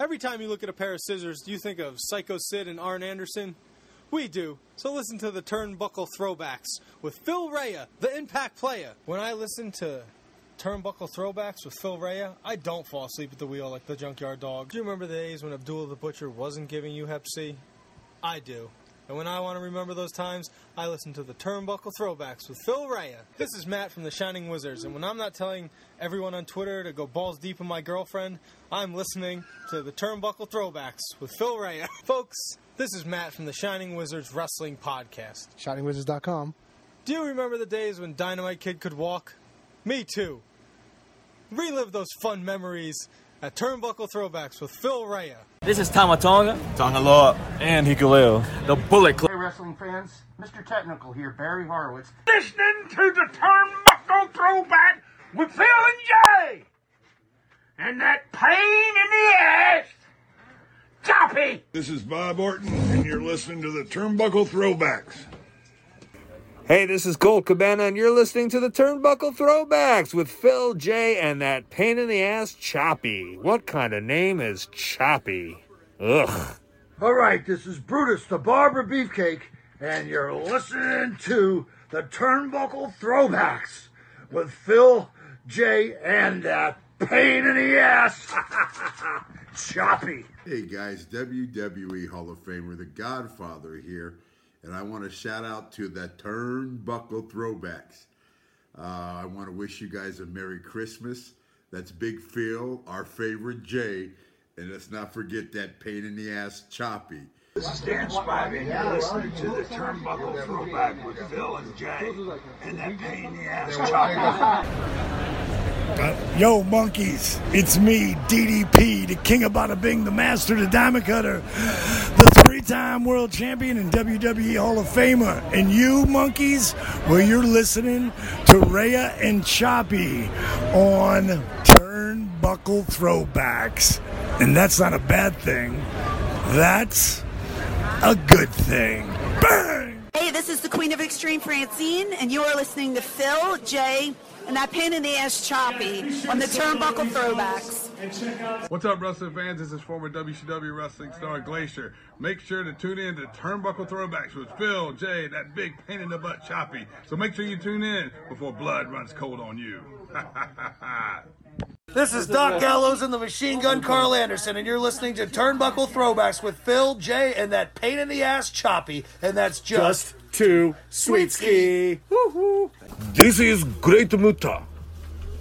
Every time you look at a pair of scissors, you think of Psycho Sid and Arn Anderson. We do. So listen to the Turnbuckle Throwbacks with Phil Rea, the Impact Player. When I listen to Turnbuckle Throwbacks with Phil Rea, I don't fall asleep at the wheel like the junkyard dog. Do you remember the days when Abdullah the Butcher wasn't giving you Hep C? I do. And when I want to remember those times, I listen to the Turnbuckle Throwbacks with Phil Rea. This is Matt from the Shining Wizards, and when I'm not telling everyone on Twitter to go balls deep in my girlfriend, I'm listening to the Turnbuckle Throwbacks with Phil Rea. Folks, this is Matt from the Shining Wizards Wrestling Podcast. ShiningWizards.com. Do you remember the days when Dynamite Kid could walk? Me too. Relive those fun memories at Turnbuckle Throwbacks with Phil Rea. This is Tamatonga Tonga Law. and Hikaleo, the Bullet Club. Hey, wrestling fans, Mr. Technical here, Barry Horowitz. listening to the Turnbuckle Throwback with Phil and Jay. And that pain in the ass, Choppy. This is Bob Orton, and you're listening to the Turnbuckle Throwbacks. Hey, this is Colt Cabana, and you're listening to the Turnbuckle Throwbacks with Phil J and that pain in the ass Choppy. What kind of name is Choppy? Ugh. All right, this is Brutus the Barber Beefcake, and you're listening to the Turnbuckle Throwbacks with Phil, Jay, and that pain in the ass, Choppy. Hey guys, WWE Hall of Famer, The Godfather here, and I want to shout out to the Turnbuckle Throwbacks. Uh, I want to wish you guys a Merry Christmas. That's Big Phil, our favorite Jay, and let's not forget that pain in the ass Choppy. This is Dan Spivey, and you're listening to the Turnbuckle Throwback with Phil and Jay. And that pain in the ass, Choppy. Uh, Yo, monkeys, it's me, DDP, the king of bada bing, the master, the diamond cutter, the three time world champion and WWE Hall of Famer. And you, monkeys, well, you're listening to Rhea and Choppy on Turnbuckle Throwbacks. And that's not a bad thing, that's a good thing. Bang! Hey, this is the Queen of Extreme, Francine, and you are listening to Phil, Jay, and that pain in the ass choppy on the Turnbuckle Throwbacks. What's up, wrestling fans? This is former WCW wrestling star Glacier. Make sure to tune in to Turnbuckle Throwbacks with Phil, Jay, that big pain in the butt choppy. So make sure you tune in before blood runs cold on you. This is Doc Gallows and the Machine Gun Carl Anderson, and you're listening to Turnbuckle Throwbacks with Phil, Jay, and that pain in the ass, Choppy, and that's just. Two. Sweet ski. This is Great Muta,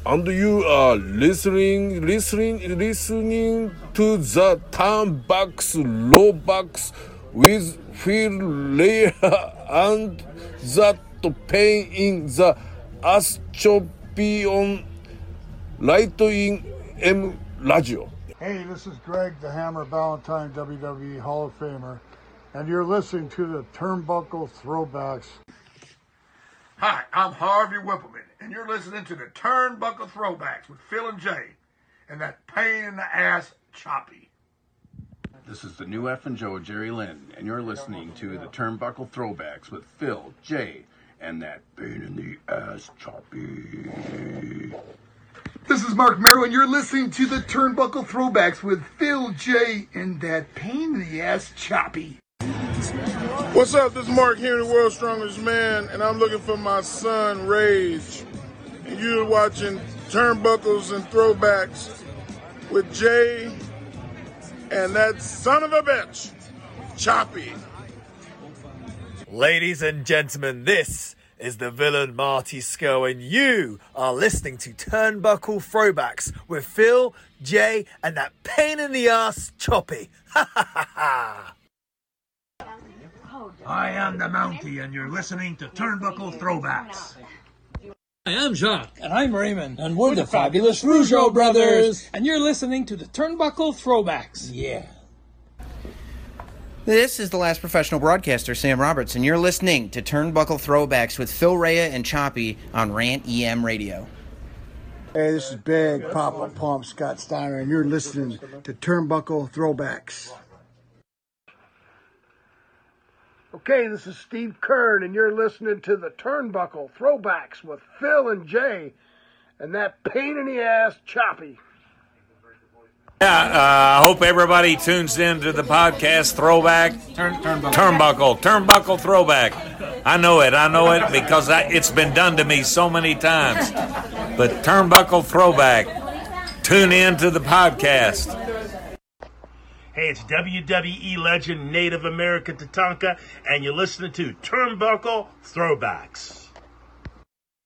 and you are listening, listening, listening to the Turnbucks Lowbacks with Phil Lear and that pain in the ass choppy on light in M radio. Hey, this is Greg the Hammer Valentine, WWE Hall of Famer, and you're listening to the Turnbuckle Throwbacks. Hi, I'm Harvey Whippleman, and you're listening to the Turnbuckle Throwbacks with Phil and Jay. And that pain in the ass, Choppy. This is the new F and Joe Jerry Lynn, and you're listening to the Turnbuckle Throwbacks with Phil, Jay, and that pain in the ass choppy. This is Mark Merrow, and you're listening to the Turnbuckle Throwbacks with Phil, Jay, and that pain in the ass, Choppy. What's up? This is Mark Henry, World's Strongest Man, and I'm looking for my son, Rage. And you're watching Turnbuckles and Throwbacks with Jay and that son of a bitch, Choppy. Ladies and gentlemen, this is the villain Marty Skirr, and you are listening to Turnbuckle Throwbacks with Phil, Jay, and that pain in the ass Choppy. Ha ha ha ha! I am the Mountie, and you're listening to Turnbuckle Throwbacks. I am Jacques. And I'm Raymond, and we're the fabulous Rougeau brothers. And you're listening to the Turnbuckle Throwbacks. Yeah. This is the last professional broadcaster, Sam Roberts, and you're listening to Turnbuckle Throwbacks with Phil Rea and Choppy on Rant EM Radio. Hey, this is Big Papa Pump Scott Steiner, and you're listening to Turnbuckle Throwbacks. Okay, this is Steve Kern, and you're listening to the Turnbuckle Throwbacks with Phil and Jay, and that pain in the ass, Choppy. Yeah, uh, I hope everybody tunes in to the podcast Throwback Turn, turnbuckle. Turnbuckle Turnbuckle Throwback. I know it, I know it because I, it's been done to me so many times. But Turnbuckle Throwback. Tune in to the podcast. Hey, it's WWE legend Native American Tatanka, and you're listening to Turnbuckle Throwbacks.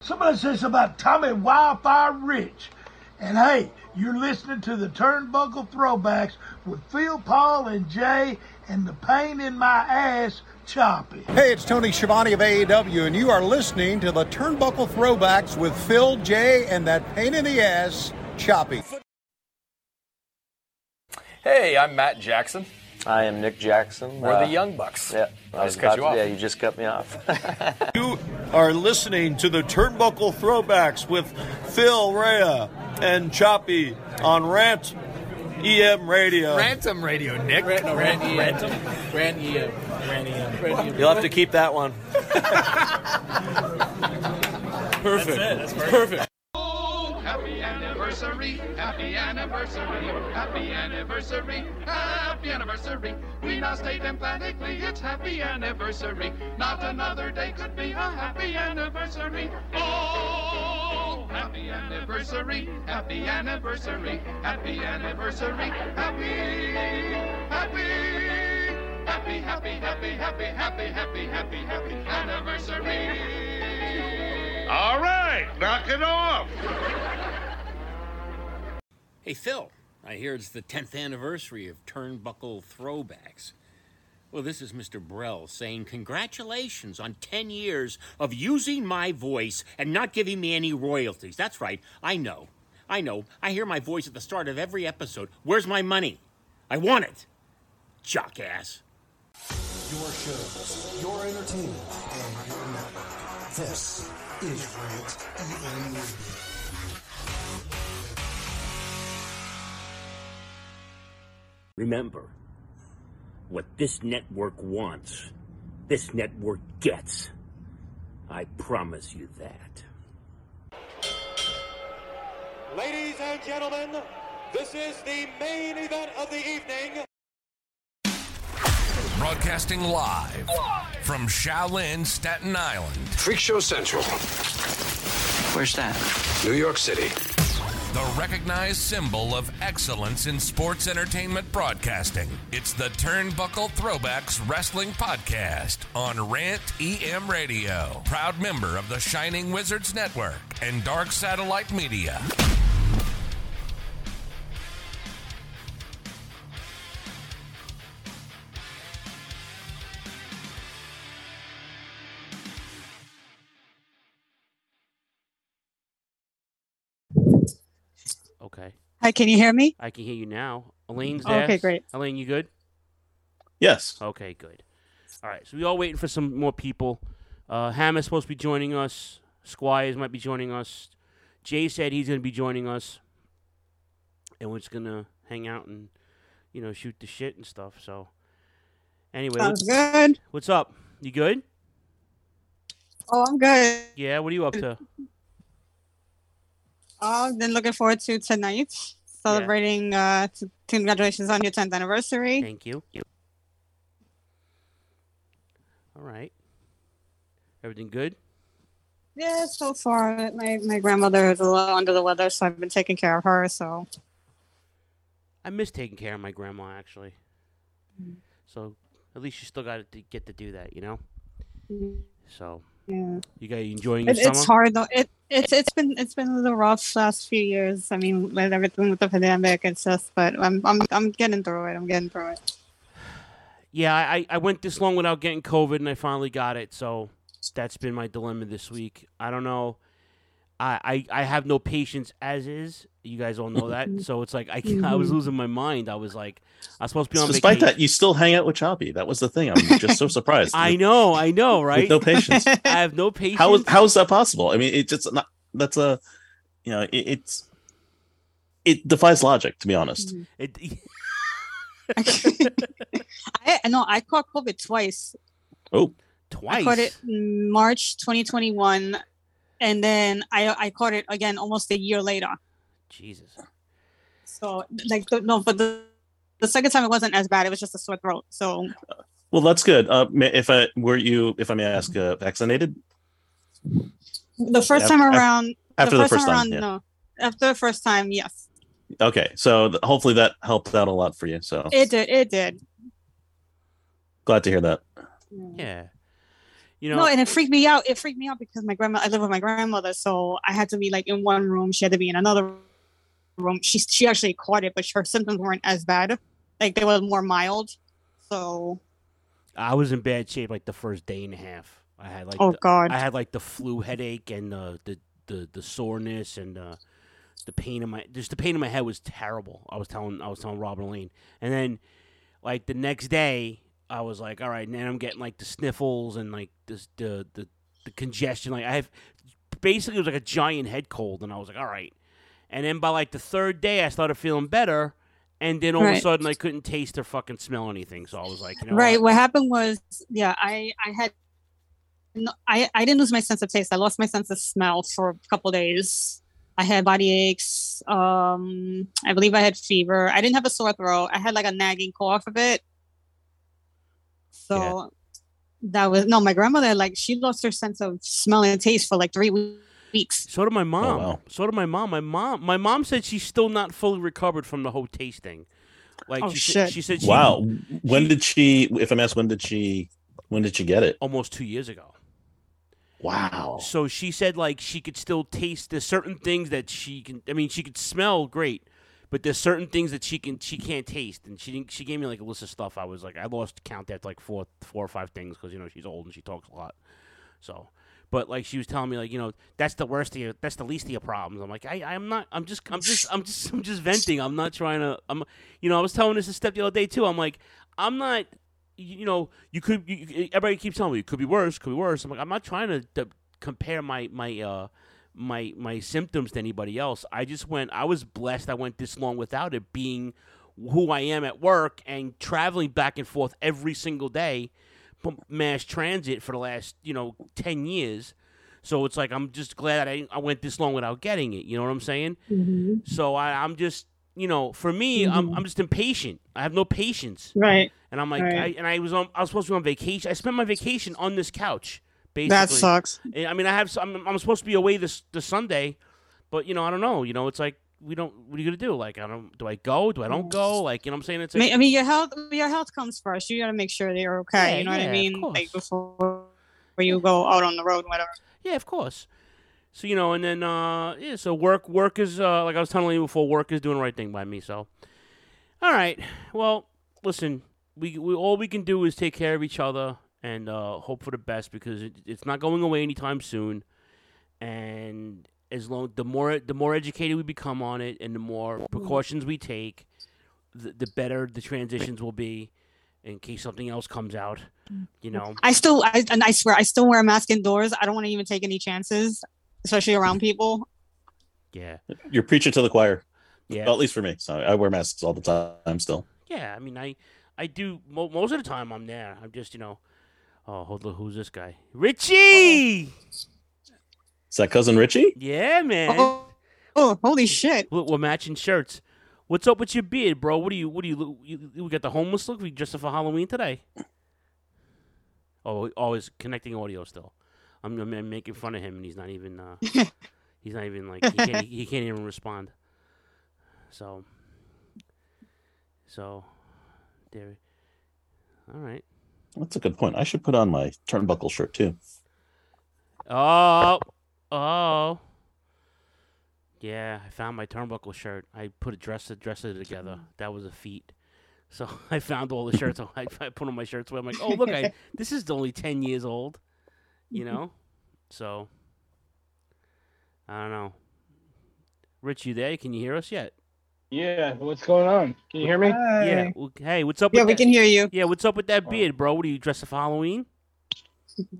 Somebody says about Tommy Wildfire Rich. And hey, you're listening to the Turnbuckle Throwbacks with Phil Paul and Jay and the pain in my ass, Choppy. Hey, it's Tony Schiavone of AEW, and you are listening to the Turnbuckle Throwbacks with Phil J and that pain in the ass, Choppy. Hey, I'm Matt Jackson. I am Nick Jackson. Uh, We're the Young Bucks. Yeah, I just cut about you to- off. Yeah, you just cut me off. You are listening to the Turnbuckle Throwbacks with Phil Rea and Choppy on Rant EM Radio. Ransom Radio, Nick. Rant, Rant EM. Rant E EM. You'll have to keep that one. Perfect. That's it. That's perfect. Happy anniversary, happy anniversary, happy anniversary, happy anniversary. We now state emphatically it's happy anniversary. Not another day could be a happy anniversary. Oh, happy anniversary, happy anniversary, happy anniversary, happy, happy, happy, happy, happy, happy, happy, happy, happy, happy anniversary. All right, knock it off. Hey, Phil, I hear it's the 10th anniversary of Turnbuckle Throwbacks. Well, this is Mr. Brell saying, Congratulations on 10 years of using my voice and not giving me any royalties. That's right, I know. I know. I hear my voice at the start of every episode. Where's my money? I want it. Jockass. Your shows, your entertainment, and your network. This is Rant E EM Radio. Remember, what this network wants, this network gets. I promise you that. Ladies and gentlemen, this is the main event of the evening. Broadcasting live from Shaolin, Staten Island. Freak Show Central. Where's that? New York City. The recognized symbol of excellence in sports entertainment broadcasting. It's the Turnbuckle Throwbacks Wrestling Podcast on Rant EM Radio. Proud member of the Shining Wizards Network and Dark Satellite Media. Okay. Hi, can you hear me? Oh, I can hear you now. Elaine's Okay, there. great. Elaine, you good? Yes. Okay, good. All right. So we all waiting for some more people. Uh, Hammer's supposed to be joining us. Squires might be joining us. Jay said he's going to be joining us, and we're just going to hang out and, you know, shoot the shit and stuff. So, anyway, Sounds what's- good. What's up? You good? Oh, I'm good. Yeah. What are you up to? Oh, I've been looking forward to tonight, celebrating. Uh, t- congratulations on your 10th anniversary. Thank you. All right. Everything good? Yeah, so far my my grandmother is a little under the weather, so I've been taking care of her. So I miss taking care of my grandma actually. Mm-hmm. So at least you still got to get to do that, you know. So Mm-hmm. yeah, you got you enjoying your it, it's summer? hard though. It it's it's been it's been a little rough last few years. I mean, with everything with the pandemic, it's just. But I'm I'm I'm getting through it. I'm getting through it. Yeah, I, I- I went this long without getting COVID, and I finally got it. So that's been my dilemma this week. I don't know. I, I, I have no patience as is. You guys all know Mm-hmm. that. So it's like I, I was Mhm. losing my mind. I was like, I was supposed to be on Despite vacation. that, you still hang out with Choppy. That was the thing. I'm just so surprised. I know, I know, right? no patience. I have no patience. How is how is that possible? I mean, it just not. That's a, you know, it, it's it defies logic to be honest. It, I no, I caught COVID twice. Oh, I caught it in March 2021, and then I I caught it again almost a year later. Jesus. So like the, no, but the, the second time it wasn't as bad. It was just a sore throat. So Well, that's good. Uh, ma- if I were you, if I may ask, Mm-hmm. uh, vaccinated? the first Af- time af- around, after the first time, yeah. no. After the first time, yes, Okay, so th- hopefully that helped out a lot for you. So it did. It did. glad to hear that. Yeah. You know, no, and it freaked me out. It freaked me out because my grandma. I live with my grandmother, so I had to be like in one room. She had to be in another room. She she actually caught it, but her symptoms weren't as bad. Like they were more mild. So I was in bad shape like the first day and a half. I had like Oh, the- God. I had like the flu headache and the the the, the soreness and the the pain in my just the pain in my head was terrible. I was telling I was telling Robin Lane, and then like the next day I was like, all right, and then I'm getting like the sniffles and like this the the, the congestion. Like I have basically it was like a giant head cold, and I was like, all right. And then by like the third day, I started feeling better, and then all of a Right. sudden I couldn't taste or fucking smell anything. So I was like, you know what? right, what happened was, yeah, I I had. No, I, I didn't lose my sense of taste. I lost my sense of smell for a couple days. I had body aches. Um, I believe I had fever. I didn't have a sore throat. I had like a nagging cough of it. So that was no. My grandmother like she lost her sense of smell and taste for like three we- weeks. So did my mom. So did my mom. My mom. My mom said she's still not fully recovered from the whole taste thing. Like Oh, she, Said, shit. she said she Wow. When did she? If I'm asked, when did she? When did she get it? almost two years ago. Wow. So she said like she could still taste there's certain things that she can I mean she could smell great, but there's certain things that she can she can't taste and she didn't she gave me like a list of stuff I was like I lost count at like four four or five things cuz you know she's old and she talks a lot. So but like she was telling me like you know that's the worst of your, that's the least of your problems. I'm like I I'm not I'm just I'm just I'm just I'm just venting. I'm not trying to I'm you know I was telling this to Step the other day too. I'm like I'm not you you know, you could. You, you- everybody keeps telling me it could be worse, could be worse. I'm like, I'm not trying to, to compare my my uh, my my symptoms to anybody else. I just went. I was blessed. I went this long without it being who I am at work and traveling back and forth every single day, from mass transit for the last you know ten years. So it's like I'm just glad I I went this long without getting it. You know what I'm saying? So I, I'm just, you know, for me, I'm, I'm just impatient. I have no patience. Mm-hmm. Right. And I'm like, Right. I, and I was on, I was supposed to be on vacation. I spent my vacation on this couch. Basically, That sucks. And, I mean, I have, s- I'm, I'm supposed to be away this this Sunday, but you know, I don't know. You know, it's like we don't. What are you gonna do? Like, I don't. Do I go? Do I don't go? Like, you know, what I'm saying it's. I mean, Like- I mean, your health your health comes first. You got to make sure that you're okay. Yeah, you know what yeah, I of mean? Like before you go out on the road, and whatever. Yeah, of course. So you know, and then uh, yeah, so work work is uh, like I was telling you before, work is doing the right thing by me. So, all right, well, listen, we, we all we can do is take care of each other and uh, hope for the best because it, it's not going away anytime soon. And as long the more the more educated we become on it, and the more precautions we take, the, the better the transitions will be. In case something else comes out, you know. I still, I, and I swear, I still wear a mask indoors. I don't want to even take any chances, especially around people. Yeah. You're preaching to the choir. Yeah. Well, at least for me. So I wear masks all the time still. Yeah, I mean, I I do mo- most of the time. I'm there. I'm just you know. Oh, hold on. Who's this guy? Richie. Is that cousin Richie? Yeah, man. Oh, oh, holy shit. We're, we're matching shirts. What's up with your beard, bro? What do you what do you look? You, you- we got the homeless look. We dressed up for Halloween today. Oh, always connecting audio still. I'm, I'm making fun of him, and he's not even. Uh, he's not even like he can't, he can't even respond. So. So, there. All right. That's a good point. I should put on my turnbuckle shirt too. Oh, oh, yeah! I found my turnbuckle shirt. I put a dress a dresser together. That was a feat. So I found all the shirts. I, I put on my shirts. Where I'm like, oh look, I this is only ten years old, you know. So I don't know. Rich, you there? Can you hear us yet? Yeah, what's going on? Can you hear me? Yeah. well, hey, what's up? Yeah, with we that- can hear you. Yeah, what's up with Oh. that beard, bro? What are you dressed up for Halloween?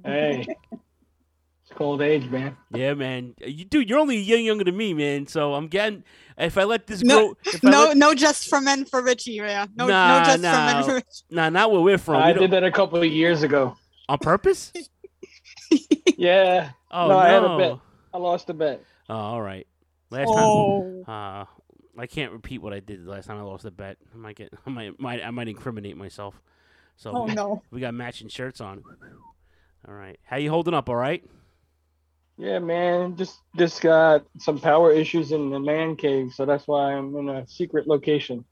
Hey, it's cold age, man. Yeah, man. You, dude, you're only a year younger than me, man. So I'm getting. If I let this No, go, if I no, let- no, just for men for Richie, yeah. No, nah, no, just for nah, men for Richie. nah, not where we're from. I We don't- did that a couple of years ago. on purpose. yeah. Oh, I had a no. bet. I lost a bet. Oh. Oh, all right. Last time, uh, I can't repeat what I did the last time I lost the bet. I might get, I might, might I might incriminate myself. So Oh, no. we got matching shirts on. All right, how you holding up? All right. Yeah, man. Just just got some power issues in the man cave, so that's why I'm in a secret location.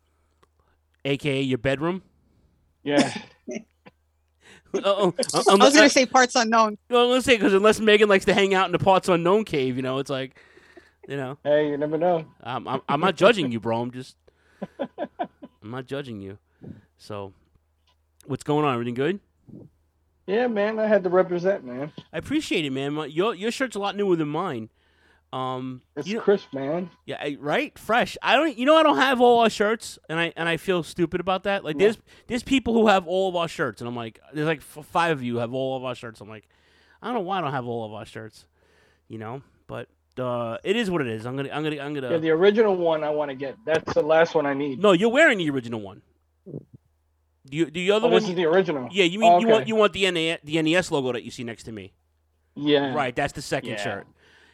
aka your bedroom. Yeah. oh I was gonna say parts unknown. Well, let's say because unless Megan likes to hang out in the parts unknown cave, you know, it's like, you know. Hey, you never know. I'm I'm, I'm not judging you, bro. I'm just, I'm not judging you. So, what's going on? Everything good? Yeah, man. I had to represent, man. I appreciate it, man. My, your your shirt's a lot newer than mine. Um, it's crisp, man. Yeah, I- right. Fresh. I don't. You know, I don't have all our shirts, and I and I feel stupid about that. Like there's there's people who have all of our shirts, and I'm like, there's like f- five of you have all of our shirts. I'm like, I don't know why I don't have all of our shirts. You know, but uh, it is what it is. I'm gonna I'm gonna I'm gonna. Yeah, the original one I want to get. That's the last one I need. No, you're wearing the original one. Do you, do the other Oh, one? this is the original. Yeah, you mean Oh, you want okay. you want the NA, the NES logo that you see next to me? Yeah. right. That's the second Yeah. shirt.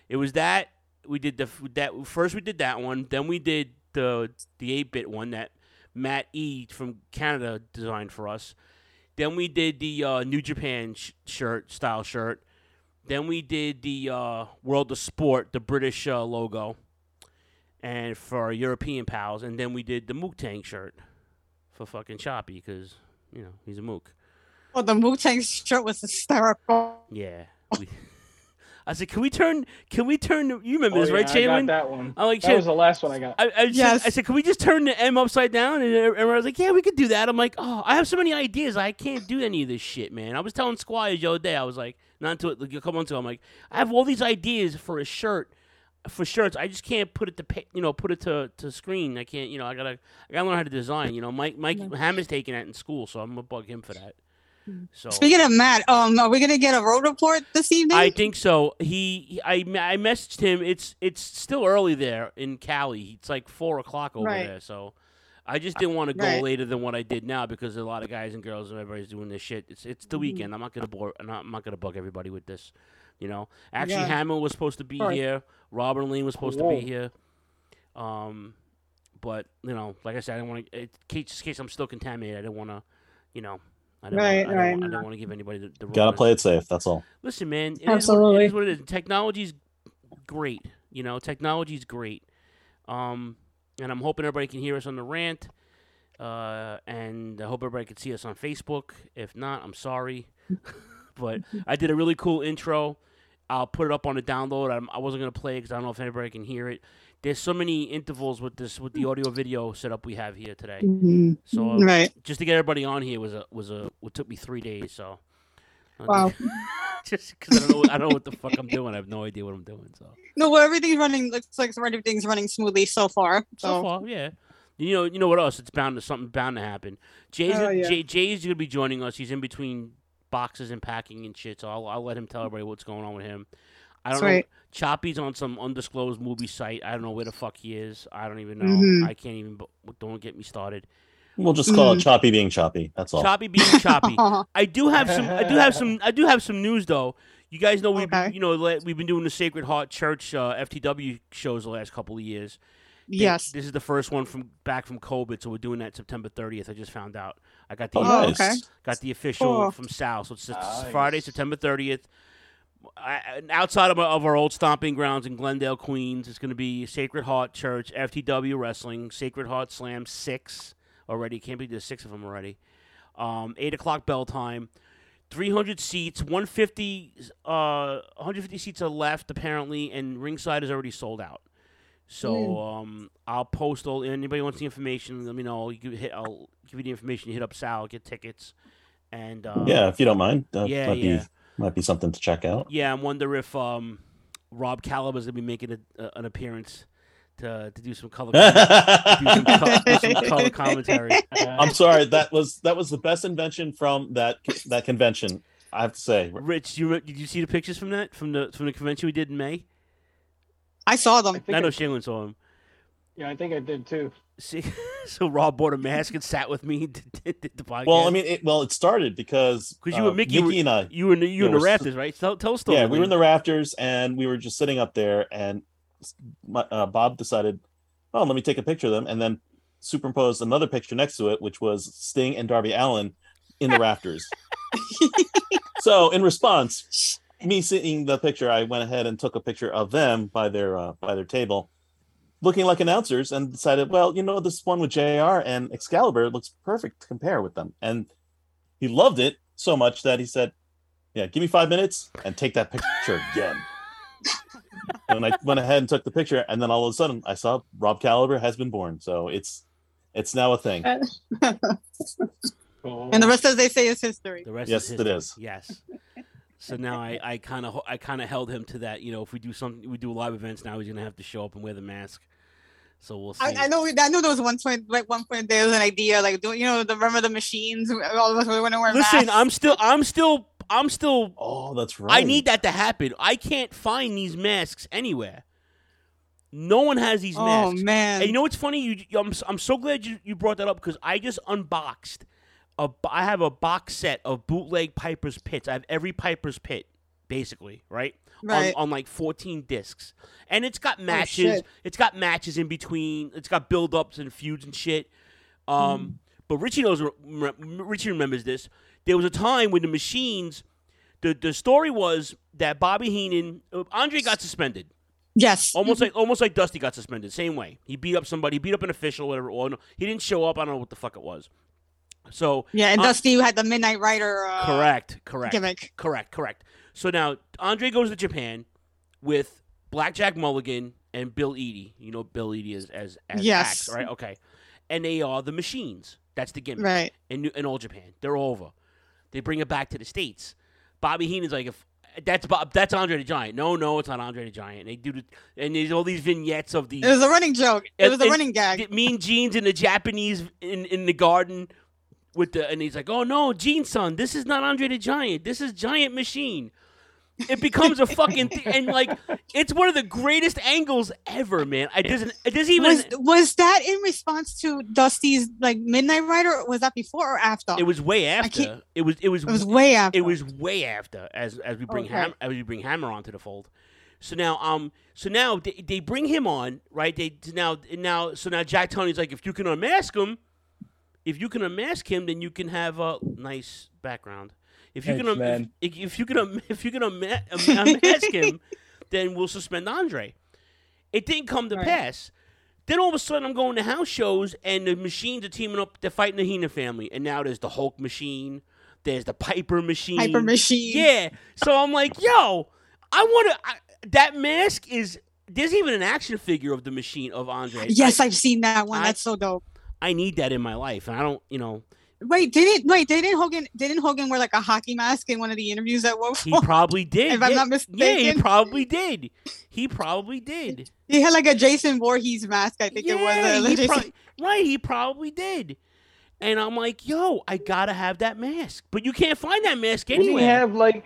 It was that we did the f- that first we did that one, then we did the the eight bit one that Matt E from Canada designed for us. Then we did the uh, New Japan sh- shirt style shirt. Then we did the uh, World of Sport, the British uh, logo, and for our European pals. And then we did the Mook Tang shirt for fucking Choppy because you know he's a Mook. Oh, the Wu Tang shirt was hysterical. Yeah. We, I said, can we turn? Can we turn? the-" You remember Oh, this, right, yeah, I got Chamberlain? that one. I like That was Chamberlain- the last one I got. I, I, just- I said, can we just turn the M upside down? And everyone was like, yeah, we could do that. I'm like, oh, I have so many ideas. I can't do any of this shit, man. I was telling Squires the other day, I was like, not until it, you come on to it. I'm like, I have all these ideas for a shirt, for shirts. I just can't put it to, pa- you know, put it to, to screen. I can't, you know, I gotta, I gotta learn how to design. You know, Mike, Mike Hammond's taking that in school, so I'm gonna bug him for that. So Hmm. Speaking of Matt, um, are we gonna get a road report this evening? I think so. He, he- I, I messaged him. It's it's still early there in Cali. It's like four o'clock over Right. there. So I just didn't want to go Right. later than what I did now because a lot of guys and girls and everybody's doing this shit. It's it's Mm-hmm. the Mhm. weekend. I'm not gonna bore. I'm not, I'm not gonna bug everybody with this. You know, actually, Yeah. Hammond was supposed to be Right. here. Robert Lean was supposed to Whoa. be here. Um, but you know, like I said, I didn't want to. Just in case I'm still contaminated, I didn't want to. You know, I didn't. Right, wanna, I right, didn't, no. want to give anybody the, the wrong Gotta play it safe. That's all. Listen, man, it is Absolutely. what, it is what it is. Technology's great. You know, technology's great. Um, and I'm hoping everybody can hear us on the rant. Uh, and I hope everybody can see us on Facebook. If not, I'm sorry. but I did a really cool intro. I'll put it up on the download. I'm, I wasn't gonna play because I don't know if anybody can hear it. There's so many intervals with this with the audio video setup we have here today. Mhm. So uh, Right. just to get everybody on here was a was a it took me three days. So uh, Wow. just because I don't know, I don't know what the fuck I'm doing. I have no idea what I'm doing. So, No, well, everything's running. Looks like everything's running smoothly so far. So, so far, yeah. You know, you know what else? It's bound to something bound to happen. Jay's Oh, yeah. Jay, Jay's gonna be joining us. He's in between boxes and packing and shit. So I'll, I'll let him tell everybody what's going on with him. I don't That's right. know. Choppy's on some undisclosed movie site. I don't know where the fuck he is. I don't even know. Mm-hmm. Mhm. I can't even. b- Don't get me started. We'll just call it Mm. choppy being choppy. That's all. Choppy being choppy. Uh, Oh. I do have some. I do have some. I do have some news though. You guys know we've you know le- we've been doing the Sacred Heart Church uh, FTW shows the last couple of years. They- Yes. this is the first one from back from COVID, so we're doing that September 30th. I just found out. I got the Oh, Oh, nice. Ah, okay. got the official Cool. from Sal. So it's just Nice. Friday, September 30th. I, and outside of our, of our old stomping grounds in Glendale, Queens, it's going to be Sacred Heart Church, FTW Wrestling, Sacred Heart Slam six already. Can't believe there's six of them already. Um, Eight o'clock bell time. 300 seats, 150, uh, 150 seats are left apparently, and ringside is already sold out. So Mm. um, I'll post all. Anybody wants the information, let me know. You can hit. I'll give you the information. Hit up Sal, get tickets, and uh, yeah, if you don't mind, that yeah, might yeah. be might be something to check out. Yeah, I wonder if um, Rob Caliber's gonna be making a, a, an appearance to, to do some color com- do some co- do some color commentary. I'm sorry that was that was the best invention from that that convention. I have to say, Rich, you re- did you see the pictures from that from the from the convention we did in May? I saw them. I, know Shanlin saw them. Yeah, I think I did too. See, so Rob bought a mask and sat with me and did, did, did the podcast. well, I mean, it, well, it started because because you uh, and Mickey, were, Mickey and I, you were in the, you yeah, in the we're rafters, right? Tell, tell a story. Yeah, we were in man. the rafters and we were just sitting up there, and my, uh, Bob decided oh, let me take a picture of them, and then superimposed another picture next to it, which was Sting and Darby Allen in the rafters. so in response, me seeing the picture, I went ahead and took a picture of them by their uh, by their table, looking like announcers, and decided, well, you know, this one with Jr. and Excalibur looks perfect to compare with them, and he loved it so much that he said, "Yeah, give me five minutes and take that picture again." and I went ahead and took the picture, and then all of a sudden, I saw Rob Caliber has been born. So it's it's now a thing. And the rest, as they say, is history. The rest Yes, is it history. is. Yes. So now I I kind of I kind of held him to that. You know, if we do something, we do live events now. He's gonna have to show up and wear the mask. So we'll see. I, I know. I know there was one point, like one point, there was an idea, like do you know the remember the machines? All of us were going to wear Listen, masks. I'm still I'm still I'm still. Oh, that's I need that to happen. I can't find these masks anywhere. No one has these Oh, masks. man. And you know what's funny? You, you- I'm, s- I'm so glad you, you brought that up because I just unboxed. A, bo- I have a box set of bootleg Piper's Pits. I have every Piper's Pit, basically, right? Right. On, on like 14 discs. And it's Oh, got matches. shit. it's got matches in between. It's got build ups and feuds and shit. Um, Hmm. But Richie knows. rem- Richie remembers this. There was a time when the machines. The, the story was that Bobby Heenan, uh, Andre got suspended. Yes, Mm-hmm. almost like almost like Dusty got suspended. Same way, he beat up somebody, he beat up an official, whatever. Or no, he didn't show up. I don't know what the fuck it was. So yeah, and An- Dusty had the Midnight Rider. Uh, correct, correct, gimmick. correct, correct. So now Andre goes to Japan with Blackjack Mulligan and Bill Eadie. You know Bill Eadie is as as Yes. Axe, right? Okay, and they are the machines. That's the gimmick, Right. In New- in old Japan, they're over. They bring it back to the states. Bobby Heenan's like, if that's Bob, that's Andre the Giant. No, no, it's not Andre the Giant. They do, the, and there's all these vignettes of the. It was a running joke. It And- was a and running gag. the Mean Jeans in the Japanese in, in the garden with the and he's like, "Oh no, Gene son, this is not Andre the Giant. This is Giant Machine." It becomes a fucking thi- and like it's one of the greatest angles ever, man. It doesn't it doesn't even was was that in response to Dusty's like Midnight Rider? Or was that before or after? it was way after. can't- It was it was It was way after. It was way after as as we bring Okay. Ham, as we bring Hammer onto the fold. So now um so now they, they bring him on right they now now so now Jack Tony's like if you can unmask him if you can unmask him then you can have a nice background if you Thanks, can un- man. if, if you can un- if you can unma- un- unmask him then we'll suspend Andre it didn't come to pass. Then all of a sudden, I'm going to house shows, and the machines are teaming up. They're fighting the Heenan family, and now there's the Hulk machine, there's the Piper machine, Piper machine. Yeah. So I'm like, yo, I want to. That mask is. There's even an action figure of the machine of Andre. yes, I've seen that one. That's so dope. I need that in my life, and I don't. You know, Wait, didn't wait? Didn't Hogan? Didn't Hogan wear like a hockey mask in one of the interviews at one he point? probably did. If I'm yeah. not yeah, he mistaken. probably did. He probably did. He had like a Jason Voorhees mask. I think it was. Yeah, uh, he Jason- prob- right, he probably did. And I'm like, yo, I gotta have that mask. But you can't find that mask Didn't anywhere. he have like?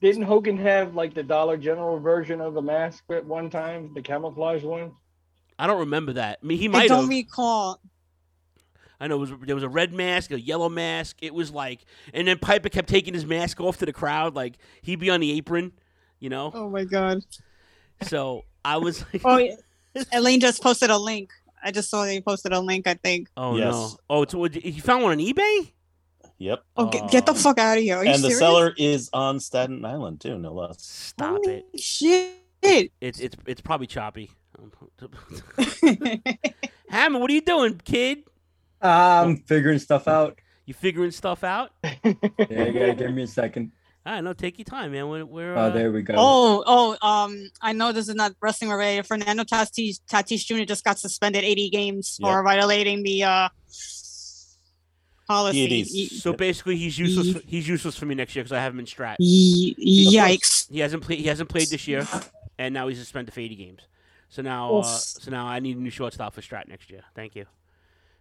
Didn't Hogan have like the Dollar General version of the mask at one time, the camouflage one? I don't remember that. I mean, he I might don't have. recall. I know it was, there was a red mask, a yellow mask. It was like, and then Piper kept taking his mask off to the crowd, like he'd be on the apron, you know. Oh my god. So I was like, Oh, yeah. Elaine just posted a link. I just saw they posted a link. I think. oh Yes. no, oh, it's, what- you found one on eBay? Yep. Oh, get, get the fuck out of here. Are you and the serious? seller is on Staten Island too, no less. Stop it. Shit. It's it's it's probably choppy. Hammond, what are you doing, kid? I'm figuring stuff out. You figuring stuff out? Yeah, you gotta give me a second. I know. Take your time, man. We're, we're Oh, uh, there we go. Oh, oh, um, I know this is not wrestling related. Fernando Tatis, Tatis Jr. just got suspended 80 games for Yep. violating the uh, policy. Y- So basically, he's useless. For, he's useless for me next year because I have him in strat. Ye- yikes. He hasn't played. He hasn't played this year, and now he's suspended for eighty games. So now, uh, Oof. so now I need a new shortstop for strat next year. Thank you,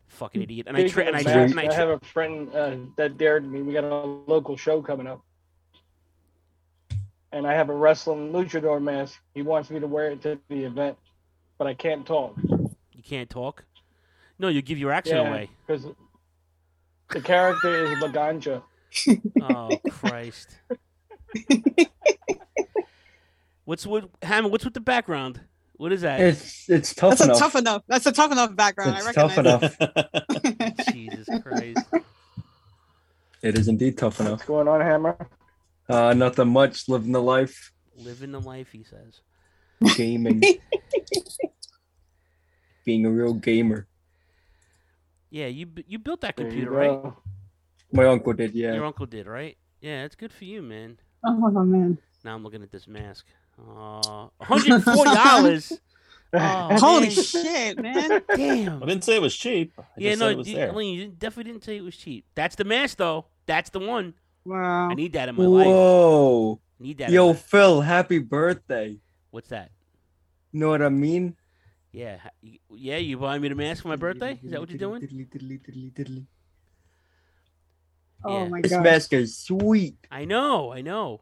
fucking Mm. idiot. And I Speaking tra- of and I tra- masks, and I, tra- have a friend uh, that dared me. We got a local show coming up, and I have a wrestling luchador mask. He wants me to wear it to the event, but I can't talk. you can't talk. No, you give your accent away. because the character is Laganja. Oh Christ! what's with Hammond? What's with the background? What is that? It's it's tough That's enough. a tough enough. That's a tough enough background. I It's tough recognize. enough. Jesus Christ. It is indeed tough enough. going on, Hammer? Uh, nothing much. Living the life. Living the life, he says. Gaming. Being a real gamer. Yeah, you bu- you built that There you computer, right? go. My uncle did. Yeah. Your uncle did, right? Yeah, it's good for you, man. Oh man. Now I'm looking at this mask. Uh, 140 dollars. Holy shit, man! Damn. I didn't say it was cheap. I yeah, just no, said it was you- there. I mean, you definitely didn't say it was cheap. That's the mask, though. That's the one. Wow. I need that in my life. Whoa. Need that in Yo, my- Phil. Happy birthday. What's that? You know what I mean? Yeah, ha- y- yeah. You buying me the mask for my birthday? Is that what you're doing? Oh my This gosh. mask is sweet. I know, I know,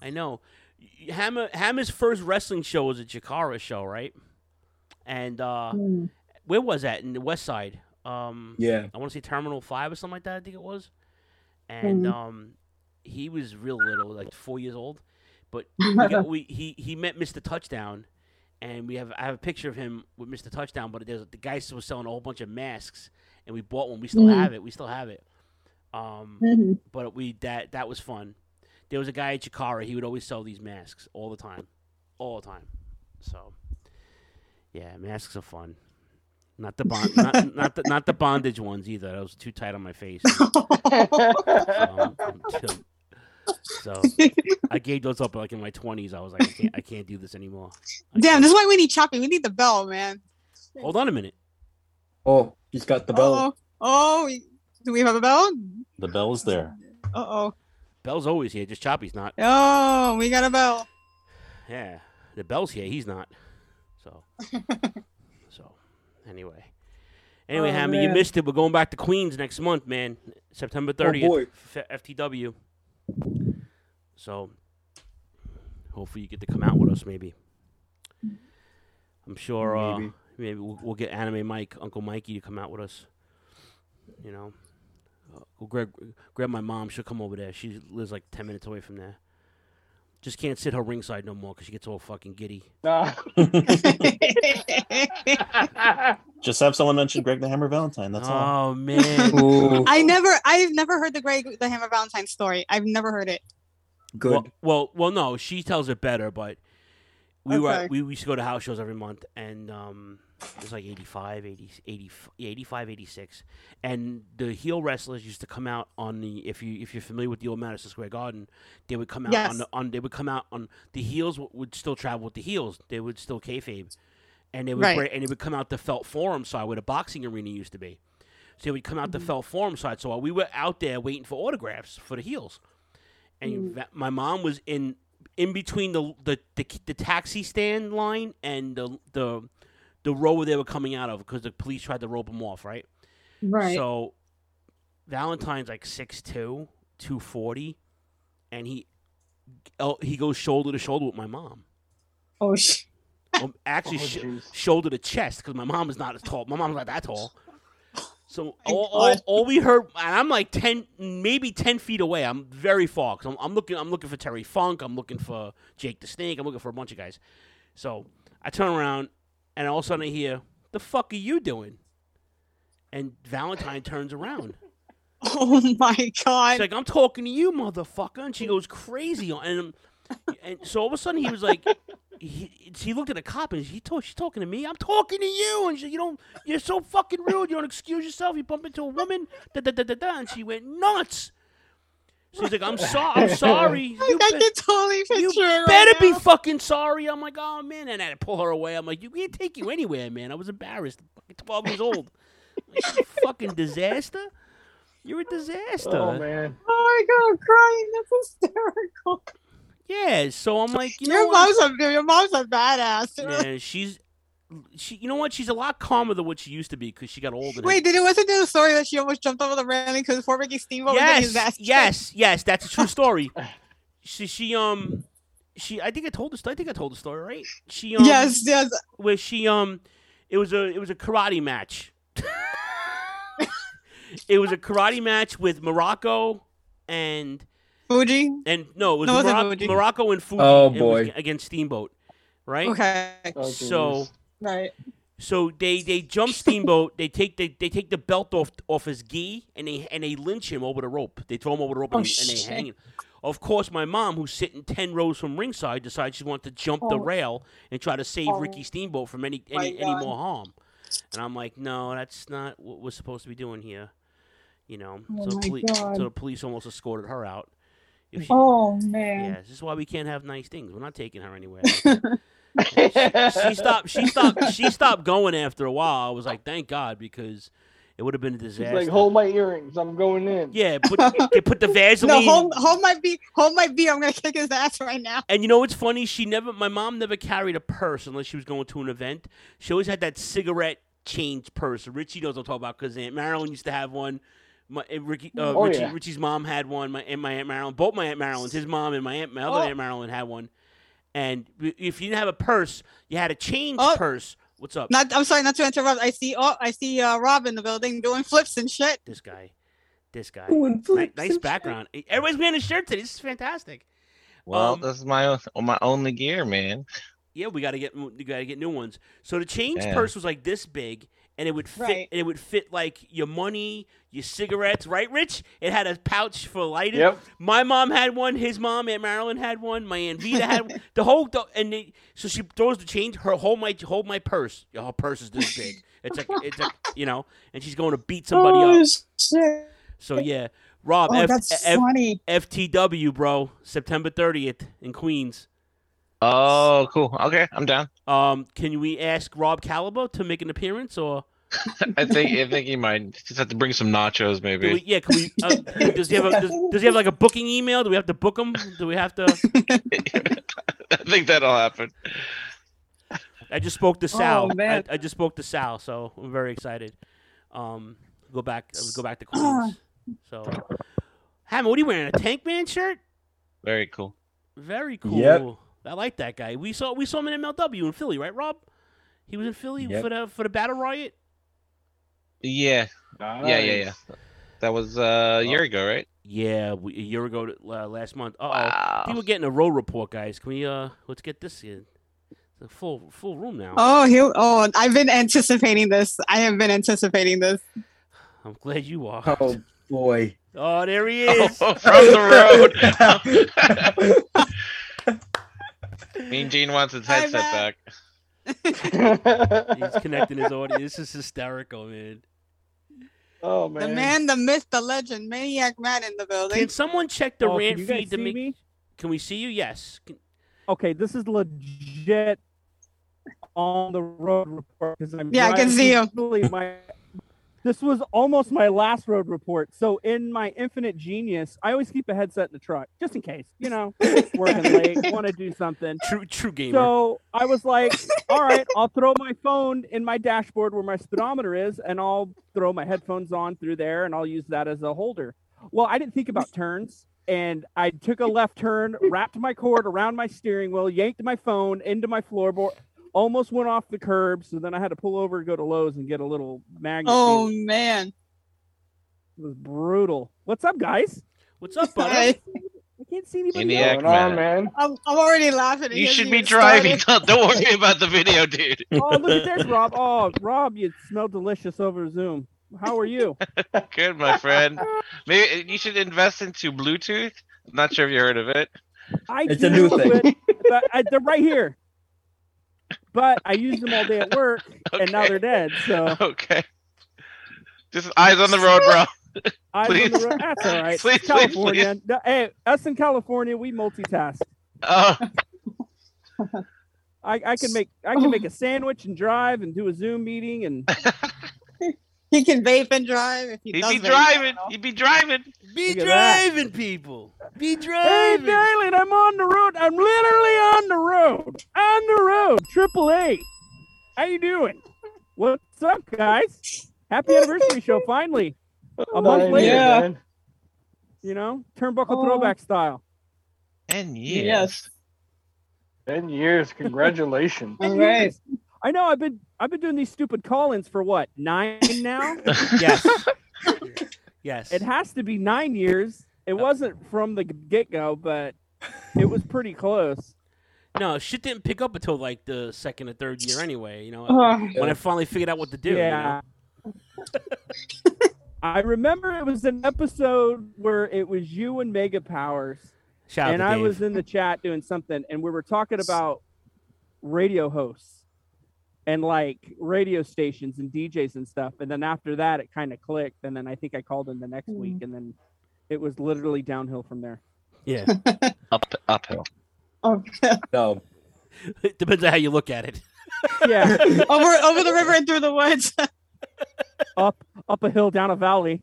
I know. Y- Hammer Hammer's first wrestling show was a Jakara show, right? And uh Hmm. where was that in the West Side? Um, Yeah. I want to say Terminal Five or something like that. I think it was. And Mhm. um, he was real little, like four years old. But we, got, we he he met Mr. Touchdown, and we have I have a picture of him with Mr. Touchdown. But there's the guy still was selling a whole bunch of masks, and we bought one. We still Mhm. have it. We still have it. Um, Mhm. but we that that was fun. There was a guy at Chikara. He would always sell these masks all the time, all the time. So, yeah, masks are fun. Not the bond, not, not the not the bondage ones either. That was too tight on my face. so, so I gave those up like in my twenties. I was like, I can't, I can't do this anymore. Damn, this is why we need Choppy. We need the bell, man. Hold on a minute. Oh, he's got the bell. Oh, oh, we- do we have a bell? The bell is there. Uh oh. Bell's always here. Just Choppy's not. Oh, we got a bell. Yeah, the bell's here. He's not. So, so anyway, anyway, Oh, Hammy, you man. missed it. We're going back to Queens next month, man. September Oh, Oh, thirtieth, boy. FTW. So, hopefully, you get to come out with us. Maybe. I'm sure. Maybe, uh, Maybe. maybe we'll, we'll get Anime Mike, Uncle Mikey, to come out with us. You know, uh, we'll grab grab my mom. She'll come over there. She lives like ten minutes away from there. Just can't sit her ringside no more because she gets all fucking giddy. Nah. Just have someone mention Greg the Hammer Valentine. That's all. Oh man. I never, I've never heard the Greg the Hammer Valentine story. I've never heard it. Good. Well, well, well, no, she tells it better, but we Okay. were we, we used to go to house shows every month, and um, it was like 85, 80, 80, 85, 86. and the heel wrestlers used to come out on the if you if you're familiar with the old Madison Square Garden, they would come out Yes. on the on they would come out on the heels w- would still travel with the heels, they would still kayfabe, and they would Right. break, and they would come out the felt forum side where the boxing arena used to be. So they would come out the felt forum side. So while we were out there waiting for autographs for the heels, and Mm. va- my mom was in in between the the, the the taxi stand line and the the the row where they were coming out of because the police tried to rope them off, right? Right. So Valentine's like 6'2", 240, and he oh, he goes shoulder to shoulder with my mom. Oh sh. Well, actually, Oh, sh- jeez. shoulder to chest because my mom is not as tall. My mom's not that tall. So all, all, all we heard, and I'm like ten, maybe ten feet away. I'm very far because I'm, I'm looking. I'm looking for Terry Funk. I'm looking for Jake the Snake. I'm looking for a bunch of guys. So I turn around, and all of a sudden I hear, "The fuck are you doing?" And Valentine turns around. Oh my god. She's like, I'm talking to you, motherfucker. And she goes crazy. on- And, and so all of a sudden he was like, he, he looked at the cop and she told, she's talking to me. I'm talking to you. And she, you don't, you're so fucking rude. You don't excuse yourself. You bump into a woman. Da, da, da, da, da. And she went nuts. She's like, I'm sorry. I'm sorry. You I bet- can totally picture it right better be now. fucking sorry. I'm like, oh man, and I had to pull her away. I'm like, you can't take you anywhere, man. I was embarrassed. I'm fucking twelve years old. Like, you fucking disaster. You're a disaster. Oh, man. Oh my god, I'm crying. That's hysterical. Yeah, so I'm like, you know your what? mom's a your mom's a badass. Yeah, she's she. You know what? She's a lot calmer than what she used to be because she got older. Wait, did it wasn't there the story that she almost jumped over the railing because poor Ricky Steamboat was in his yes, ass? yes, yes. That's a true story. she, she, um, she. I think I told the. sto- I think I told the story, right? She, um, Yes, yes. Where she, um, it was a, it was a karate match. it was a karate match with Morocco and Fuji. And no, it was No, it wasn't Morocco, Fuji. Morocco and Fuji. Oh, It was boy. ag- against Steamboat, right? Okay. Oh, so geez. Right. So they they jump Steamboat. they take the they take the belt off off his gi and they and they lynch him over the rope. They throw him over the rope Oh, and, they, and they shit. hang him. Of course, my mom, who's sitting ten rows from ringside, decides she wants to jump the Oh. rail and try to save Oh. Ricky Steamboat from any My any, any God. more harm. And I'm like, no, that's not what we're supposed to be doing here. You know, Oh, so, the my police, God. so the police almost escorted her out. If she- Oh, man. Yeah, this is why we can't have nice things. We're not taking her anywhere. she, she stopped. She stopped. She stopped going after a while. I was like, thank God, because it would have been a She's disaster. like, hold my earrings. I'm going in. yeah, put, they put the No, Vaseline. home, home might be, home might be. I'm gonna kick his ass right now. and you know what's funny? She never. My mom never carried a purse unless she was going to an event. She always had that cigarette change purse. Richie knows what I'm talking about because Aunt Marilyn used to have one. My and Ricky, uh, Oh, Richie, yeah. Richie's mom had one. My and my Aunt Marilyn, both my Aunt Marilyns, his mom and my aunt, my other Oh. Aunt Marilyn had one. And if you didn't have a purse, you had a change Oh. purse. What's up? Not. I'm sorry, not to interrupt. I see. Oh, I see. Uh, Rob in the building doing flips and shit. this guy, this guy. Ooh, and Ni- flips nice and background. Everybody's wearing a shirt today. This is fantastic. Well, this is my o- my only gear, man. Yeah, we gotta get we gotta get new ones. So the change Yeah. purse was like this big, and it would fit. Right. And it would fit like your money, your cigarettes, right, Rich? It had a pouch for lighter. Yep. My mom had one. His mom, Aunt Marilyn, had one. My aunt Vita had one. the whole. The, and they, so she throws the change. Her hold my hold my purse. Her purse is this big. It's like it's like you know, and she's going to beat somebody oh, up. Shit. So yeah, Rob, Oh, F- that's F- funny. FTW, bro, September 30th in Queens. Oh, cool. Okay, I'm down. Um, can we ask Rob Calibo to make an appearance, or I think I think you might just have to bring some nachos, do we, maybe. yeah, can we? Uh, does he have a, does, does he have like a booking email? Do we have to book him? Do we have to? I think that'll happen. I just spoke to Oh, Sal. I, man. I just spoke to Sal, so I'm very excited. Um, go back, go back to Ah. Queens. so, Hammond, what are you wearing? A Tank Man shirt? Very cool. Very cool. Yep. I like that guy. We saw we saw him in MLW in Philly, right, Rob? He was in Philly Yep. for the for the Battle Riot. Yeah. Yeah, yeah, yeah. That was uh, a year ago, right? Yeah, we, a year ago to- uh, last month. Uh oh, I think we're getting a row report, guys. Can we uh let's get this in the full full room now. Oh, he. Oh, I've been anticipating this. I have been anticipating this. I'm glad you are. Oh boy. Oh, there he is from the road. mean Gene wants his Hi, headset back. He's connecting his audio. This is hysterical, man. Oh The man, the myth, the legend, maniac man in the building. Can someone check the Oh, can rant you guys feed to see make? me? Can we see you? Yes. Can- Okay, this is legit on the road report because I'm Yeah, I can see driving him. through Philly. My, this was almost my last road report. So in my infinite genius, I always keep a headset in the truck just in case, you know, working late, want to do something. True, true gamer. So I was like, all right, I'll throw my phone in my dashboard where my speedometer is, and I'll throw my headphones on through there, and I'll use that as a holder. Well, I didn't think about turns, and I took a left turn, wrapped my cord around my steering wheel, yanked my phone into my floorboard, almost went off the curb. So then I had to pull over, go to Lowe's, and get a little magnet. Oh It man. was brutal. What's up, guys? What's up, buddy? I can't see anybody. Maniac else. man. I'm, I'm already laughing. You because should be even driving. started. Don't, don't worry about the video, dude. Oh, look at this, Rob. Oh, Rob, you smell delicious over Zoom. How are you? Good, my friend. Maybe uh, you should invest into Bluetooth. I'm not sure if you heard of it. I It's do, a new thing. But, but I, they're right here. But I used them all day at work, and now they're dead. So okay, Just eyes on the road, bro. I please. remember, that's all right. It's Please, please, California. please. No, hey, us in California, we multitask. Oh. I, I can make I can make a sandwich and drive and do a Zoom meeting and He can vape and drive if he He'd does be vape. driving. He'd be driving. Be Look at that. driving, people. Be Hey, driving. Dylan, I'm on the road. I'm literally on the road. On the road. Triple A. How you doing? What's up, guys? Happy anniversary show, finally. A month Nine later. years, Oh, man. You know, turnbuckle Oh. throwback style. Ten years. Ten years. Congratulations. Ten years. I know I've been I've been doing these stupid call-ins for what, nine now? yes. Yes. It has to be nine years. It wasn't from the get-go, but it was pretty close. No, shit didn't pick up until like the second or third year anyway. You know, Uh-huh. Ugh. when I finally figured out what to do. you Yeah. know? I remember it was an episode where it was you and Mega Powers, Shout out and to I Dave. was in the chat doing something, and we were talking about radio hosts and like radio stations and DJs and stuff. And then after that, it kind of clicked, and then I think I called in the next week, and then it was literally downhill from there. Yeah. Up uphill. Okay. No. it depends on how you look at it. Yeah, over over the river and through the woods. up up a hill, down a valley.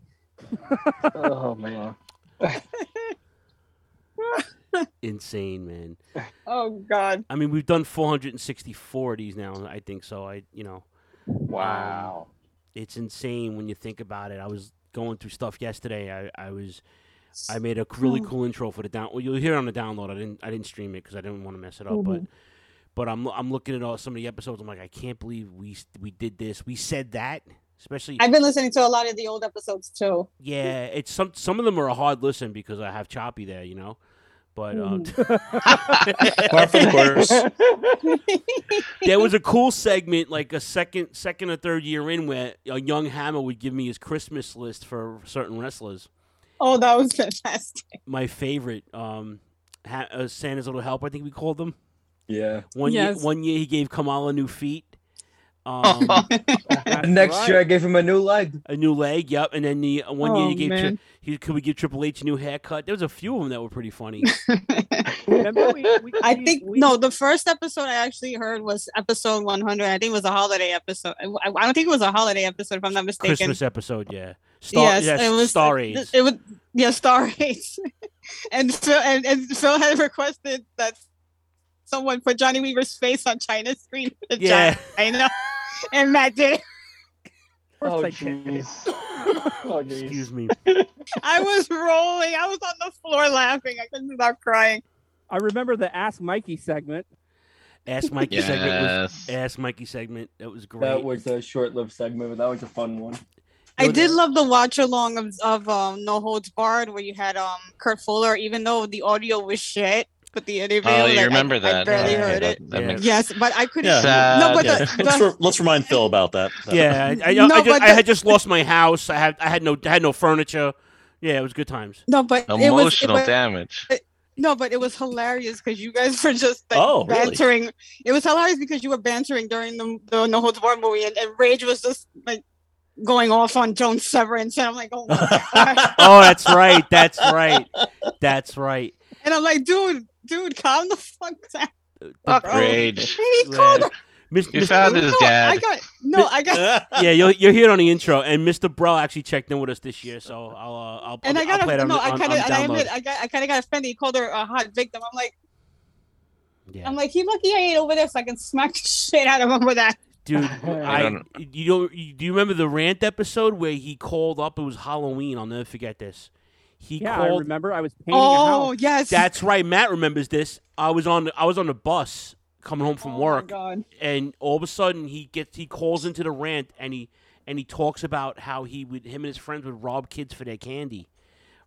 Oh man. Insane, man. Oh God. I mean, we've done 464 of these now. I think so. I, you know. Wow. it's insane when you think about it. I was going through stuff yesterday. I, I was, I made a really Oh. hmm. cool intro for the down. Well, you'll hear it on the download. I didn't, I didn't stream it because I didn't want to mess it up. Mm-hmm. But, Mhm. but I'm, I'm looking at all some of the episodes. I'm like, I can't believe we, we did this. We said that. Especially, I've been listening to a lot of the old episodes too. yeah, it's some some of them are a hard listen because I have Choppy there, you know. But Mm-hmm. um, Mm. Par for the course. there was a cool segment, like a second second or third year in, where a young Hammer would give me his Christmas list for certain wrestlers. Oh, that was fantastic. My favorite, um, ha- uh, Santa's Little Help, I think we called them. Yeah. One Yes. year, one year he gave Kamala new feet. Um, Next year I gave him a new leg. A new leg, yep. And then the uh, one year Oh, he gave tri- man. he could we give Triple H a new haircut. There was a few of them that were pretty funny. I think no, the first episode I actually heard was episode 100. I think it was a holiday episode. I, I don't think it was a holiday episode, if I'm not mistaken. Christmas episode, yeah. Star, yes, it was uh, Star th- Aids. It was yeah, Star Aids. and Phil and, and Phil had requested that someone put Johnny Weaver's face on China's screen. for Yeah. China, and Matt did. it. Oh jeez. Oh jeez. Excuse me. I was rolling. I was on the floor laughing. I couldn't stop crying. I remember the Ask Mikey segment. Ask Mikey segment was Ask Mikey segment. That was great. That was a short-lived segment, but that was a fun one. I did love the watch along of, of um, No Holds Barred, where you had um, Kurt Fuller, even though the audio was shit. But the interview, Oh, like, you I- remember I, that. barely Yeah, heard that- it. that makes- Yes, but I couldn't. No, but the, the, let's, re- let's remind Phil about that. Yeah, I, I, No, I, just, but I the- had just lost my house. I had I had no I had no furniture. Yeah, it was good times. No, but it was- it Emotional was- damage. it- no, but it was hilarious because you guys were just like Oh, really? bantering. It was hilarious because you were bantering during the, the No Holds Barred movie, and, and Rage was just like going off on Joan Severance, and I'm like, oh my oh, that's right. That's right. That's right. And I'm like, dude, dude, calm the fuck down. Fuck Rage. He called Yeah. Mis- You mis- found his dad. I got no, I got yeah, you'll, you'll hear it on the intro. And Mr. Brell actually checked in with us this year, so I'll uh, I'll, and I'll, I got will play it on, no, I on, kind of, on and I admit, download. I got, I kind of got offended. He called her a hot victim. I'm like, Yeah. I'm like, he lucky I ain't over there, so I can smack the shit out of him with that. Dude, I I, you don't you, do you remember the rant episode where he called up? It was Halloween. I'll never forget this. He Yeah, I called. remember I was painting a Oh house. yes, That's right. Matt remembers this. I was on I was on the bus coming home from work, Oh, God. and all of a sudden he gets he calls into the rant and he and he talks about how he would him and his friends would rob kids for their candy,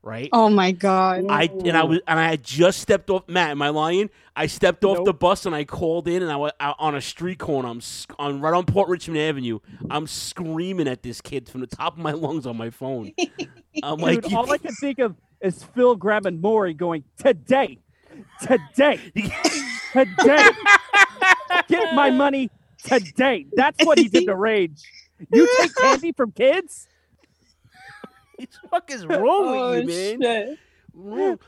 right? Oh my god. I and I was and I had just stepped off. Matt, am I lying? I stepped off the bus and I called in and I was out on a street corner. I'm sc- on right on Port Richmond Avenue. I'm screaming at this kid from the top of my lungs on my phone. I'm like, Dude, "You all I can think of is Phil grabbing Maury going today, today, today. Get my money today. That's what he did to Rage. You take candy from kids? What the fuck is wrong with you, man? Wrong.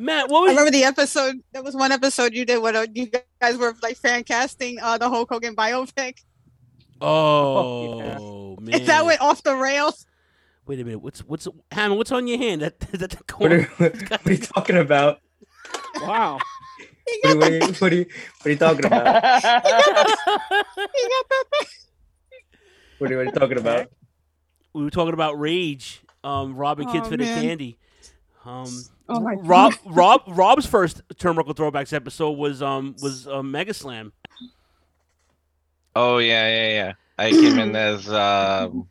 Matt, what I was remember the episode. There was one episode you did where uh, you guys were like fan casting uh, the Hulk Hogan biopic. Oh, man. Is that went off the rails? Wait a minute. What's what's Hammond? What's on your hand? That is that the corner? What are you talking about? Wow. What are, you, what are you, what are you talking about? What are, you, what are you talking about? we were talking about rage, um, robbing kids Oh, for the man. candy. Um, Oh, my Rob, God. Rob, Rob's first Turnbuckle Throwbacks episode was um was uh, Mega Slam. Oh yeah, yeah, yeah. I came in as, um,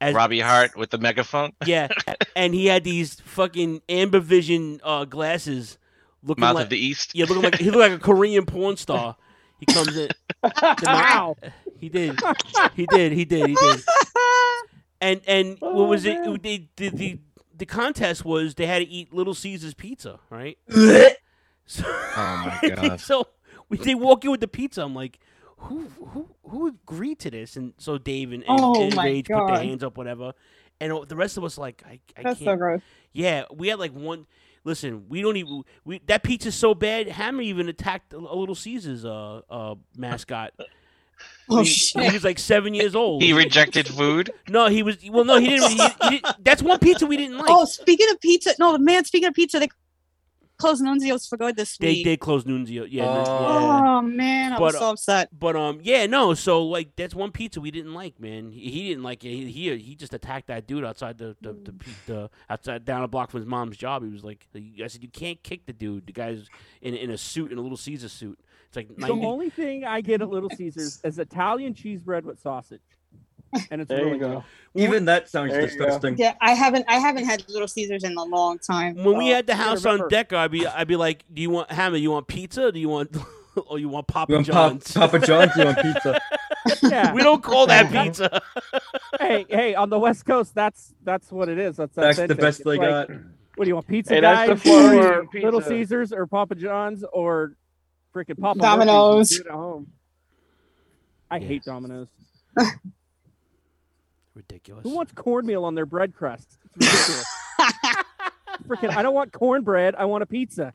Robbie Hart with the megaphone. Yeah, and he had these fucking amber vision uh, glasses looking Mouth like, of the East. Yeah, looking like he looked like a Korean porn star. He comes in. wow. He did. He did. He did. He did. And and what Oh, was it? They, the, the the contest was they had to eat Little Caesars pizza, right? so, Oh, my God. so we, they walk in with the pizza. I'm like, who who who agreed to this? And so Dave and, and, Oh, and my Rage put their God. hands up, whatever. And all- the rest of us like, I, I That's so can't. gross. Yeah, we had like one. Listen, we don't even. We that pizza's so bad. Hammer even attacked a, a little Caesar's uh uh mascot. Oh, he, shit. he was like seven years old. He rejected food. No, he was. Well, no, he didn't. He, he didn't that's one pizza we didn't like. Oh, speaking of pizza, no man. Speaking of pizza, they closed Nunzio's for good this They week. did close Nunzio. Yeah. Nun- yeah. Oh man, I was so upset. But um, yeah, no. So like, that's one pizza we didn't like, man. He, he didn't like it. He, he he just attacked that dude outside the the, the, pe- the outside down a block from his mom's job. He was like, I said, you can't kick the dude. The guy's in in a suit in a little Caesar suit. It's like The 90 only thing I get at Little Caesars is Italian cheese bread with sausage, and it's There you really go. good. Even that sounds There you go. disgusting. Yeah, I haven't. I haven't had Little Caesars in a long time. When we so- had the house on deck, I'd be I'd be like, do you want hammer? You want pizza? Do you want or you want Papa You want Pop- John's? Papa John's, you want pizza. We don't call that pizza. hey, hey, on the West Coast, that's that's what it is. That's That's the authentic. best It's they got. like, What do you want, pizza Hey, guys, that's the Floridian or pizza. Little Caesars, or Papa John's, or freaking Papa Murphy's? Domino's. Do it at home. I hate Domino's. Ridiculous. Who wants cornmeal on their bread crust? It's ridiculous. freaking, I don't want cornbread. I want a pizza.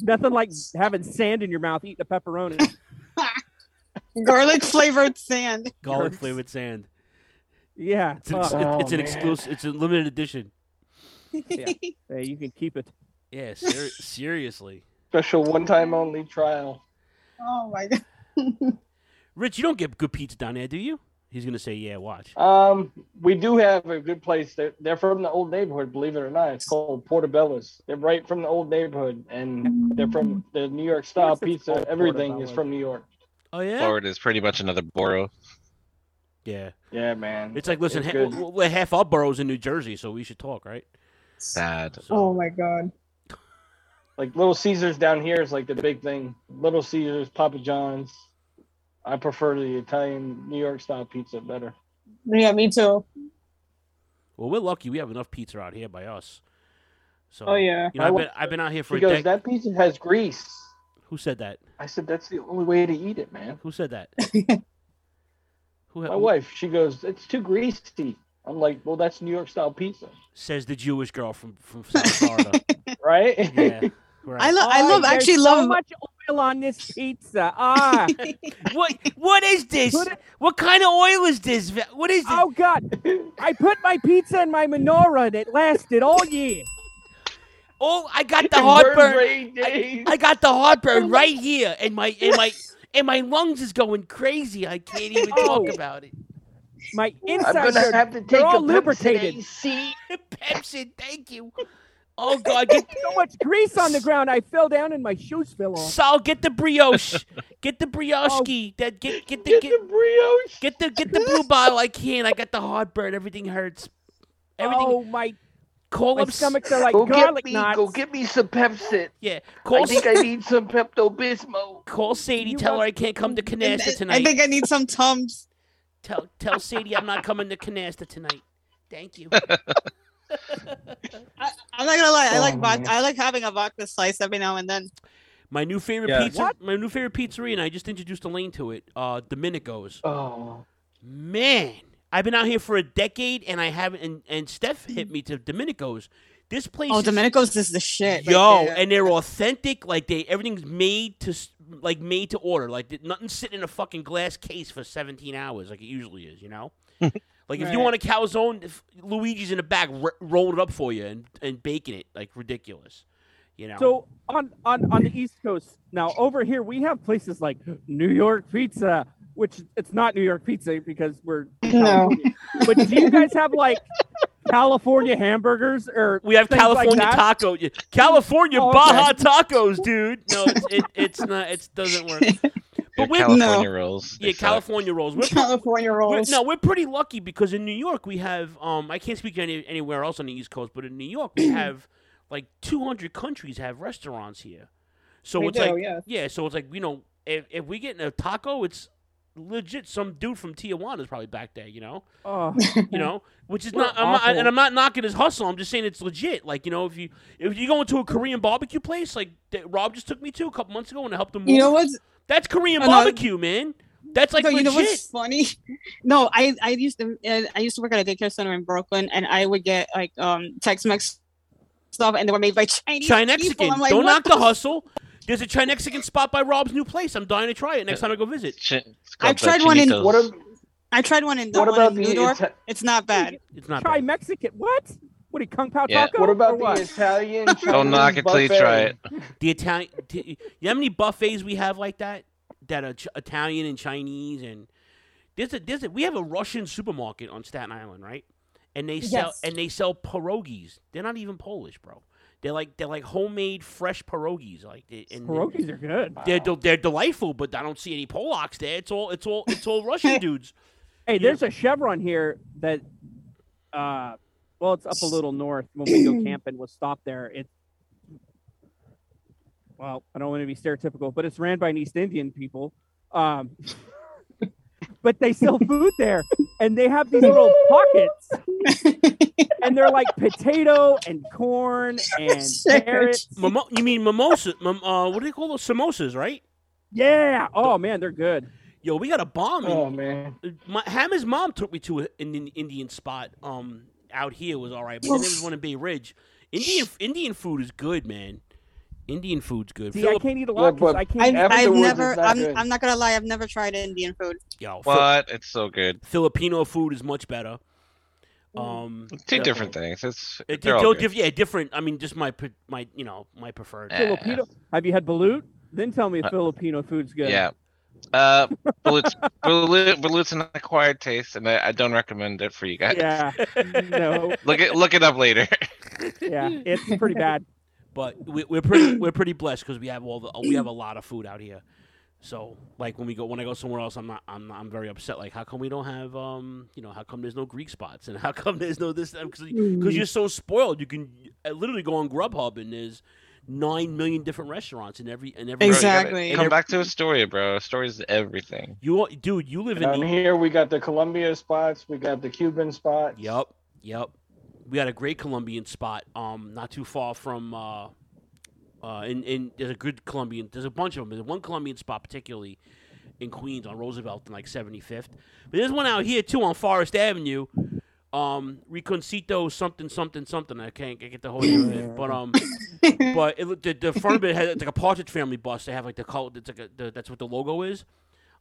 Nothing like having sand in your mouth eating a pepperoni. garlic flavored sand. Garlic flavored sand. Yeah, It's an, ex- fuck. Oh, it's an exclusive. It's a limited edition. Oh, Yeah. Hey, you can keep it. Yeah, ser- seriously, Special one time only trial. Oh my god. Rich, you don't get good pizza down there, do you? He's gonna say, "Yeah, watch." Um, we do have a good place. They're, they're from the old neighborhood, believe it or not. It's called Portobello's. They're right from the old neighborhood, and they're from the New York style pizza. called Everything Portobello's. is from New York. Oh yeah, Florida is pretty much another borough. Yeah. Yeah, man. It's like listen, It's ha- good. w- w- half our boroughs in New Jersey, so we should talk, right? Sad. Oh my god. Like Little Caesars down here is like the big thing. Little Caesars, Papa John's. I prefer the Italian New York style pizza better. Yeah, me too. Well, we're lucky we have enough pizza out here by us. So, Oh, yeah. you know, I've I been, wa- I've been out here for She a goes, decade. that pizza has grease. Who said that? I said that's the only way to eat it, man. Who said that? Who My wife. She goes, it's too greasy. I'm like, well, that's New York style pizza, says the Jewish girl from from South Florida? right? yeah, right. I love. I Oh, love. there's Actually, so love. much oil on this pizza. Ah, what what is this? what kind of oil is this? What is this? Oh God! I put my pizza in my menorah and it lasted all year. Oh, I got the It burns heartburn. right I, I got the heartburn right here, and my and my and my lungs is going crazy. I can't even talk about it. Oh. My gonna insides are have to they're take all a Pepsi lubricated. See, Pepsi, thank you. Oh God, get so much grease on the ground. I fell down and my shoes fell off. Oh. Sal, get the brioche. Get the brioche. key. That get get the get, the brioche. Get the get the blue bottle. I can't. I got the heartburn. Everything hurts. Everything. Oh my! Call my up s- stomachs are like Go get garlic me- knots. go get me some Pepsi. Yeah. I Call think I need some Pepto Bismol. Call Sadie. Tell her I can't come to Canasta tonight. I think I need some tums. Tell tell Sadie I'm not coming to Canasta tonight. Thank you. I'm not gonna lie. I Oh, like vodka. man. I like having a vodka slice every now and then. My new favorite Yeah. pizza. What? My new favorite pizzeria, and I just introduced Elaine to it. Uh, Domenico's. Oh man, I've been out here for a decade, and I haven't. And, and Steph hit me to Domenico's. This place. Oh, is, Domenico's is the shit. right Yo, there. and they're authentic. Like they, everything's made to s- like made to order. Like th- nothing's sitting in a fucking glass case for seventeen hours, like it usually is. You know. Like if you Right. want a calzone, if Luigi's in the back r- rolling it up for you and, and baking it like ridiculous, you know. So on on on the East Coast now, over here we have places like New York Pizza, which it's not New York Pizza because we're no. But do you guys have like California hamburgers or We have things like California that? taco, yeah, California Oh, okay. Baja tacos, dude. No, it's, it, it's not. It doesn't work. But we're California rolls. yeah, California rolls. We're, California we're- rolls. no, we're pretty lucky because in New York we have. Um, I can't speak any, anywhere else on the East Coast, but in New York we have like 200 countries have restaurants here. So We it's do, like yes. yeah, so it's like you know if if we getting a taco, it's legit some dude from Tijuana is probably back there, you know. Oh. You know, which is We're not, I'm not awful. and I'm not knocking his hustle. I'm just saying it's legit. Like you know, if you if you go into a Korean barbecue place, like that Rob just took me to a couple months ago and I helped him. You know move, what's- That's Korean I know. barbecue, man. That's like So you legit. know what's funny? No, I I used to uh, I used to work at a daycare center in Brooklyn, and I would get like um Tex-Mex stuff, and they were made by Chinese people. Chinexican. I'm like, Don't what knock the hustle. There's a Chinexican spot by Rob's new place. I'm dying to try it next time I go visit. uh, I've tried one in I tried one in What what about about the in New York. Ita- it's not bad. It's not Try Mexican. What? What are you, Kung Pao Yeah. Taco? What about or the what? Italian? Don't knock it till you try it. buffet. The Italian. t- you know how many buffets we have like that? That are Ch- Italian and Chinese and there's a there's a, we have a Russian supermarket on Staten Island, right? And they sell Yes. and they sell pierogies. They're not even Polish, bro. They're like they're like homemade fresh pierogies. Like they- and they- Pierogies are good. They're del- they're delightful, but I don't see any Polacks there. It's all it's all it's all Russian dudes. Hey, there's a Chevron here that, uh, well, it's up a little north. When we go camping, we'll stop there. It's well, I don't want to be stereotypical, but it's ran by an East Indian people. Um, but they sell food there, and they have these little pockets, and they're like potato and corn and carrots. Mimo- you mean mimosa? Mim- uh, what do they call those samosas? Right? Yeah. Oh man, they're good. Yo, we got a bomb. in- Oh, man. my Hammer's mom took me to a- an in- Indian spot. Um, out here was all right, but then there was one in Bay Ridge. Indian Indian food is good, man. Indian food's good. See, I Philip- can't eat a lot 'cause I I've- can't. I've afterwards, it's never- not I'm- good. Good. I'm not gonna lie, I've never tried Indian food. Yo, But it's so good. Filipino food is much better. Um, Two yeah. different things. It's It- they're all they're good. Eh, diff- yeah, different. I mean, just my pre- my you know my preferred. Filipino. eh. Have you had balut? Then tell me if Uh, Filipino food's good. Yeah. Uh, Balut's, Balut, Balut's an acquired taste, and I, I don't recommend it for you guys. Yeah. no. Look it, look it up later. Yeah, it's pretty bad. But we, we're pretty we're pretty blessed because we have all the we have a lot of food out here. So like when we go when I go somewhere else, I'm not I'm I'm very upset. Like how come we don't have um you know how come there's no Greek spots and how come there's no this uh, because Mm. you're so spoiled. You can uh, literally go on Grubhub and there's nine million different restaurants in every in every Bro, you gotta in Come every- back to Astoria, bro. Astoria's everything. You dude, you live in down the- here. We got the Colombia spots. We got the Cuban spots. Yep, yep. We got a great Colombian spot, um, not too far from, uh, uh, in, in there's a good Colombian. There's a bunch of them. There's one Colombian spot particularly in Queens on Roosevelt and like 75th. But there's one out here too on Forest Avenue, um, Reconcito something something something. I can't get the whole name of it, but um, but it, look- the the front of it has it's like a Partridge Family bus. They have like the color. It's like a, the, that's what the logo is.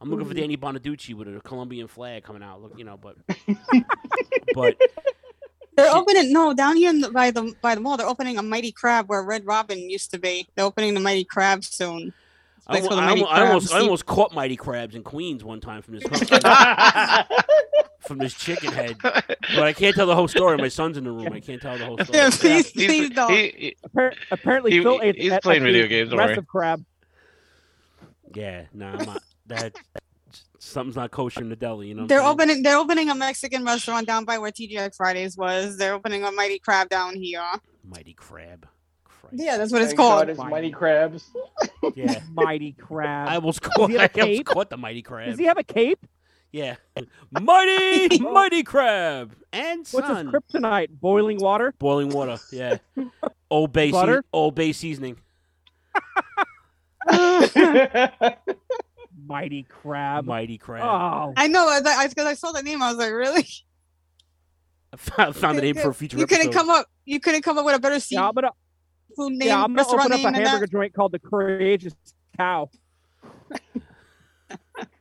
I'm looking for Mhm. Danny Bonaducci with a Colombian flag coming out. Look, you know, but but They're opening no down here in the, by the by the mall. They're opening a Mighty Crab where Red Robin used to be. They're opening the Mighty Crab soon. I, Place almo- for the I Mighty almo- I almost, Crabs. I almost caught mighty crabs in Queens one time from this from this chicken head, but I can't tell the whole story. My son's in the room. I can't tell the whole story. Yeah, please- Yeah. please don't. he- Appar- apparently, he- Phil ate he's that- playing like the video games, don't worry. Aggressive crab. Yeah, nah, I'm not, that something's not kosher in the deli. You know, what I'm They're saying? opening. They're opening a Mexican restaurant down by where TGI Fridays was. They're opening a Mighty Crab down here. mighty crab. Yeah, that's what it's Thank called. God it's Mighty Crabs. Yeah, mighty crab. I almost caught. he have I a almost cape? caught the mighty crab. Does he have a cape? yeah, mighty mighty crab and What's his son. kryptonite? Boiling water. Boiling water. Yeah, old bay. Butter? Sea- old bay seasoning. Ah. Mighty crab. Mighty crab. Oh, I know. I because I, 'cause I saw the name, I was like, really? I found, found the name for a future. You couldn't episode. come up. You couldn't come up with a better seat. Yeah, I'm gonna, food name, yeah, I'm gonna restaurant open up name a than that. hamburger joint called the Courageous Cow.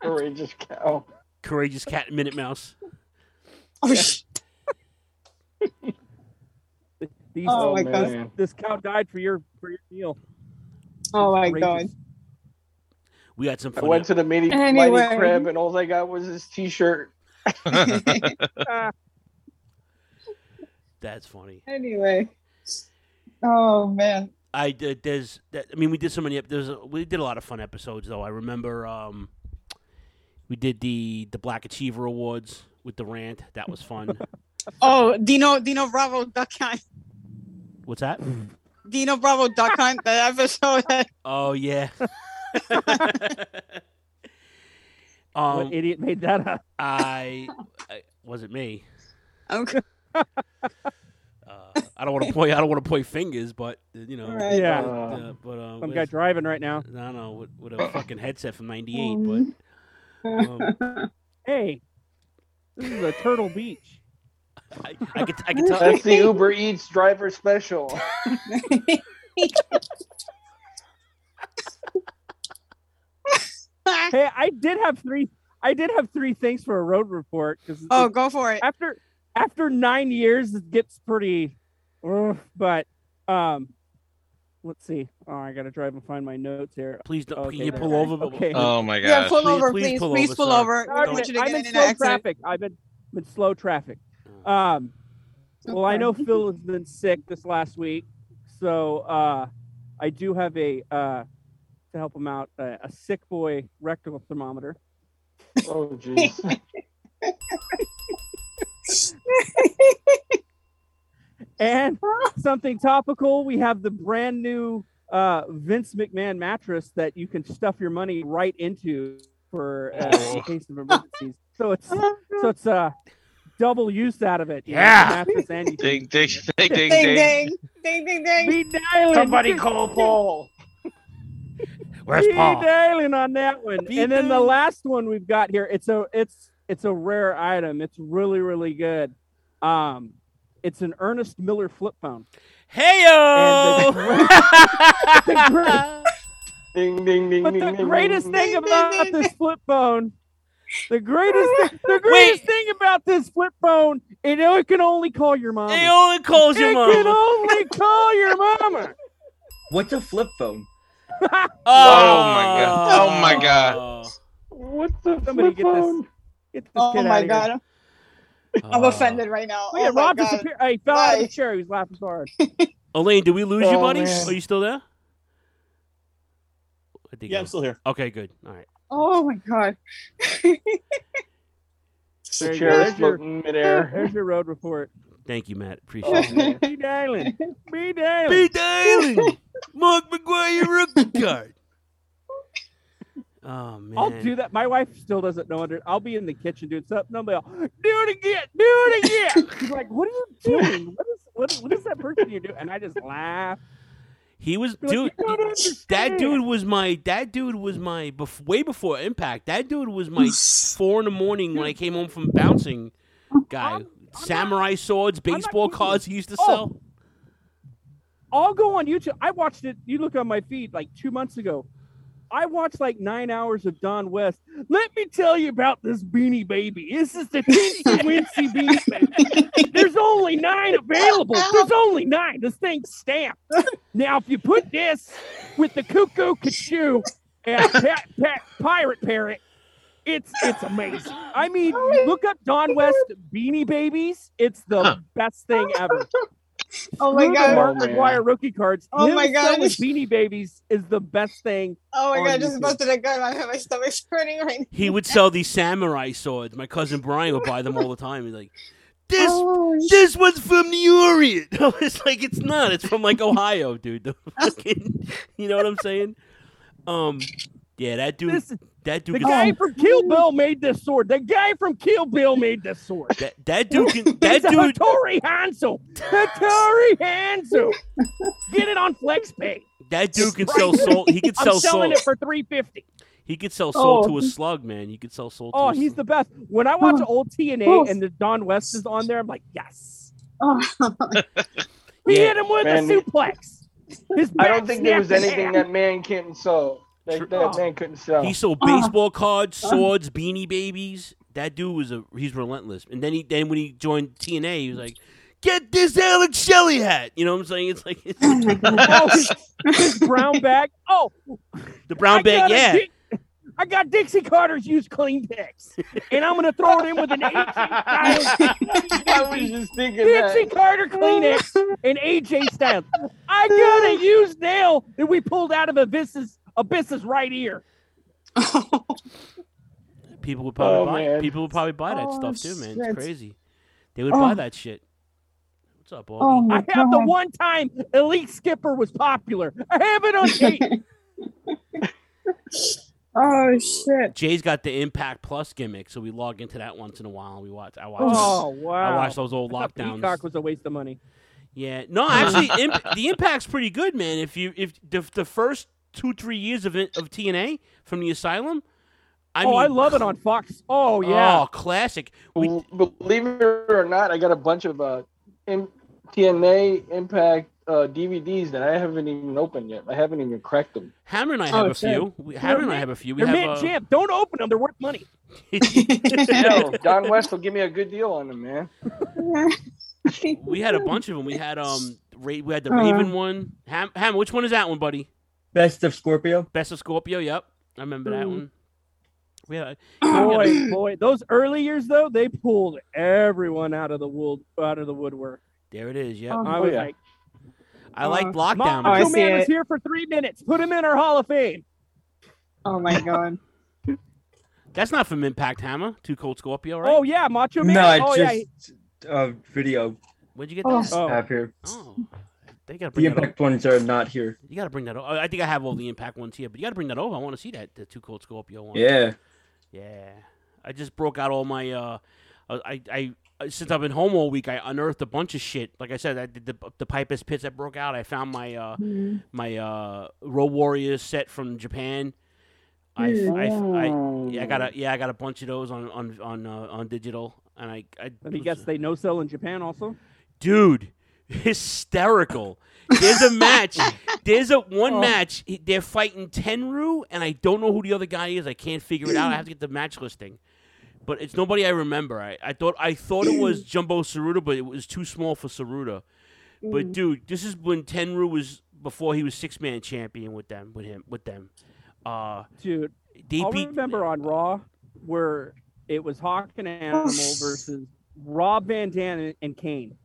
Courageous cow. Courageous cat, and Minute Mouse. Oh, These, Oh, this- my God. This cow died for your for your meal. Oh my Outrageous. We got some. I Funny- went to the Mighty, Anyway. Mighty Crab, and all I got was his T-shirt. That's funny. Anyway. Oh man. I did. There's. That, I mean, we did so many. ep- There's. a- We did a lot of fun episodes, though. I remember. Um, we did the the Black Achiever Awards with the rant. That was fun. Oh, Dino Dino Bravo Duck Hunt. What's that? Dino Bravo Duck Hunt, the episode. that- Oh yeah. What idiot made that up? Um, I, I wasn't me. Uh, Okay. I don't want to point. I don't want to point fingers, but you know. Right. Yeah. uh, but uh, Some with- guy driving right now. I don't know with, with a fucking headset from '98, but um, Hey, this is a Turtle Beach. I, I could, I That's the Uber Eats driver special. hey, I did have three. I did have three things for a road report. Cause Oh, go for it. After after nine years, it gets pretty. ugh, but um, let's see. Oh, I gotta drive and find my notes here. Please don't. Okay, can you there pull it is. over? Okay. Oh my Yeah, gosh. pull Please- over, please please, pull please over, pull sir. over. I've Don't- been, want you to I'm get in in an slow accident. traffic. I've been, been slow traffic. Oh. Um, well, I know Okay. Phil has been sick this last week, so uh, I do have a uh, to help him out a, a sick boy rectal thermometer. Oh jeez. and something topical, we have the brand new uh, Vince McMahon mattress that you can stuff your money right into for uh, Oh. in case of emergencies. So it's so it's uh, double use out of it. you know, Yeah. mattress and you Ding ding ding ding ding. Ding, ding. Ding, ding, ding. Beat Nyland. Somebody call Paul. Where's Beat Paul? Nyland on that one. Beat and then the Nyland. last one we've got here. It's a it's it's a rare item. It's really really good. Um, it's an Ernest Miller flip phone. And Heyo! the great- the great- ding ding ding But ding. the ding, greatest ding, thing ding. about this flip phone, the greatest, thi- the greatest thing about this flip phone, it only- can only call your mama. It only calls your It mama. can only call your mama. What's a flip phone? Oh, my god. Oh my god. What the Somebody flip get this- phone? Get this Oh kid my outta god. Here. I'm Uh, offended right now. Oh, yeah, oh my Rob god. disappeared. Hey, he fell out of Why? the chair. He was laughing so hard. Elaine, did we lose you, Oh, buddy? man. Are you still there? I think Yeah, I- I'm still here. Okay, good. All right. Oh my god. The There you chair go. is There's your- floating midair. There's your road report. Thank you, Matt. Oh, Appreciate it. man. B. Dalen. B. Dalen. Pete Daly, Mark McGuire rookie card. Oh man, I'll do that. My wife still doesn't know under. I'll be in the kitchen doing something. Nobody. Do it again. Do it again. She's like, "What are you doing? What is what, is- what is that person you do?" And I just laugh. He was You're dude. like, "You don't that understand." dude was my. That dude was my. Bef- way before Impact. That dude was my four in the morning when I came home from bouncing guy. Samurai swords, baseball cards he used to Oh. sell. I'll go on YouTube. I watched it. You look on my feed like two months ago. I watched like nine hours of Don West. Let me tell you about this beanie baby. This is the Tinsy Wincy beanie baby. There's only nine available. There's only nine. This thing's stamped. Now, if you put this with the cuckoo kachoo and a pat, pat, pirate parrot, it's it's amazing. I mean, look up Don West beanie babies. It's the Huh. best thing ever. Oh my Screw the god. Mark Oh, man. McGuire rookie cards. Oh Him my God. selling Beanie Babies is the best thing. Oh my on god, I just YouTube. busted a gun. I have my stomach turning right now. He would sell these samurai swords. My cousin Brian would buy them all the time. He's like, this Oh, sh- this one's from the Orient. I was like, it's not. It's from like Ohio, dude. The fucking, you know what I'm saying? Um, yeah, that dude. This- that dude. The Can, guy from Kill Bill made this sword. The guy from Kill Bill made this sword. that, that dude. Can, that It's a dude. Hattori Hanzo. Hattori Hanzo. Get it on FlexPay. That dude can sell soul. He could I'm sell soul. selling it for three fifty. He could sell soul Oh, to a he- slug, man. You could sell soul. Oh, to a he's slug. the best. When I watch Oh. old TNA Oh. and the Don West is on there, I'm like, yes. oh. He Yeah. hit him with Man, a suplex. His I back don't think there snapped was in anything half. that man couldn't sell. That, that man couldn't sell. Oh. oh, He sold uh, baseball cards, swords, beanie babies. That dude was a he's relentless. And then he then when he joined TNA, he was like, "Get this Alex Shelley hat." You know what I'm saying? It's like Oh, his, his brown bag. Oh, the brown bag. got a Yeah, Dic- I got Dixie Carter's used clean decks, and I'm gonna throw it in with an 18 I was just thinking Dixie that. Carter Kleenex and AJ Styles. I got a used nail that we pulled out of Abyss's Abyss's right ear. people would probably Oh, buy man. people would probably buy that Oh, stuff too, man. It's shit. crazy. They would Oh. buy that shit. What's up, Augie? Oh I have the one time Elite Skipper was popular. I have it on tape. Oh shit! Jay's got the Impact Plus gimmick, so we log into that once in a while. We watch. I watch. Oh, I wow. watch those old lockdowns. Peacock was a waste of money. Yeah. No, actually, imp- the impact's pretty good, man. If you if the, the first two three years of it, of TNA from the asylum, I oh, mean, I love it on Fox. Oh yeah. oh, classic. Believe it or not, I got a bunch of uh, M- TNA Impact uh, DVDs that I haven't even opened yet. I haven't even cracked them. Hammer and I Oh, have a few. We, Hammer and I have a few. We They're have. mint uh, jam. Don't open them. They're worth money. Yo, Don West will give me a good deal on them, man. we had a bunch of them. We had um, Ra- we had the Uh. Uh-huh. Raven one. Ham, Ham, which one is that one, buddy? Best of Scorpio. Best of Scorpio. Yep, I remember Hmm. that one. We had, boy, boy, those early years though, they pulled everyone out of the wood, out of the woodwork. There it is. Oh, Yep. I was like, I liked "Mom, lockdown. Joe Uh, Man was here for three minutes. Put him in our Hall of Fame. Oh my god. That's not from Impact Hammer. Two Cold Scorpio, right? Oh yeah, Macho Man. No, oh it's yeah, just- Uh, video Where'd you get Oh. oh. that? app here. They gotta The bring that up. impact ones are not here. You gotta bring that over. I think I have all the Impact ones here, but you gotta bring that over. I want to see that the two Cold Scorpio one. Yeah. yeah. I just broke out all my. uh I I, I since I've been home all week, I unearthed a bunch of shit. Like I said, I did the the Pipus pits that broke out. I found my uh Mhm. my uh Road Warriors set from Japan. I, I, I, Mm. yeah, I got a yeah, I got a bunch of those on on on uh, on digital, and I, I Let me guess, they no sell in Japan also. dude hysterical there's a match there's a one Oh. match he- they're fighting tenru and i don't know who the other guy is i can't figure it out i have to get the match listing but it's nobody i remember i, I thought i thought it was jumbo saruta but it was too small for saruta but Mm. dude this is when tenru was before he was six man champion with them with him with them uh dude they All I beat remember on Raw where it was Hawk and Animal versus Rob Van Dam and- and Kane.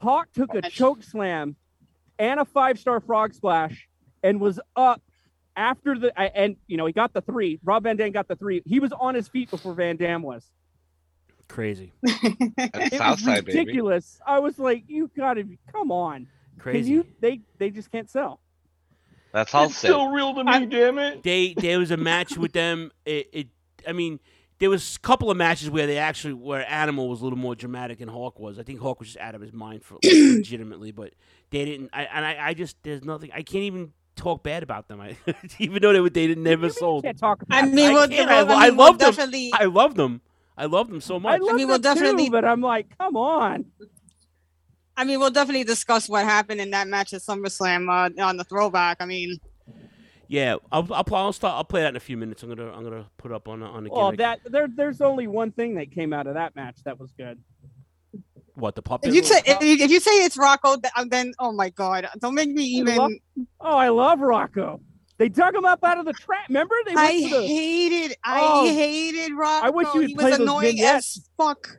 Hawk took a choke slam and a five star frog splash and was up after the I- and you know he got the three. Rob Van Dam got the three. He was on his feet before Van Dam was. crazy It was Southside, baby. ridiculous. I was like, you gotta be, come on. Can Crazy. you- they they just can't sell. That's all. all set. real to me, damn it. They there was a match with them. It, it I mean, there was a couple of matches where they actually where Animal was a little more dramatic than Hawk was. I think Hawk was just out of his mind for legitimately, but they didn't. I, and I, I just there's nothing. I can't even talk bad about them. I even though they were- they didn't- never sold. Can't talk about I mean, we'll- can't. I mean, I, I we'll loved definitely- them. I loved them. I loved them so much. love mean, we'll them too, definitely- but I'm like, come on. I mean, we'll definitely discuss what happened in that match at SummerSlam uh, on the throwback. I mean, Yeah, I'll, I'll, pl- I'll start. I'll play that in a few minutes. I'm gonna I'm gonna put up on the- on the. Oh, gimmick. that there, there's only one thing that came out of that match that was good. what the puppet? if you say if you, if you say it's Rocco, th- then oh my god, don't make me even. love- Oh, I love Rocco. They dug him up out of the trap. Remember they went I to the- hated, I Oh, hated Rocco. I wish you would he play was those annoying as vignettes. fuck.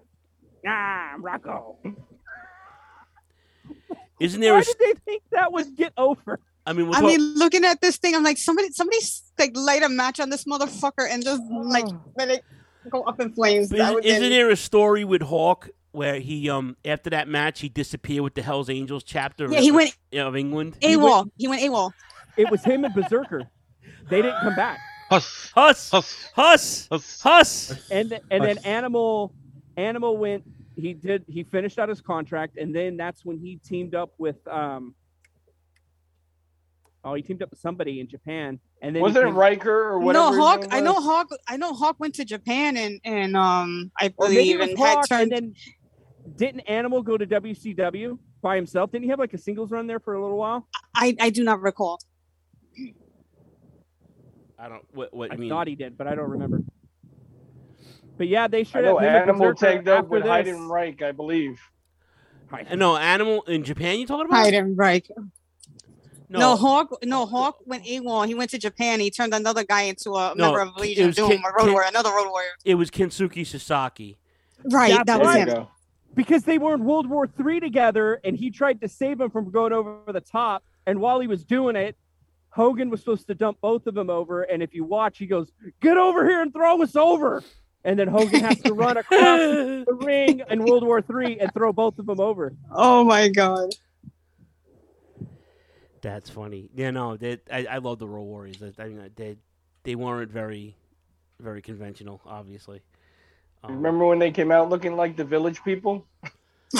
Ah, Rocco. Isn't there? Why A, did they think that would get over? I mean, we'll I talk- mean, looking at this thing, I'm like, somebody, somebody, like, light a match on this motherfucker and just like let it go up in flames. But That would Oh. Isn't, be- isn't there a story with Hawk where he um after that match he disappeared with the Hell's Angels chapter? Yeah, of- he went yeah, of England. AWOL. He went AWOL. It was him and Berserker. They didn't come back. Huss, Huss, Huss, Huss, Huss. And th- and then Animal Animal went he did he finished out his contract and then that's when he teamed up with um Oh, he teamed up with somebody in Japan and then he Was it came- Riker or whatever? No, his Hawk. name I know was? Hawk. I know Hawk went to Japan and and um I Or maybe believe it was and had Hawk, turned. and then didn't Animal go to WCW by himself? Didn't he have like a singles run there for a little while? I I do not recall. I don't. What? What? I mean, thought he did, but I don't remember. But yeah, they I should have know him and Animal Berserker tagged up after with this. Hayden Reich, I believe. no, Animal in Japan. You talking about? Hayden Reich. No. No. Hawk. No, Hawk went AWOL. He went to Japan. He turned another guy into a No, member of it Legion of was Doom, Ken- a road Ken- warrior, another road warrior. It was Kensuke Sasaki. Right, That's that was right. him. Because they were in World War III together, and he tried to save him from going over the top. And while he was doing it, Hogan was supposed to dump both of them over. And if you watch, he goes, "Get over here and throw us over." and then Hogan has to run across the ring in World War Three and throw both of them over. Oh my god. That's funny. Yeah, no, they, I, I love the Royal Warriors. I, I mean, they they weren't very, very conventional, obviously. Um, Remember when they came out looking like the village people?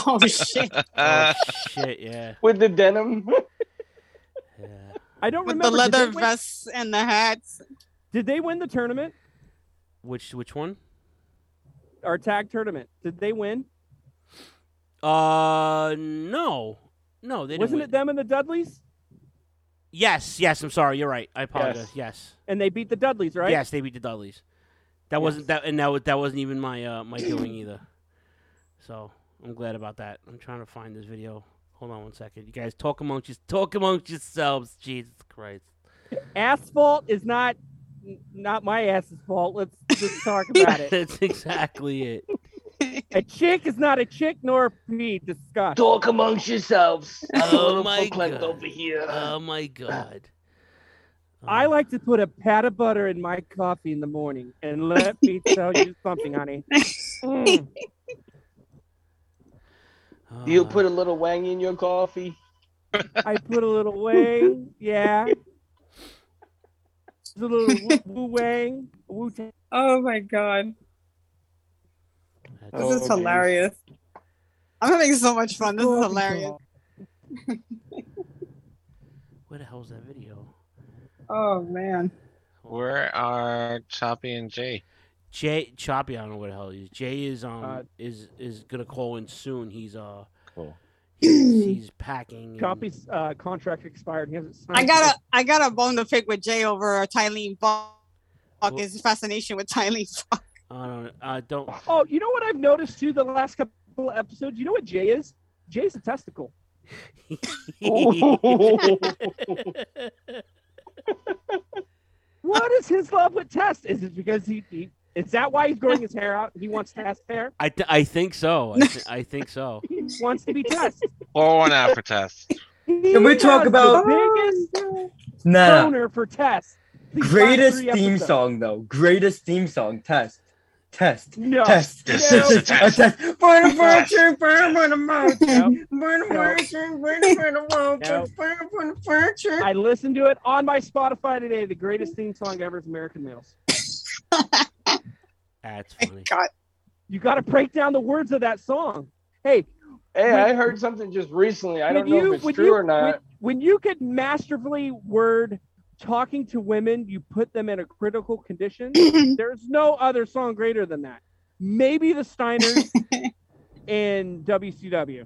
Oh shit! oh shit! Yeah. With the denim. I don't With the remember did leather they win- vests and the hats. Did they win the tournament? Which which one? Our tag tournament. Did they win? Uh, no, no, they didn't. Wasn't win. it them and the Dudleys? Yes, yes. I'm sorry. You're right. I apologize. Yes. And they beat the Dudleys, right? Yes, they beat the Dudleys. That wasn't that, and that was, that wasn't even my uh, my doing either. So I'm glad about that. I'm trying to find this video. Hold on one second. You guys talk amongst you, talk amongst yourselves. Jesus Christ. Asphalt is not not my ass's fault. Let's just talk about it. That's exactly it. A chick is not a chick nor a pea. Discuss. Talk amongst yourselves. Oh my god. over here. Oh my god. Oh. I like to put a pat of butter in my coffee in the morning, and let me tell you something, honey. Hmm. Mm. Do you put a little wang in your coffee? Uh. I put a little wang, yeah. There's a little woo- woo wang, woo tang. Oh my god. Oh, This is geez. hilarious. I'm having so much fun. This Oh, is hilarious. Where the hell's that video? Oh man. Where are Choppy and Jay? Jay Choppy, I don't know what the hell he is. Jay is um Uh, is is gonna call in soon. He's uh cool. he's, he's packing. Mm. and- Choppy's uh, contract expired. He hasn't signed. I got a I got a bone to pick with Jay over Tylene His fascination with Tylene Fox. I don't. I don't. Oh, you know what I've noticed too the last couple of episodes? You know what Jay is? Jay's a testicle. What is his love with Tess? Is it because he, he is that why he's growing his hair out? He wants Tess hair. I, th- I think so. I, th- I think so. He wants to be Tess. Or one after test. Can we talk about- the biggest Nah. boner for Tess? These last Greatest three theme episodes. song though. Greatest theme song. Test. Test. No. Test. This is a test. A test. Burn a Test. virtue, burn a virtue, burn a No. virtue, burn a burn a No. virtue, burn a burn a virtue. I listened to it on my Spotify today. The greatest theme song ever is American Males. That's funny. You got to break down the words of that song. Hey, Hey, when- I heard something just recently. I when don't know you- if when it's true you- or not. When, when you could masterfully word talking to women, you put them in a critical condition. there's no other song greater than that. Maybe the Steiners in WCW.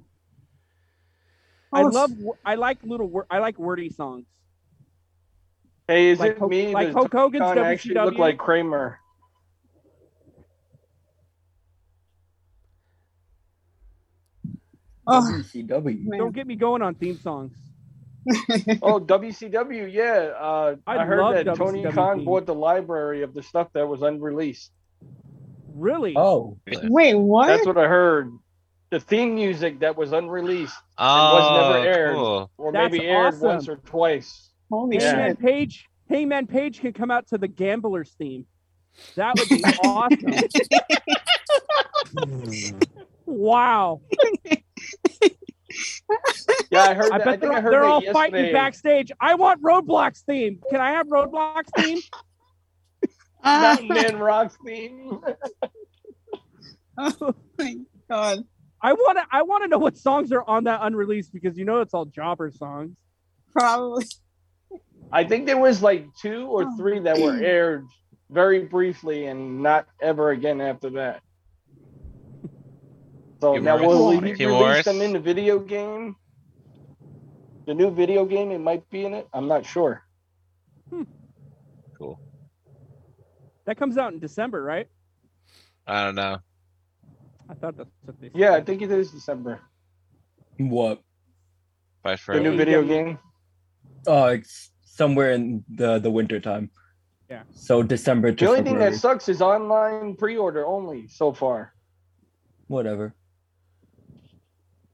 I Oh, love. wo- I like little. wor- I like wordy songs. Hey, is Like it Hulk- me? like Does Hulk Hogan's Don actually look WCW? like Kramer. WCW. Don't get me going on theme songs. oh, WCW, yeah. Uh, I I, heard love that Tony WCW. Khan bought the library of the stuff that was unreleased. Really? Oh. Wait, what? That's what I heard. The theme music that was unreleased and was never Oh, aired, cool. or That's maybe aired awesome. once or twice. Holy Hangman Page. Hangman Page can come out to the Gamblers theme. That would be awesome. wow. Yeah, I heard. that. I bet I think they're, I heard they're that all yesterday. fighting backstage. I want Roadblocks theme. Can I have Roadblocks theme? Mountain Man Rock's theme. oh my god. I want to. I want to know what songs are on that unreleased because you know it's all jobber songs. Probably. I think there was like two or three that were aired very briefly and not ever again after that. So Tim now will Morris. we Tim release Morris. them in the video game? The new video game, it might be in it. I'm not sure. Cool. That comes out in December, right? I don't know. I thought that's what they. Yeah, I think it is December. What? Fight for The new it. video game. Oh, it's somewhere in the the winter time. Yeah. So December to The only thing that February. sucks is online pre-order only so far. Whatever.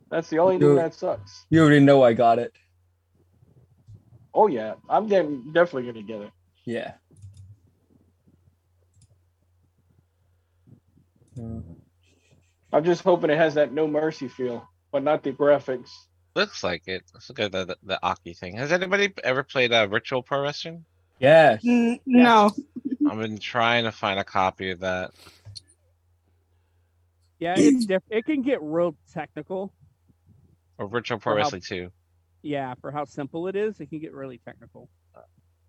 That's the only thing Dude. that sucks. You already know I got it. Oh yeah, I'm damn- definitely gonna get it. Yeah. I'm just hoping it has that no mercy feel, but not the graphics. Looks like it. Let's look at the, the, the Aki thing. Has anybody ever played uh, Virtual Pro Wrestling? Yes. No. I've been trying to find a copy of that. Yeah, it's diff- it can get real technical. Or Virtual Pro Wow. Wrestling 2. Yeah, for how simple it is, it can get really technical.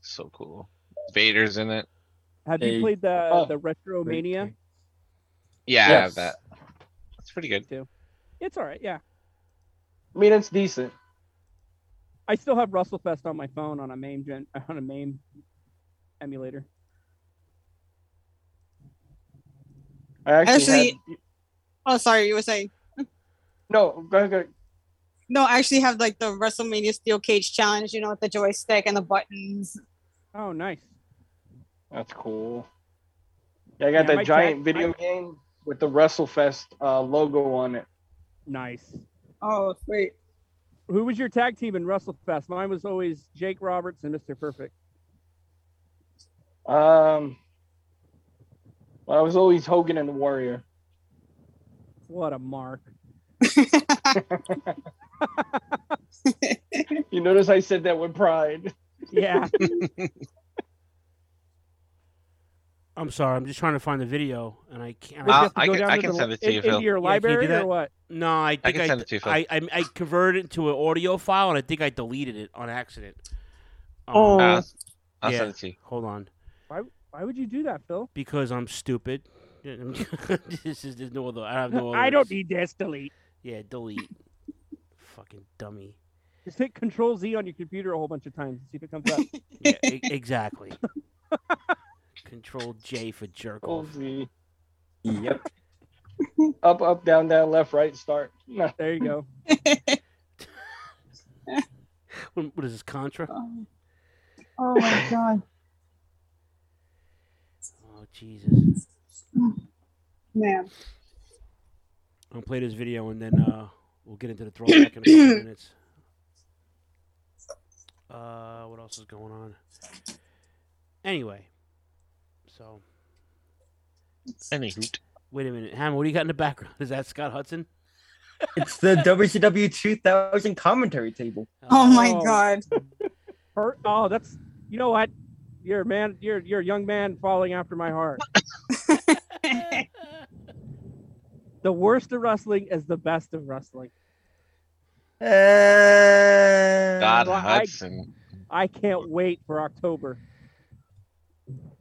So cool. Vader's in it. Have you played the Oh. the Retro Mania? Yeah, I Yes. have that. That's pretty good. Too. It's all right. Yeah, I mean, it's decent. I still have Russellfest on my phone on a MAME gen- on a MAME emulator. I actually, Actually- had- Oh, sorry, you were saying. no, go ahead, go ahead. No, I actually have like the WrestleMania Steel Cage Challenge, you know, with the joystick and the buttons. Oh, nice. That's cool. Yeah, I Yeah, got my that giant tag- video my- game with the WrestleFest uh, logo on it. Nice. Oh, sweet. Who was your tag team in WrestleFest? Mine was always Jake Roberts and Mr. Perfect. Um, well, I was always Hogan and the Warrior. What a mark. You notice I said that with pride. Yeah. I'm sorry. I'm just trying to find the video, and I can't. Would you have to I'll- Uh, I go can- down I to can the send li- it to you, in- Phil. into your Yeah, can library do that? or what? No, I think can I, send it to you, Phil. I, I I converted it to an audio file, and I think I deleted it on accident. Um, Oh. I'll- I'll yeah, send it to you. Hold on, Why why would you do that, Phil? because I'm stupid. this is there's no other. I have no. Other. I don't need this. Delete. Yeah, delete. Fucking dummy. Just hit Control Z on your computer a whole bunch of times and see if it comes up. Yeah, e- exactly. Control J for jerk off. Yep. up, up, down, down, left, right, start. There you go. What- what is this Contra? Oh my god. Oh Jesus! Man. I'll play this video and then uh, we'll get into the throwback in a couple minutes. Uh, what else is going on? Anyway, so any hoot. Wait a minute, Ham. What do you got in the background? Is that Scott Hudson? It's the WCW 2000 commentary table. Oh my god. Her- oh, that's you know what? You're a man you're you're a young man falling after my heart. the worst of wrestling is the best of wrestling. God Uh, Well, I- Hudson. I can't wait for October.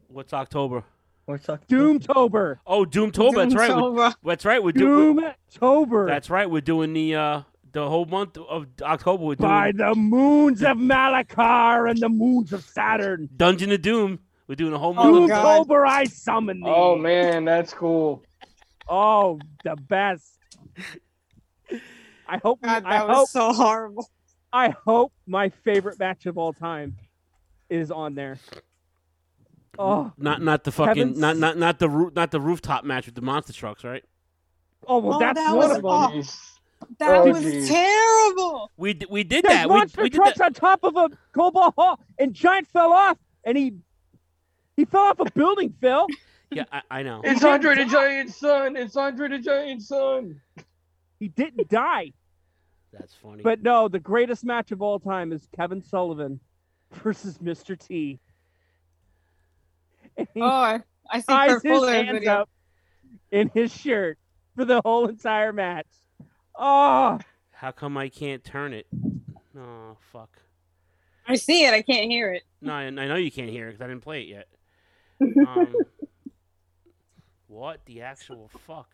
What's October? What's October? Doomtober. Oh, Doomtober. That's right. We're, Doomtober. that's right. We're doing. Doomtober. That's right. We're doing the uh the whole month of October. We're doing By the moons of Malachar and the moons of Saturn. Dungeon of Doom. We're doing a whole Oh, month. of Doomtober, I summon thee. Oh man, that's cool. Oh, the best. I hope God, I that was hope- so horrible. I hope my favorite match of all time is on there. Oh, Not not the fucking Heavens. not not not the roo- not the rooftop match with the monster trucks, right? oh well, Oh, that's that one was of aw- them. That Oh, was geez. terrible. We d- we did There's that. We, monster we did trucks that. on top of a cobalt hall, and Giant fell off, and he he fell off a building. Phil, Yeah, I, I know. It's Andre the Giant's son. It's Andre the Giant's son. he didn't die. That's funny. But no, the greatest match of all time is Kevin Sullivan versus Mr. T. And he Oh, I, I see ties Kurt his Fuller hands video. up in his shirt for the whole entire match. Oh, How come I can't turn it? Oh fuck. I see it. I can't hear it. No, I, I know you can't hear it because I didn't play it yet. Um, what the actual fuck?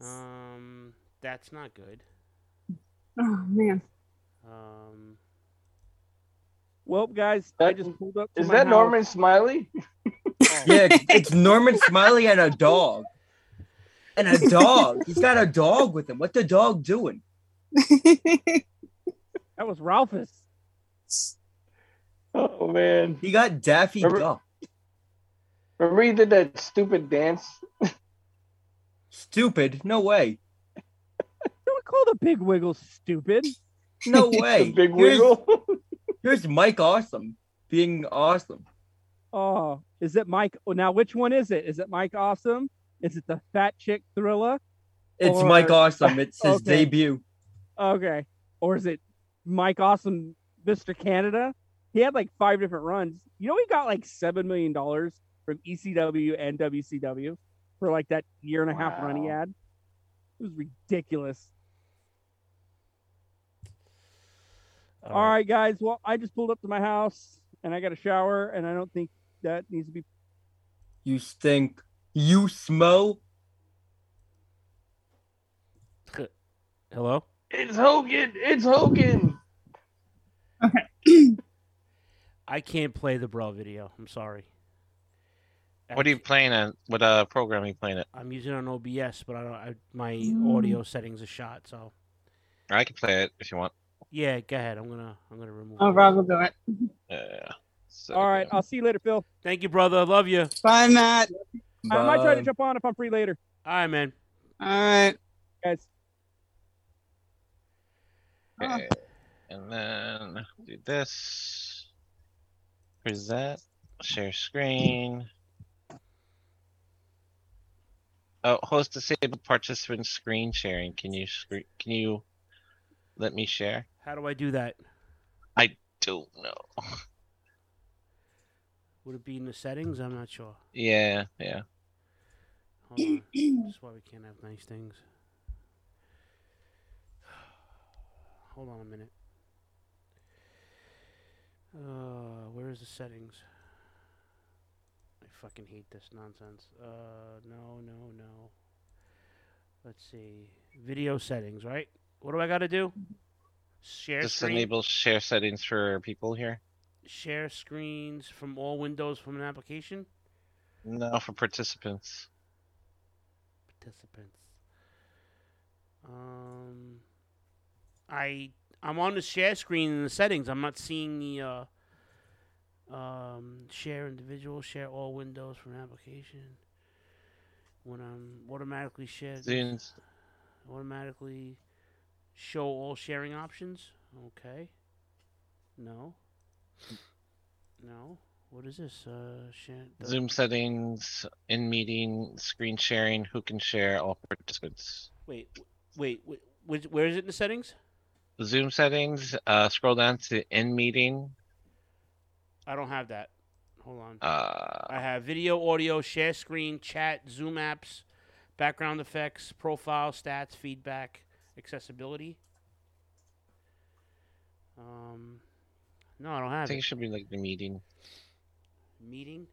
Um, that's not good. Oh man. Um, well, guys, I just pulled up. to Is my that house. Norman Smiley? Yeah, it's Norman Smiley and a dog. And a dog. He's got a dog with him. What's the dog doing? That was Ralphus. Oh man. He got Daffy Duck. Remember he did that stupid dance? Stupid. No way. Don't call the big wiggle stupid. No way. Big Here's- Wiggle. Here's Mike Awesome being awesome. Oh, is it Mike? oh, Now, which one is it? Is it Mike Awesome? Is it the Fat Chick Thriller? It's Mike Awesome. It's his Okay. debut. Okay. Or is it Mike Awesome, Mr. Canada? He had like five different runs. You know, he got like $7 million from ECW and WCW for like that year and a half run he had. It was ridiculous. All right. guys. Well, I just pulled up to my house and I got a shower, and I don't think that needs to be. You stink. You smell. Hello? It's Hogan. It's Hogan. I can't play the Brawl video. I'm sorry. What are you playing on? What uh, program are you playing it? I'm using it on OBS, but I don't. I, my Mm. audio settings are shot, so I can play it if you want. yeah. Go ahead. I'm gonna. I'm gonna remove. Oh, Rob will do it. Yeah. All right. I'll see you later, Phil. Thank you, brother. I love you. Bye, Matt. I might try to Bye. jump on if I'm free later. All right, man. All right. Guys. Eh. Okay. And then do this. Present. Share screen. Oh, host disabled participant screen sharing. Can you screen? Can you let me share? How do I do that? I don't know. Would it be in the settings? I'm not sure. Yeah, yeah. Hold on. That's why we can't have nice things. Hold on a minute. Uh, where is the settings? I fucking hate this nonsense. Uh, no, no, no. Let's see. Video settings, right? What do I got to do? Share Just screen. enable share settings for people here. Share screens from all windows from an application. No, for participants. participants. Um, I I'm on the share screen in the settings. I'm not seeing the uh, um, share individual, share all windows from application. When I'm automatically shared, Zines. automatically show all sharing options. Okay. No. No. What is this? Uh, share, Zoom settings, in meeting, screen sharing, who can share, all participants. Wait, w- wait, wait, which, where is it in the settings? Zoom settings, uh, scroll down to in meeting. I don't have that. Hold on. Uh, I have video, audio, share screen, chat, Zoom apps, background effects, profile, stats, feedback, accessibility. Um, no, I don't I have think it. it should be like the meeting. Meeting.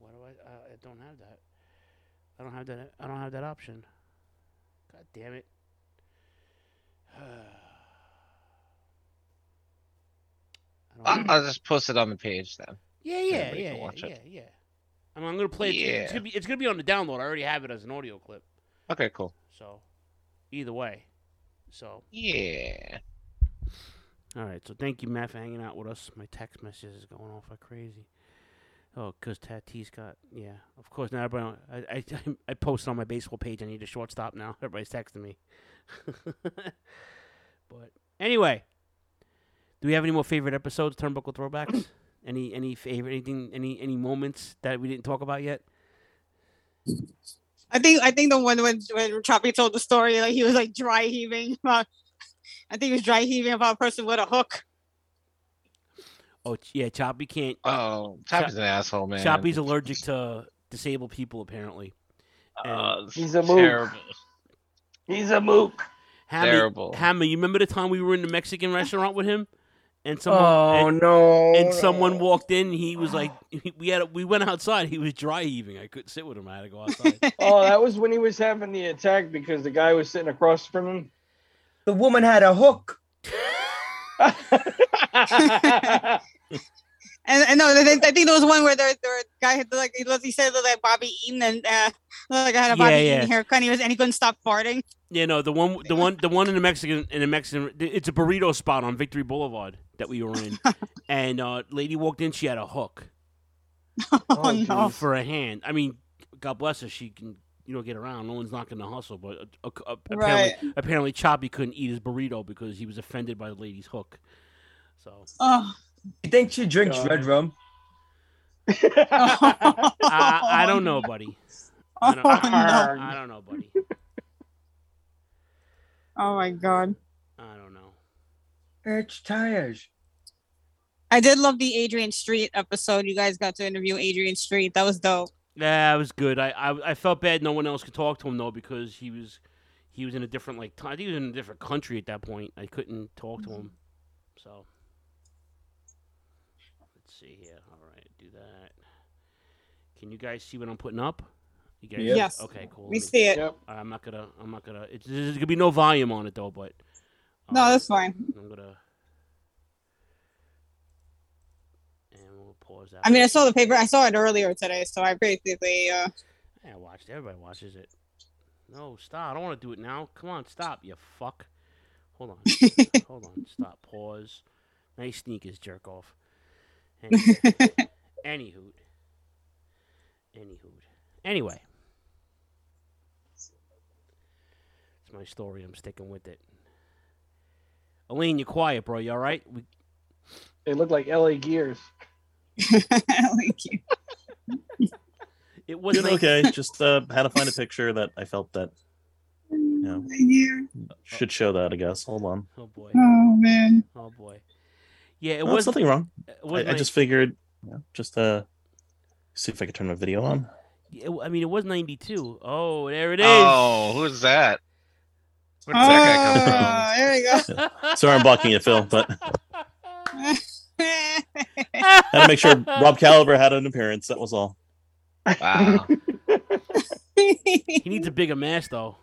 Why do I? Uh, I don't have that. I don't have that. I don't have that option. God damn it. I'll, I'll just post it on the page then. Yeah, so yeah, everybody yeah, can yeah, watch yeah, it. yeah. I mean, I'm gonna play. It. It's Yeah. gonna be. It's gonna be on the download. I already have it as an audio clip. Okay, cool. So, either way. So. Yeah. All right. So thank you, Matt, for hanging out with us. My text message is going off like crazy. Oh, because Tatis got yeah. Of course now everybody. I I I posted on my baseball page. I need a shortstop now. Everybody's texting me. but anyway, do we have any more favorite episodes? Turnbuckle throwbacks. any any favorite anything any any moments that we didn't talk about yet? I think I think the one when when Choppy told the story, like he was like dry heaving about. I think he was dry heaving about a person with a hook. Oh ch- yeah, Choppy can't. Oh, Choppy's an asshole, man. Choppy's allergic to disabled people apparently. And- He's a mook. He's a mook. Hammy, Terrible. Hammy, you remember the time we were in the Mexican restaurant with him, and someone Oh, and, no, and no. someone walked in. He was like, we had a, we went outside. He was dry heaving. I couldn't sit with him. I had to go outside. Oh, that was when he was having the attack because the guy was sitting across from him. The woman had a hook. And, and no, I think, I think there was one where there, there guy had like he, was, he said it was like Bobby Eaton and uh, like I had a Bobby Yeah, yeah. Eaton haircut. And he was and he couldn't stop farting. yeah, no, the one, the one, the one in the Mexican in the Mexican. It's a burrito spot on Victory Boulevard that we were in, and uh, lady walked in. She had a hook. Oh, no. for a hand. I mean, God bless her. She can, you know, get around. No one's not going to hustle. But uh, uh, apparently, Right. apparently, Choppy couldn't eat his burrito because he was offended by the lady's hook. So Oh. You think she drinks God. red rum? I, I don't know, buddy. I don't, Oh, no. I don't know, buddy. Oh my god. I don't know. Bitch tires. I did love the Adrian Street episode. You guys got to interview Adrian Street. That was dope. Yeah, it was good. I, I I felt bad no one else could talk to him though because he was he was in a different like t- I think he was in a different country at that point. I couldn't talk to Mm-hmm. him. So let's see here. All right, do that. Can you guys see what I'm putting up? You guys, Yep. Yes. Okay. Cool. We Let me- see it. Yep. I'm not gonna. I'm not gonna. It's, there's gonna be no volume on it though. But Oh, No, that's fine. I'm gonna. And we'll pause that. I mean, I saw the paper. I saw it earlier today, so I basically. Uh, Yeah, I watched. it. Everybody watches it. No, stop. I don't want to do it now. Come on, stop, you fuck. Hold on. Hold on. Stop. Pause. Nice sneakers, jerk off. Anywho. Anywho. Anywho. Anyway. It's my story. I'm sticking with it. Elaine, you quiet, bro. You all right? We... They look like LA Gears. It wasn't Good, okay. Just uh, had to find a picture that I felt that you know, should show that. I guess. Hold on. Oh boy. Oh man. Oh boy. Yeah, it No, was it's nothing wrong. It I, wasn't I like- just figured, you know, just uh, see if I could turn my video on. It, I mean, it was 92. Oh, there it is. Oh, who's that? Where did that there we guy come from? Sorry, I'm blocking it, Phil, but had to make sure Rob Caliber had an appearance. That was all. Wow. he needs a bigger mask, though.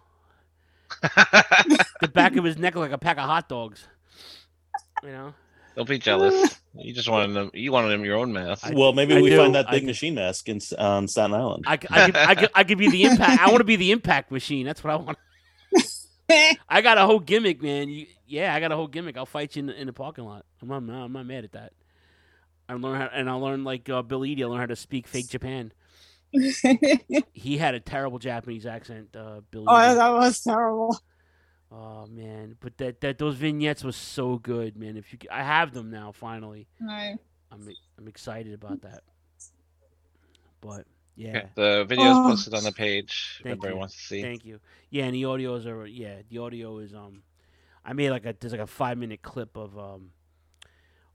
the back of his neck like a pack of hot dogs. You know. Don't be jealous. You just wanted them. You wanted them your own mask. well, maybe we find that big I, machine mask in S- on Staten Island. I, I, could, I, could, I could be the impact. I want to be the impact machine. That's what I want. I got a whole gimmick, man. You, yeah, I got a whole gimmick. I'll fight you in the, in the parking lot. I'm not, I'm not mad at that. I learn how, and I learned like uh, Bill Eadie. I learned how to speak fake Japan. he had a terrible Japanese accent. Uh, Bill oh, that- Eadie. that was terrible. Oh man, but that that those vignettes were so good, man. If you c- I have them now finally. Right. I'm e- I'm excited about that. But yeah. the videos Oh. posted on the page. if Thank everybody you. wants to see. Thank you. Yeah, and the audios are yeah, the audio is um I made like a there's like a 5 minute clip of um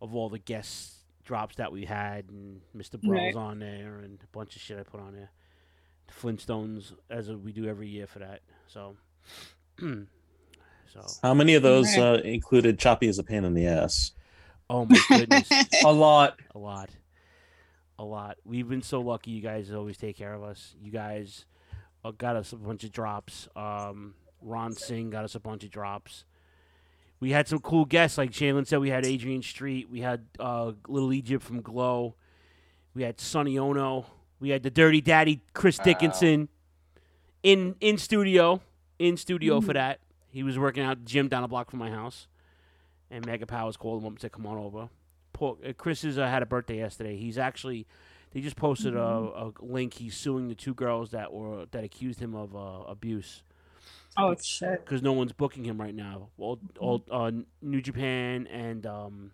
of all the guest drops that we had and Mr. Brown's Right. on there and a bunch of shit I put on there. The Flintstones as we do every year for that. So so How many of those uh, included Choppy as a pain in the ass? Oh my goodness. A lot. A lot. A lot. We've been so lucky you guys always take care of us. You guys uh, got us a bunch of drops. Um, Ron Singh got us a bunch of drops. We had some cool guests, like Jalen said. We had Adrian Street. We had uh, Little Egypt from Glow. We had Sonny Ono. We had the Dirty Daddy, Chris Wow. Dickinson, in in studio, in studio Mm-hmm. for Mm. that. He was working out at the gym down the block from my house, and Mega Powers called him up and said, "Come on over." Paul, uh, Chris's uh, had a birthday yesterday. He's actually they just posted a, a Mm-hmm. link. He's suing the two girls that were that accused him of uh, abuse. Oh, shit. Because no one's booking him right now. All, all uh, New Japan and um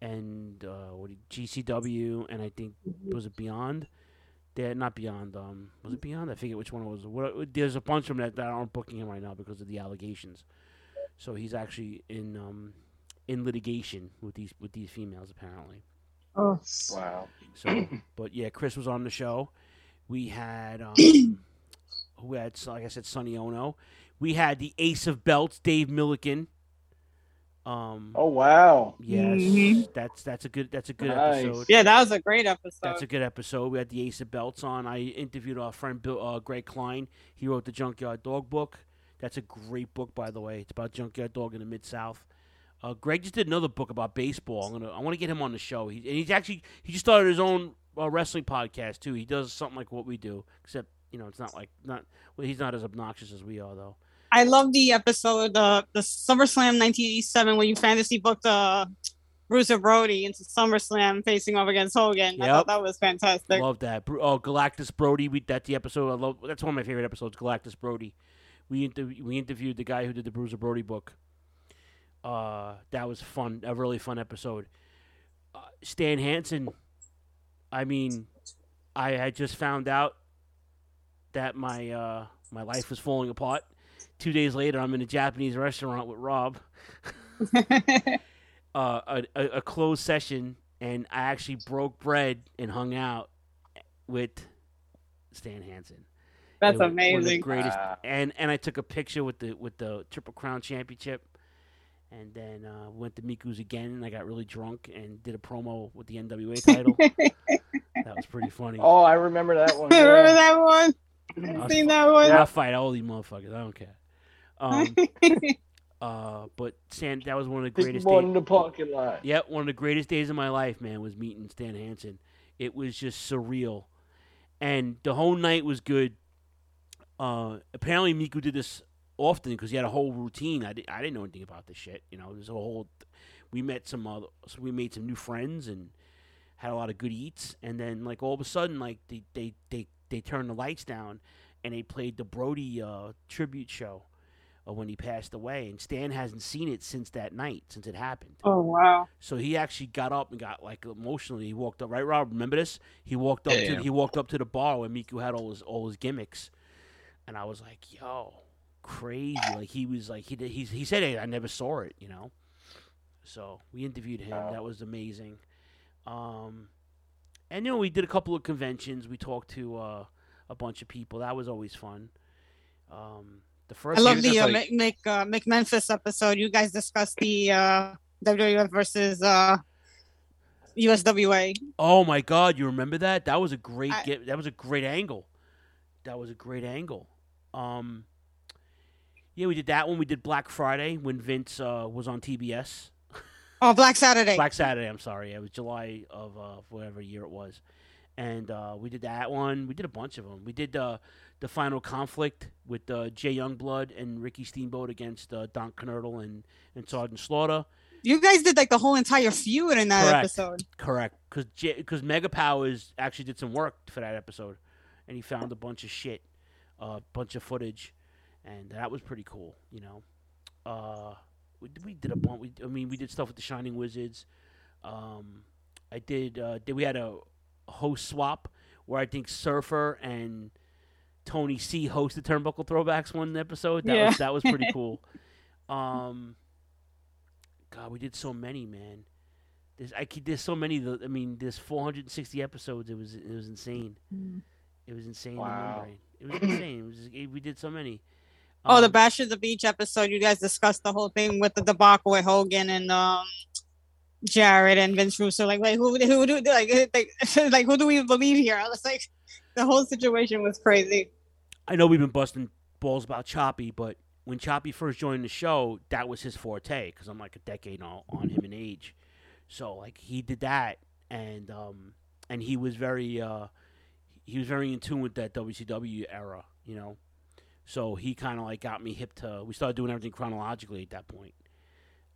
and uh, what do you- GCW and I think was it Beyond? They're not Beyond. Um, was it Beyond? I forget which one it was. What, there's a bunch of them that, that aren't booking him right now because of the allegations. So he's actually in um in litigation with these with these females apparently. Oh. Wow. So, but yeah, Chris was on the show. We had um, who had so like I said, Sonny Ono. We had the Ace of Belts, Dave Milliken. Um. Oh wow. Yes, Mhm. that's that's a good that's a good Nice. episode. Yeah, that was a great episode. That's a good episode. We had the Ace of Belts on. I interviewed our friend Bill, uh, Greg Klein. He wrote the Junkyard Dog book. That's a great book, by the way. It's about Junkyard Dog in the Mid South. Uh, Greg just did another book about baseball. I'm gonna I want to get him on the show. He, and he's actually he just started his own uh, wrestling podcast too. He does something like what we do, except you know it's not like not well, he's not as obnoxious as we are though. I love the episode, uh, the SummerSlam 1987, when you fantasy booked uh, Bruiser Brody into SummerSlam facing off against Hogan. I Yep. thought that was fantastic. Love that. Bro- Oh, Galactus Brody. We that's the episode. I love. That's one of my favorite episodes. Galactus Brody. We inter- we interviewed the guy who did the Bruiser Brody book. Uh, that was fun. A really fun episode. Uh, Stan Hansen. I mean, I had just found out that my uh, my life was falling apart. Two days later, I'm in a Japanese restaurant with Rob. uh, a, a, a closed session, and I actually broke bread and hung out with Stan Hansen. That's It was one of the amazing. greatest- Ah. Wow. And and I took a picture with the with the Triple Crown Championship, and then uh, went to Miku's again, and I got really drunk and did a promo with the NWA title. that was pretty funny. Oh, I remember that one. Remember yeah. that one? I'll seen fi- that one. I'll fight all these motherfuckers. I don't care. Um, uh, but Stan, that was one of the Big greatest. one in the parking lot. Yep, one of the greatest days of my life, man, was meeting Stan Hansen. It was just surreal, and the whole night was good. Uh, apparently, Miku did this often because he had a whole routine. I, di- I didn't know anything about this shit. You know, there's a whole. We met some, uh, so we made some new friends and had a lot of good eats, and then like all of a sudden, like they they they they turned the lights down, and they played the Brody uh, tribute show uh, when he passed away, and Stan hasn't seen it since that night, since it happened. Oh wow. So he actually got up and got like emotionally. He walked up, right, Rob? Remember this? He walked up. Yeah, to, yeah. He walked up to the bar where Miku had all his all his gimmicks, and I was like, "Yo, crazy!" Like he was like he did, he he said, "Hey, I never saw it," you know. So we interviewed him. That was amazing. Um, and then we did a couple of conventions. We talked to uh, a bunch of people. That was always fun. Um, the first I love year- the uh, Mc Mc, uh, McMemphis episode. You guys discussed the uh, WWF versus uh, USWA. Oh my God! You remember that? That was a great. get, that was a great angle. That was a great angle. Um, yeah, we did that one. We did Black Friday when Vince uh, was on TBS. Oh, Black Saturday. Black Saturday. I'm sorry. It was July of uh, whatever year it was, and uh, we did that one. We did a bunch of them. We did uh, the final conflict with uh, Jay Youngblood and Ricky Steamboat against uh, Don Knurdle and and Sergeant Slaughter. You guys did like the whole entire feud in that episode. Correct. Because because Mega Powers actually did some work for that episode, and he found a bunch of shit, a bunch of footage, and that was pretty cool. You know, uh, we, we did a bunch. We, I mean, we did stuff with the Shining Wizards. Um, I did. Uh, did we had a host swap where I think Surfer and Tony C hosted Turnbuckle Throwbacks one episode. That Yeah. was that was pretty cool. Um, God, we did so many, man. There's I keep, there's so many. tho- I mean, there's 460 episodes. It was it was insane. Mm. It was insane. Wow. remembering. It was insane. It was, it, we did so many. Oh, the Um, Bash of the Beach episode. You guys discussed the whole thing with the debacle with Hogan and um, Jared and Vince Russo. Like, like who, who do like, like, like who do we believe here? I was like, the whole situation was crazy. I know we've been busting balls about Choppy, but when Choppy first joined the show, that was his forte because I'm like a decade on, on him in age. So like he did that, and um, and he was very uh, he was very in tune with that WCW era, you know. So he kind of like got me hip to. We started doing everything chronologically at that point.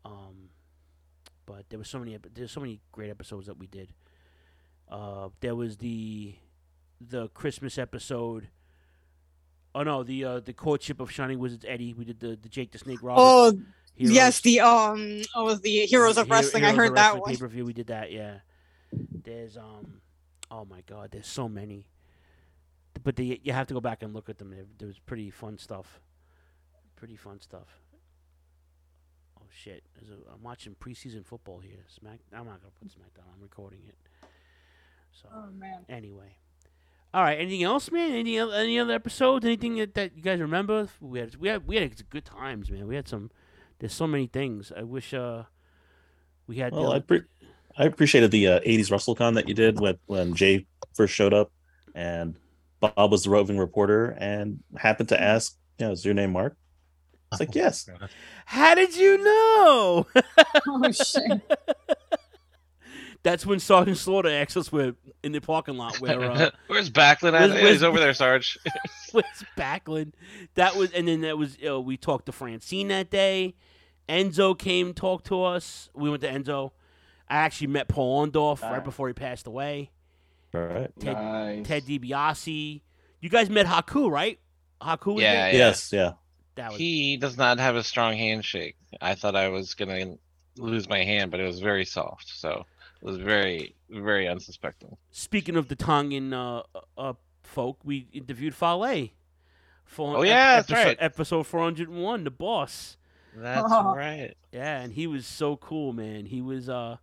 Um, but there was so many epi- there's so many great episodes that we did. Uh, there was the the Christmas episode. Oh no, the uh, the courtship of Shining Wizards Eddie. We did the, the Jake the Snake Roberts. Oh, Heroes- yes, the um, oh, it was the Heroes of Hero- Wrestling. I Heroes heard of that Wrestling one. Pay per view. We did that. Yeah. There's um, oh my God, there's so many. But the, you have to go back and look at them. There, there was pretty fun stuff. Pretty fun stuff. Oh shit! There's a, I'm watching preseason football here. Smack. I'm not gonna put SmackDown. I'm recording it. So Oh, man. anyway, all right. Anything else, man? Any oth- any other episodes? Anything that, that you guys remember? We had we had we had good times, man. We had some. There's so many things. I wish uh we had. the Well, I, other- pre- I appreciated the uh, 80s WrestleCon that you did when, when Jay first showed up and Bob was the roving reporter and happened to ask, you know, is your name Mark? It's like, yes. How did you know? oh shit! That's when Sergeant Slaughter asked us where in the parking lot where uh, Where's Backlund? at? where's- Yeah, where's- he's over there, Sarge. Where's Backlund? That was, and then that was. Uh, we talked to Francine that day. Enzo came talked to us. We went to Enzo. I actually met Paul Ondorf right Nice. before he passed away. All right. Ted, Ted DiBiase. You guys met Haku, right? Haku. was yeah, there? Yes, yeah. That was- He does not have a strong handshake. I thought I was gonna lose my hand, but it was very soft. So was very, very unsuspecting. Speaking of the Tongan uh, uh, folk, we interviewed Fale. For Oh, yeah, that's episode, right. episode 401, the boss. That's right. Yeah, and he was so cool, man. He was uh,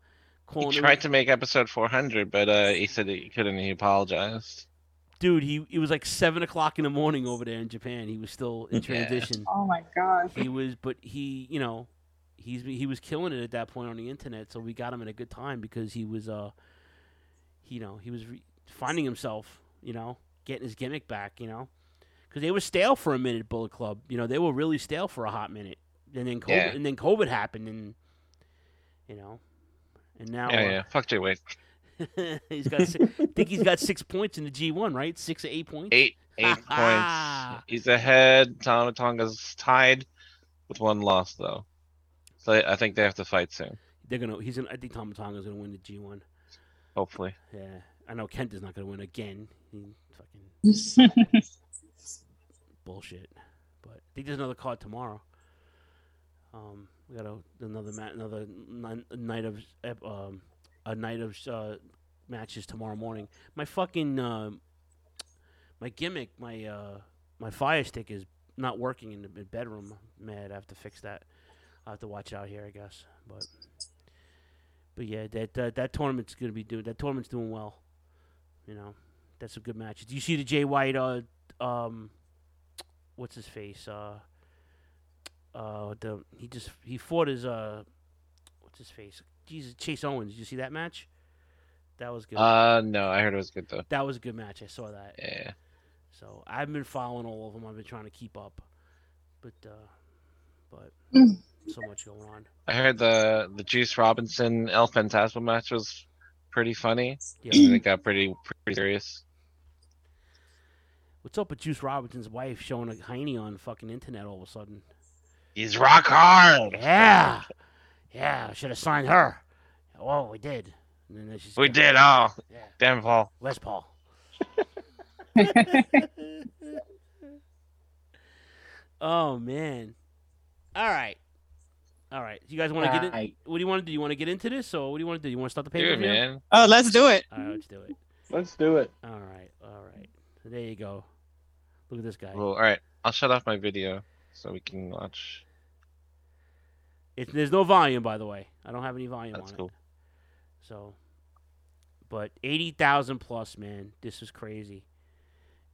He calling. tried to make episode 400, but uh, he said that he couldn't. He apologized. dude, he it was like seven o'clock in the morning over there in Japan. He was still in Yeah. transition. Oh my god. He was, but he, you know, he's he was killing it at that point on the internet. So we got him at a good time because he was, uh, you know, he was re- finding himself, you know, getting his gimmick back, you know, because they were stale for a minute. Bullet Club, you know, they were really stale for a hot minute, and then COVID, Yeah. and then COVID happened, and you know, and now yeah, uh, yeah. Fuck Jay Wade. he's got. si- I think he's got six points in the G one, right? Six or eight points. Eight, eight points. He's ahead. Tomatonga's tied with one loss though. So I I think they have to fight soon. They're gonna. He's gonna. I think Tom Tonga's gonna win the G one. Hopefully. Yeah, I know Kent is not gonna win again. He fucking bullshit. But I think there's another card tomorrow. Um, we got a, another ma- another ni- night of ep- um a night of uh, matches tomorrow morning. My fucking uh, my gimmick, my uh, my fire stick is not working in the b- bedroom. Mad, I have to fix that. I have to watch out here, I guess. But but yeah, that uh, that tournament's gonna be doing that tournament's doing well. You know, that's some good matches. Do you see the Jay White? Uh, um, what's his face? Uh, uh, the he just he fought his uh, what's his face? Jesus, Chase Owens. Did you see that match? That was good. Uh, no, I heard it was good though. That was a good match. I saw that. Yeah. So I've been following all of them. I've been trying to keep up, but uh, but so much going on. I heard the the Juice Robinson El Fantasma match was pretty funny. Yeah. It got pretty pretty serious. What's up with Juice Robinson's wife showing a hiney on fucking internet all of a sudden? He's rock hard. Yeah, yeah. Should have signed her. Oh, we did. And then she's We did. Oh, Yeah. damn Paul. West Paul. oh man. All right. All right. You guys want to get in? Alright. What do you want to do? You want to get into this, or what do you want to do? You want to start the Do paper? it, man. Oh, let's do it. All right, let's do it. Let's do it. All right. Uh, All right. So there you go. Look at this guy. Well, all right. I'll shut off my video so we can watch. It, there's no volume, by the way. I don't have any volume That's on cool. it. So, but eighty thousand plus, man. This is crazy.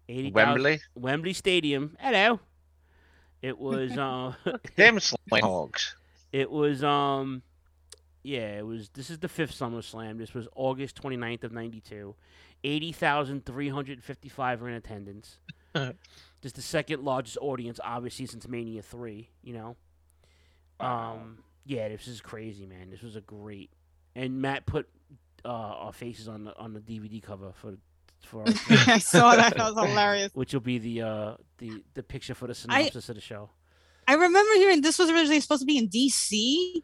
Eighty Wembley? Wembley Stadium. Hello. It was uh, Damn slang hogs. It was um yeah, it was this is the fifth SummerSlam. This was August 29th of 92. 80,355 were in attendance. Just the second largest audience obviously since Mania 3, you know. Um yeah, this is crazy, man. This was a great. And Matt put uh, our faces on the on the DVD cover for for our- I saw that. That was hilarious. Which will be the uh the the picture for the I- synopsis of the show. I remember hearing this was originally supposed to be in DC.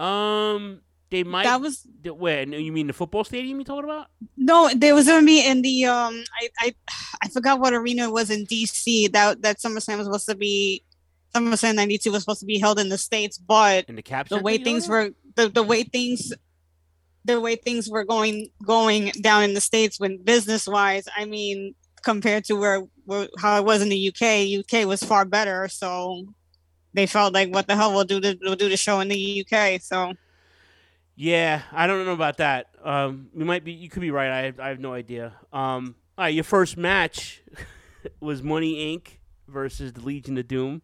Um, they might. That was The, where no, you mean the football stadium you talking about? no. There was gonna be in the um. I I I forgot what arena it was in DC. That that SummerSlam was supposed to be. SummerSlam '92 was supposed to be held in the states, but In the cap. the Center way you things talking about? were the, the way things the way things were going going down in the states when business wise i mean compared to where, where how it was in the uk uk was far better so they felt like what the hell we'll do the, we'll do the show in the uk so Yeah, I don't know about that. Um, you might be. You could be right. I have, I have no idea. Um, all right, your first match was Money Inc. versus the Legion of Doom.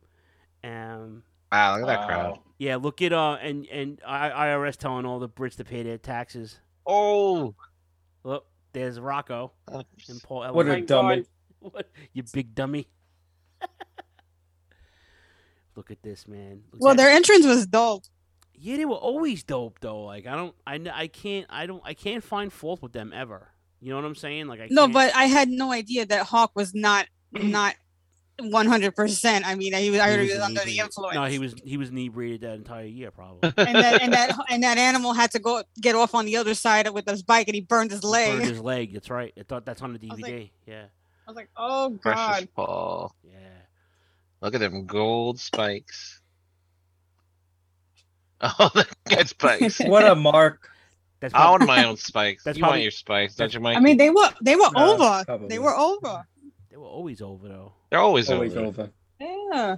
Um, Wow, look at that crowd. yeah, look at uh and and I- IRS telling all the Brits to pay their taxes. Oh, look, there's Rocco and Paul. Ellen. What a dummy. Uh, What you big dummy? look at this man. Look well at- their entrance was dope Yeah, they were always dope though. Like I don't, I, n- I can't, I don't, I can't find fault with them ever. You know what I'm saying? Like I no can't- but i had no idea that hawk was not not 100% i mean i, I heard he was under the inebriated. influence No, he was he was inebriated that entire year probably. and that and that and that animal had to go get off on the other side with his bike and he burned his leg Burned his leg. That's right. I thought that's on the DVD. yeah. I was like, oh Precious god. Paul. Yeah. Look at them gold spikes. Oh, that guy's spikes. what a mark. That's I want probably- my own spikes. That's you probably- want your spikes, don't you, Mike? I mean, they were they were No, over. probably. They were over. They were always over though. they're always, Always over. over. Yeah.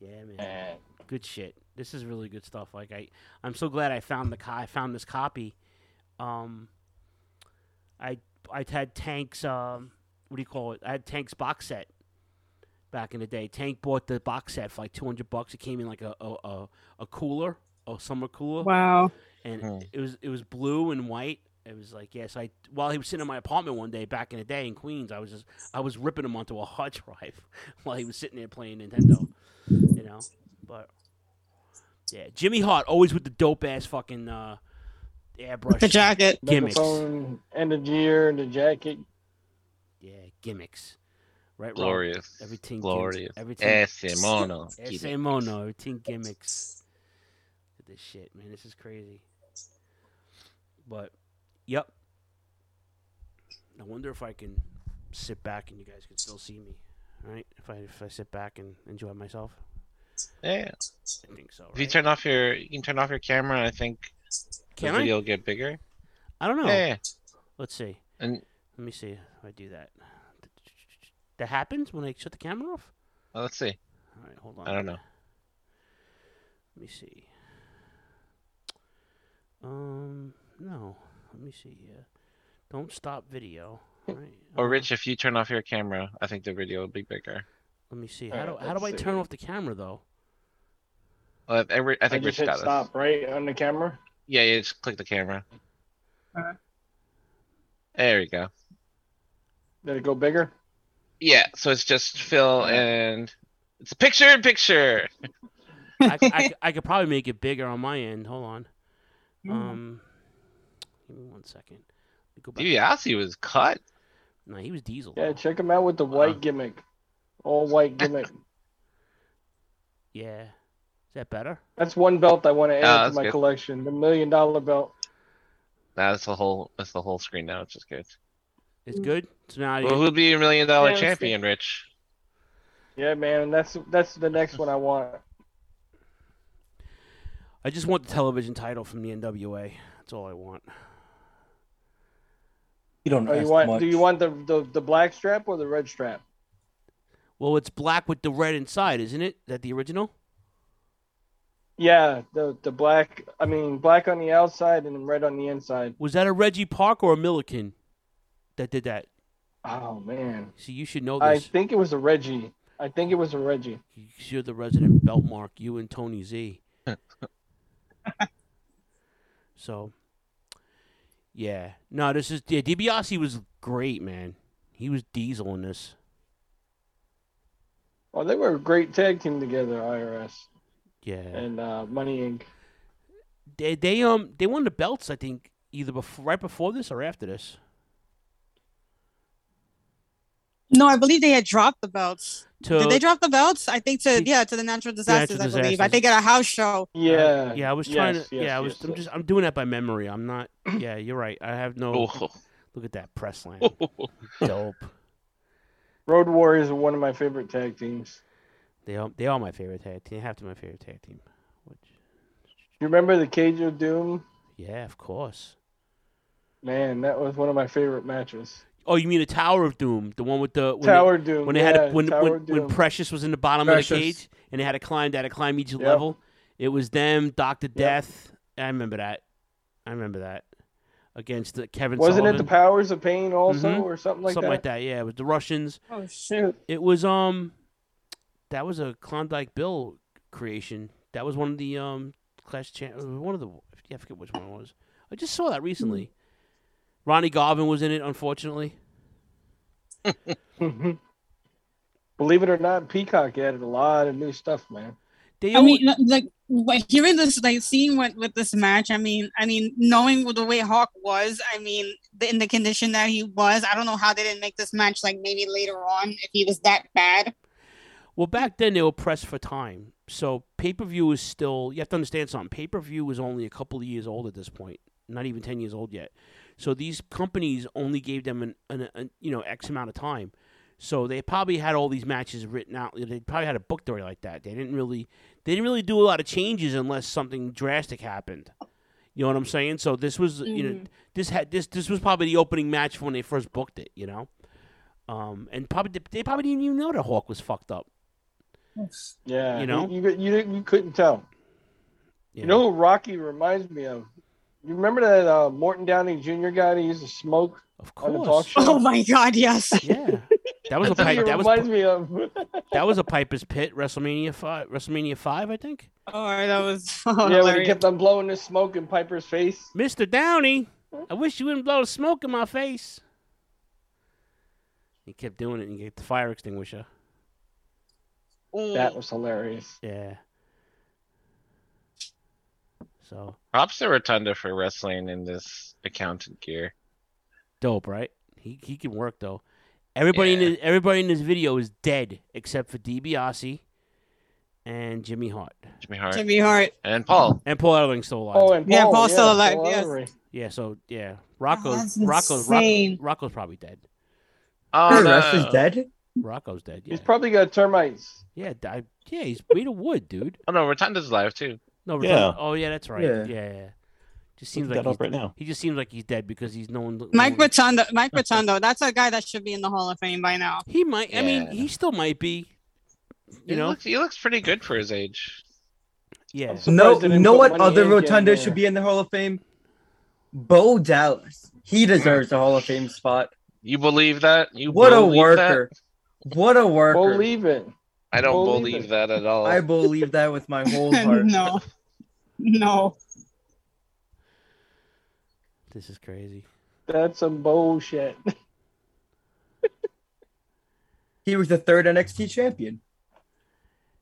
Yeah, man. Good shit. This is really good stuff. Like I, I'm so glad I found the co- I found this copy. Um, I I had Tank's um, what do you call it? I had Tank's box set back in the day. Tank bought the box set for like 200 bucks. It came in like a a, a, a cooler, a summer cooler. Wow. And it was it was blue and white. It was like yes, I while he was sitting in my apartment one day back in the day in Queens, I was just I was ripping him onto a hard drive while he was sitting there playing Nintendo. You know, but yeah, Jimmy Hart always with the dope ass fucking uh, airbrush gimmicks. Megaphone and the gear and the jacket. Yeah, gimmicks. Right, Rob? Glorious. Everything, Glorious. Gimmicks. Everything. Ese mono. Ese mono. Everything gimmicks. Look at This shit, man. This is crazy. But, yep. I wonder if I can sit back and you guys can still see me, right? If I if I sit back and enjoy myself. Yeah. I think so. If you turn off your, you can turn off your camera. I think Can the I? video will get bigger. I don't know. Yeah. Let's see. And Let me see if I do that. That happens when I shut the camera off. well, let's see. All right, hold on. I don't know. Let me see. Um, no. Let me see here. Don't stop video. Right. Or Rich, if you turn off your camera, I think the video will be bigger. Let me see. All How do right, how do I let's turn see. off the camera though? Uh, every, I I think just Rich hit got us. stop right on the camera. Yeah, yeah, just click the camera. Uh-huh. Alright. There you go. Did it go bigger? Yeah, so it's just Phil and it's a picture in picture. I, I, I could probably make it bigger on my end. Hold on. Hmm. Um, give me one second. Let me go back. Dude, Yossi was cut. No, he was Diesel. Yeah, check him out with Uh-huh. the white gimmick. All white gimmick. Yeah. Is that better? That's one belt I want to add Ah, that's to my good. collection. The million dollar belt. Nah, that's the whole that's the whole screen now, which is good. It's good. So now Well, who'll be your million dollar Yeah, that's good. champion, Rich? Yeah, man, that's that's the next one I want. I just want the television title from the NWA. That's all I want. You don't Oh, you want? Do you want the, the the black strap or the red strap? Well, it's black with the red inside, isn't it? That the original? Yeah, the the black. I mean, black on the outside and red on the inside. Was that a Reggie Park or a Milliken that did that? Oh man, See, you should know I this. think it was a Reggie. I think it was a Reggie. 'cause You're the resident belt mark. You and Tony Z. so, yeah. No, this is yeah. DiBiase was great, man. He was diesel in this. Oh, they were a great tag team together, IRS Yeah. and uh, Money Inc. They they um they won the belts. I think either before right before this or after this. No, I believe they had dropped the belts. To- Did they drop the belts? I think to yeah to the natural disasters. I believe. I disasters. think at a house show. Yeah. Yeah, I was Yes, trying to. yes, yeah, I was. yes, I'm yes. just. I'm doing that by memory. I'm not. Yeah, you're right. I have no. Look at that press slam. Dope. Road Warriors are one of my favorite tag teams. They are. They are my favorite tag team. They have to be my favorite tag team. You remember the Cage of Doom? Yeah, of course. Man, that was one of my favorite matches. Oh, you mean the Tower of Doom, the one with the when Tower they, of Doom, when they had yeah, a, when, Tower when, of when Doom. Precious was in the bottom of Precious. the cage and they had to climb that to climb each Yep. level. It was them, Doctor Death. I remember that. I remember that against the Kevin. Wasn't it the Sullivan. Powers of Pain also, Mhm. or something like something that? like that. Yeah, it was the Russians. Oh shoot! It was um, that was a Klondike Bill creation. That was one of the um Clash of Champ- One of the yeah, I forget which one it was. I just saw that recently. Hmm. Ronnie Garvin was in it, unfortunately. Mhm. Believe it or not, Peacock added a lot of new stuff, man. They I mean, no- like wh- hearing this, like seeing what with this match. I mean, I mean, knowing the way Hawk was, I mean, the, in the condition that he was, I don't know how they didn't make this match like maybe later on if he was that bad. Well, back then they were pressed for time, so pay per view is still. You have to understand something. Pay per view was only a couple of years old at this point, not even ten years old yet. So these companies only gave them an, an, an you know x amount of time. So they probably had all these matches written out. They probably had a book story like that. They didn't really they didn't really do a lot of changes unless something drastic happened. You know what I'm saying? So this was you know Mhm. this had this this was probably the opening match for when they first booked it. You know, um, and probably they probably didn't even know that Hawk was fucked up. Yeah, You know? you you, you, didn't- you couldn't tell. Yeah. You know who Rocky reminds me of? You remember that uh, Morton Downey Jr. guy that used to smoke of on the course. talk show? Oh my God, yes. Yeah, That was a That's what pipe. he That was reminds me of. that was a Piper's Pit WrestleMania five. WrestleMania five, I think. Oh, that was yeah, when he kept on blowing the smoke in Piper's face. Mr. Downey, I wish you wouldn't blow the smoke in my face. He kept doing it and get the fire extinguisher. That was hilarious. Yeah. So Props to Rotunda for wrestling in this accountant gear. dope, right? He he can work though. Everybody in this, everybody in this video is dead except for DiBiase and Jimmy Hart. Jimmy Hart. Jimmy Hart. And Paul. And Paul Elving's still alive. Oh, and yeah, Paul, Paul's yeah, still alive. Paul yes. Ellery. Yeah, so yeah, Rocco, that's Rocco, Rocco, insane. Rocco's probably dead. Oh, The rest no. is dead. uh, Rocco's dead. Yeah, He's probably got termites. yeah, I, yeah. He's made of wood, dude. Oh no, Rotunda's live too. No, we're Yeah. talking- oh yeah, that's right. Yeah. Yeah, yeah. yeah. Just seems Look like that up he's- right now. He just seems like he's dead because he's no one. Mike Rotundo. Mike Rotundo. That's a guy that should be in the Hall of Fame by now. He might. I mean, he still might be. You know, he looks pretty good for his age. Yeah. No, know what other Rotunda should be in the Hall of Fame? Bo Dallas. He deserves a Hall of Fame spot. You believe that? You What a believe worker. What a that? worker. it. I don't Believe believe it. that at all. I believe that with my whole heart. no. No. This is crazy. That's some bullshit. He was the third NXT champion.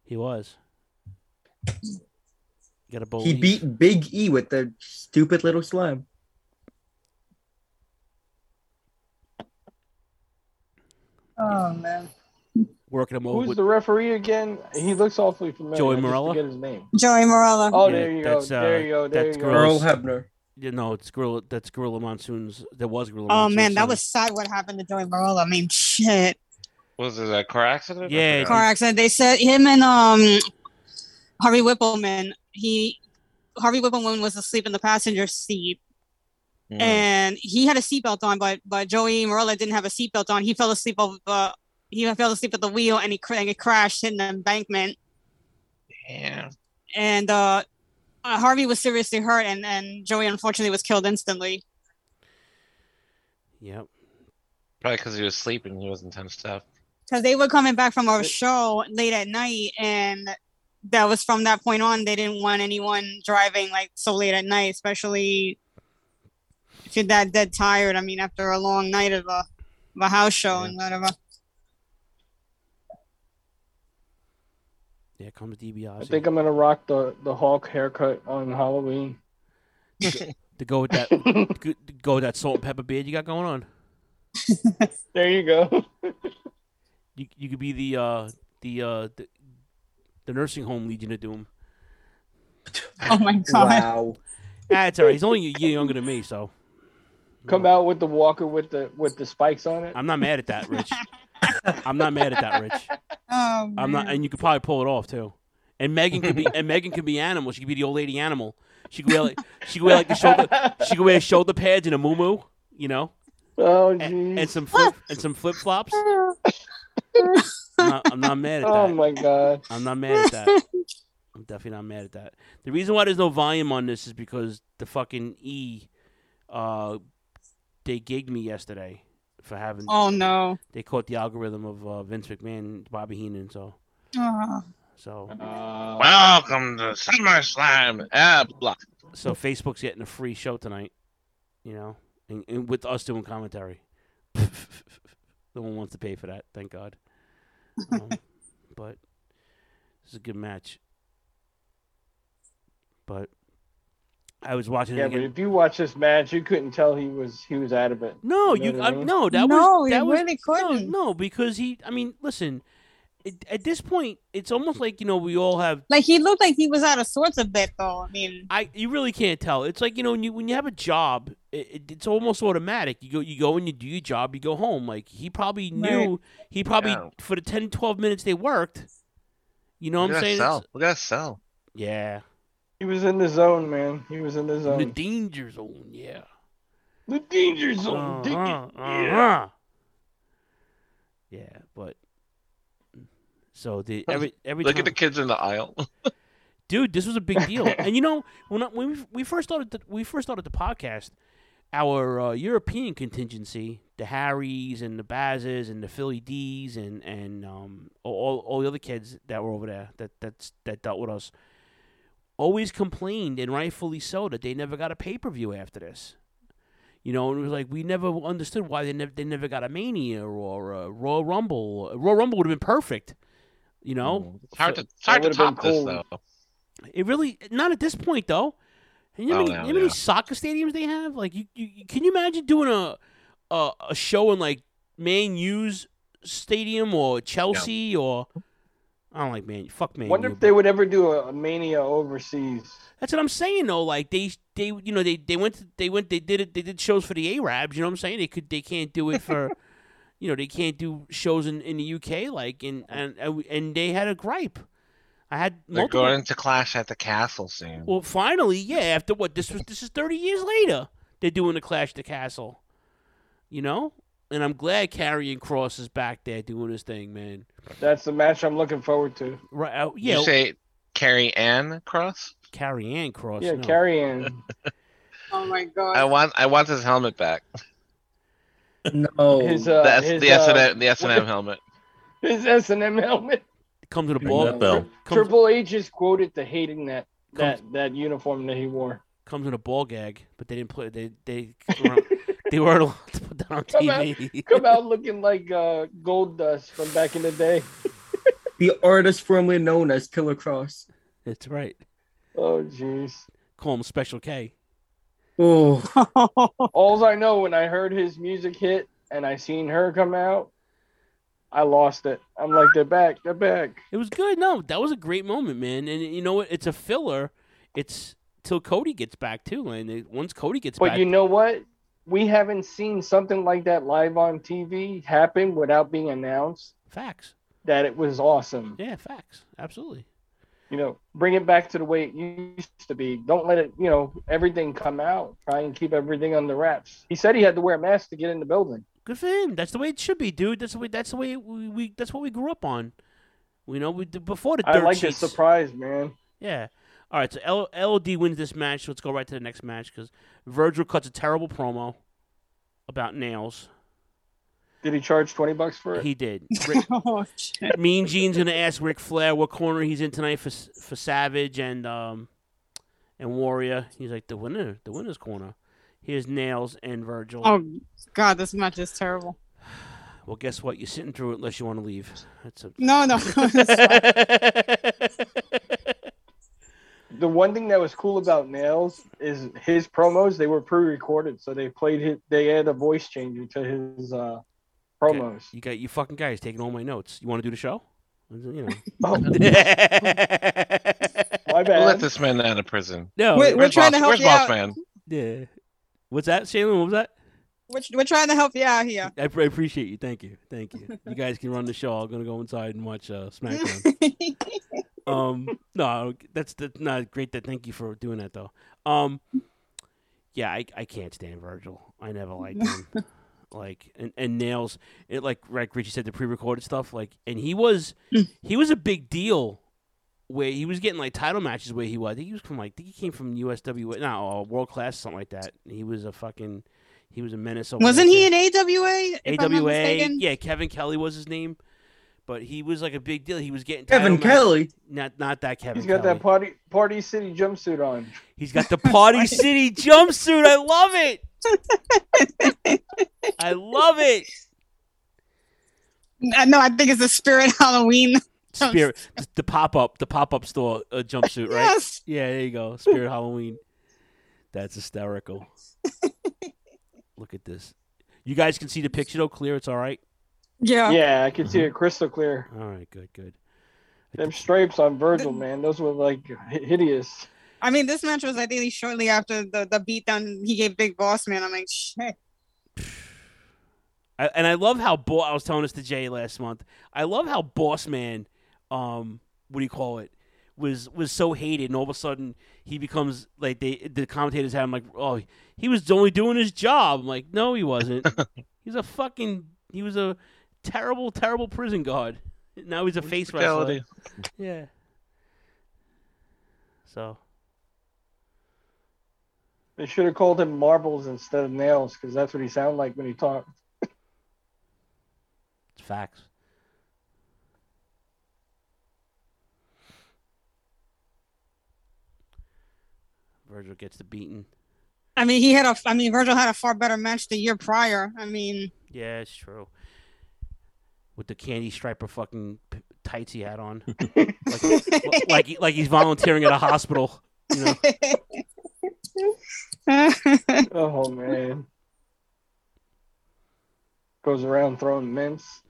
He was. You gotta He believe. beat Big E with the stupid little slam. Oh man. working him over Who's with the referee again? He looks awfully familiar. Joey I just Morella? forget his name. Joey Morella. Oh, Yeah, there you go. that's, uh, There you go. There that's you go. Gorilla's- Hebner. Yeah, no, it's Gorilla. That's Gorilla Monsoon's. That was Gorilla. Oh Monsoon's man, that son. was sad what happened to Joey Morella. I mean, shit. Was it a car accident? I Yeah, forgot. Car accident. They said him and um Harvey Whippleman. He Harvey Whippleman was asleep in the passenger seat. Mm. and he had a seatbelt on, but but Joey Morella didn't have a seatbelt on. He fell asleep over. Uh, he fell asleep at the wheel, and he cr- and it crashed in the embankment. Yeah. And uh, uh, Harvey was seriously hurt, and and Joey unfortunately was killed instantly. Yep. Probably because he was sleeping. He wasn't tensed up. Because they were coming back from a show late at night, and that was from that point on. They didn't want anyone driving like so late at night, especially if you're that dead tired. I mean, after a long night of a of a house show and whatever. There comes I DiBiase. think I'm gonna rock the the Hulk haircut on Halloween. to go with that, to go with that salt and pepper beard you got going on. there you go. You you could be the uh the uh the, the nursing home Legion of Doom. Oh my god. Wow. That's Ah, all right. He's only a year younger than me, so Come out with the walker with the with the spikes on it. I'm not mad at that, Rich. I'm not mad at that, Rich. Um, Oh, I'm not, and you could probably pull it off too. And Megan could be, and Megan could be animal. She could be the old lady animal. She could wear, like, she could wear like the shoulder, she could wear shoulder pads and a moo you know, Oh and, and some flip and some flip flops. I'm, not- I'm not mad at that. Oh my god. I'm not mad at that. I'm definitely not mad at that. The reason why there's no volume on this is because the fucking E, uh, they gigged me yesterday for having. Oh, no. They caught the algorithm of uh, Vince McMahon, and Bobby Heenan, so Oh. so. Welcome to SummerSlam. Ah, blah. So Facebook's getting a free show tonight, you know, and, and with us doing commentary. no one wants to pay for that, thank God. Um, but this is a good match. But I was watching Yeah, it but again. if you watch this match, you couldn't tell he was he was out of it. No, know you, what I, I mean? no, that No, was you that was really No, no, because he. I mean, listen, it, at this point, it's almost like you know we all have Like he looked like he was out of sorts a bit, though. I mean, I you really can't tell. It's like you know when you when you have a job, it, it, it's almost automatic. You go you go and you do your job, you go home. Like he probably knew. He probably Yeah. for the 10, 12 minutes they worked. You know what Look I'm at that saying? Sell. Look at that sell. Yeah. He was in the zone, man. He was in the The zone. danger zone, yeah. The danger zone. dig it. Uh-huh, Yeah. uh-huh. Yeah, but so the every every Look time, at the kids in the aisle. dude, this was a big deal. and you know, when I, when we, we first started the, we first started the podcast, our uh, European contingency, the Harrys and the Bazes and the Philly D's and and um, all all the other kids that were over there that that's that dealt with us, always complained and rightfully so that they never got a pay per view after this. You know, and it was like we never understood why they never they never got a Mania or a Royal Rumble. A Royal Rumble would have been perfect. You know, It's hard to- it's hard to Mm-hmm. That would've top been this, cool. It really not at this point though. And you know, how Oh, many, no, you know how many yeah. soccer stadiums they have? Like, you, you you- can you imagine doing a a, a show in like Man U's stadium or Chelsea or I don't like Man. Fuck Man. Wonder U, if they would ever do a, a mania overseas. that's what I'm saying though. Like they they you know they they went to, they went they did it they did shows for the Arabs. You know what I'm saying? They could they can't do it for you know they can't do shows in, in the UK like and and and they had a gripe. I had They're multiple. going to clash at the castle soon. Well, finally, yeah. After what this was this is 30 years later they're doing the Clash of the Castle. You know, and I'm glad Carrion Cross is back there doing his thing, man. That's the match I'm looking forward to. Right? Uh, You yeah. say Carrie Ann Cross? Carrie Ann Cross. Yeah, no. Carrie Ann. Oh my god. I want I want his helmet back. No, Oh, His, uh, That's his, the S and uh, M the S and M helmet. His S and M helmet. Comes with a Ring ball. that bell. Comes, Triple H is quoted to hating that that that uniform that he wore. comes in a ball gag, but they didn't play. They they weren't, they weren't allowed to put that on Come out, TV. come out looking like uh, gold dust from back in the day. the artist formerly known as Killer Cross. That's right. Oh jeez. Call him Special K. Oh, All I know when I heard his music hit and I seen her come out, I lost it. I'm like, they're back, they're back. It was good. No, that was a great moment, man. And you know what? It's a filler. It's till Cody gets back too, and it- once Cody gets But back, you know what? We haven't seen something like that live on TV happen without being announced. Facts. That it was awesome. Yeah, facts. Absolutely. You know, bring it back to the way it used to be. Don't let it, you know, everything come out. Try and keep everything under wraps. He said he had to wear a mask to get in the building. Good for him. That's the way it should be, dude. That's the way. That's the way we. we that's what we grew up on. You know, we before the I dirt like sheets. his surprise, man. Yeah. All right. So L- LOD wins this match. Let's go right to the next match because Virgil cuts a terrible promo about nails. Did he charge twenty bucks for it? He did. Rick- Oh, mean Gene's gonna ask Ric Flair what corner he's in tonight for for Savage and um and Warrior. He's like the winner, the winner's corner. Here's Nails and Virgil. Oh god, this match is terrible. Well, guess what? You're sitting through it unless you want to leave. That's a No, no. it's fine. the one thing that was cool about Nails is his promos. They were pre-recorded, so they played. His, they had a voice changer to his uh, promos. You got you fucking guys taking all my notes. You want to do the show? You know. My bad. Oh. Let this man out of prison. No, We're- we're Where's trying to boss, help Where's you boss out. man? Yeah. What's that, Shaylin? What was that? We're, we're trying to help you out here. I, I appreciate you. Thank you. Thank you. You guys can run the show. I'm gonna go inside and watch uh, SmackDown. um, no, that's that's not great. That thank you for doing that though. Um, yeah, I, I can't stand Virgil. I never liked him. like and, and nails it like like Richie said the pre-recorded stuff like and he was he was a big deal where he was getting like title matches where he was. I think he was from like I think he came from USW no uh, world class something like that. He was a fucking he was a menace. over Wasn't there, he too. in AWA? if I'm not AWA. mistaken? Yeah, Kevin Kelly was his name, but he was like a big deal. He was getting title Kevin match- Kelly? Not not that Kevin. He's got Kelly. that party party city jumpsuit on. He's got the Party City jumpsuit. I love it. I love it. Uh, No, I think it's the Spirit Halloween. Spirit, the, the pop up, the pop up store uh, jumpsuit, right? Yes. Yeah, there you go. Spirit Halloween. That's hysterical. Look at this. You guys can see the picture though. Clear. It's all right. Yeah. Yeah, I can see Mm-hmm. it crystal clear. All right. Good. Good. Them stripes on Virgil, man. Those were like hi- hideous. I mean, this match was ideally shortly after the the beatdown he gave Big Boss Man. I'm like, shit. I, and I love how Bo- I was telling this to Jay last month. I love how Boss Man, um, what do you call it, was was so hated, and all of a sudden he becomes like they the commentators had him like, oh, he was only doing his job. I'm like, no, he wasn't. he's a fucking he was a terrible, terrible prison guard. Now he's a face wrestler. Brutality. Yeah. So They should have called him Marbles instead of Nails because that's what he sounded like when he talked. it's facts. Virgil gets the beating. I mean, he had a. I mean, Virgil had a far better match the year prior. I mean, Yeah, it's true. With the candy striper fucking p- tights he had on, like, li- like he- like he's volunteering at a hospital. You know, oh man. Goes around throwing mints.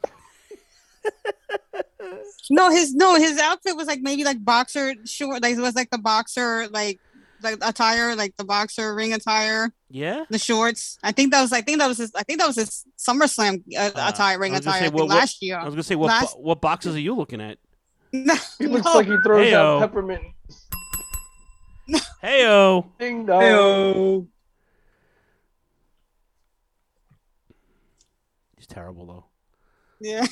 no, his no, his outfit was like maybe like boxer short. Like it was like the boxer like like attire, like the boxer ring attire. yeah. The shorts. I think that was. I think that was. His, I think that was his SummerSlam uh, attire, ring I was gonna attire. say, I think what- what- last year. I was gonna say what Last- bo- what boxes are you looking at? He looks like he throws Heyo. out peppermint. Heyo. Ding dong. Heyo. He's terrible though. Yeah.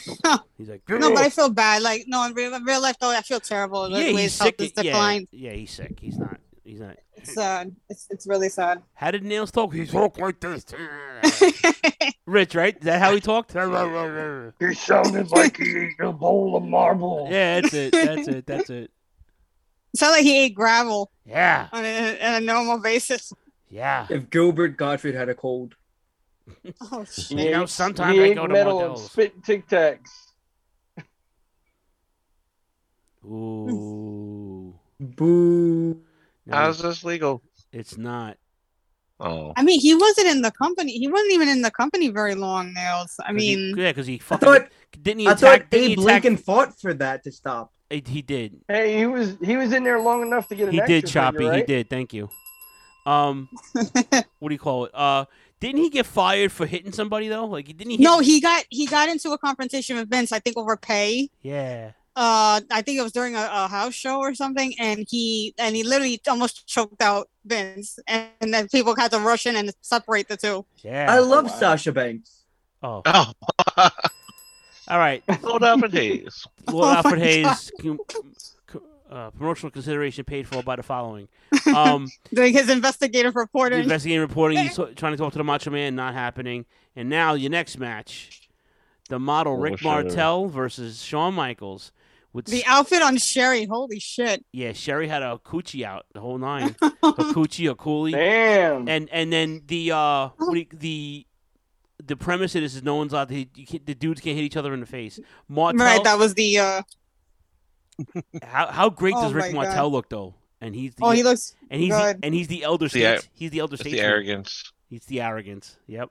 He's like no, but I feel bad. Like no, in real, in real life though, I feel terrible. The way his health is Yeah, declined. yeah, he's sick. He's not. He's not. It's sad. It's, it's really sad. How did Nails talk? He talked like this. Rich, right? Is that how he talked? he sounded like he ate a bowl of marble. Yeah, that's it. That's it. That's it. It sounded like he ate gravel Yeah. on a, on a normal basis. Yeah. If Gilbert Gottfried had a cold. Oh, shit. You know, ate- sometimes he I ate go to metal and Mondel's. spit Tic Tacs. Ooh. Boo. How's this legal? It's not. Oh. I mean, he wasn't in the company. He wasn't even in the company very long. Nails. I mean, yeah, because he fucking thought- didn't he I attack? thought didn't he Abe attack- Lincoln fought for that to stop. He he did. Hey, he was he was in there long enough to get an He did, action Choppy. figure, He right? did. Thank you. Um, what do you call it? Uh, didn't he get fired for hitting somebody though? Like, didn't he? Hit... no, he got he got into a confrontation with Vince. I think over pay. Yeah. uh I think it was during a, a house show or something, and he and he literally almost choked out Vince, and, and then people had to rush in and separate the two. Yeah. I Oh, love Wow. Sasha Banks. Oh. All right. Lord Alfred Hayes. Lord Oh my Alfred God. Hayes. com- com- uh, promotional consideration paid for by the following. Um, Doing his investigative reporting. investigating reporting, you so- trying to talk to the Macho Man, not happening. And now your next match, the model Oh, Rick shit. Martel versus Shawn Michaels. With the outfit on Sherry, holy shit! yeah, Sherry had a coochie out the whole nine, a coochie, a coolie. Damn. And and then the uh what do you- the the premise of this is no one's allowed to hit, you can't, the dudes can't hit each other in the face. Martel, Right, that was the. uh how how great Oh does Rick my God. Martel look though? And he's the, Oh, he looks and he's good. The, and he's the elder It's the ar- states. he's the elder it's the states. arrogance. He's the arrogance. Yep.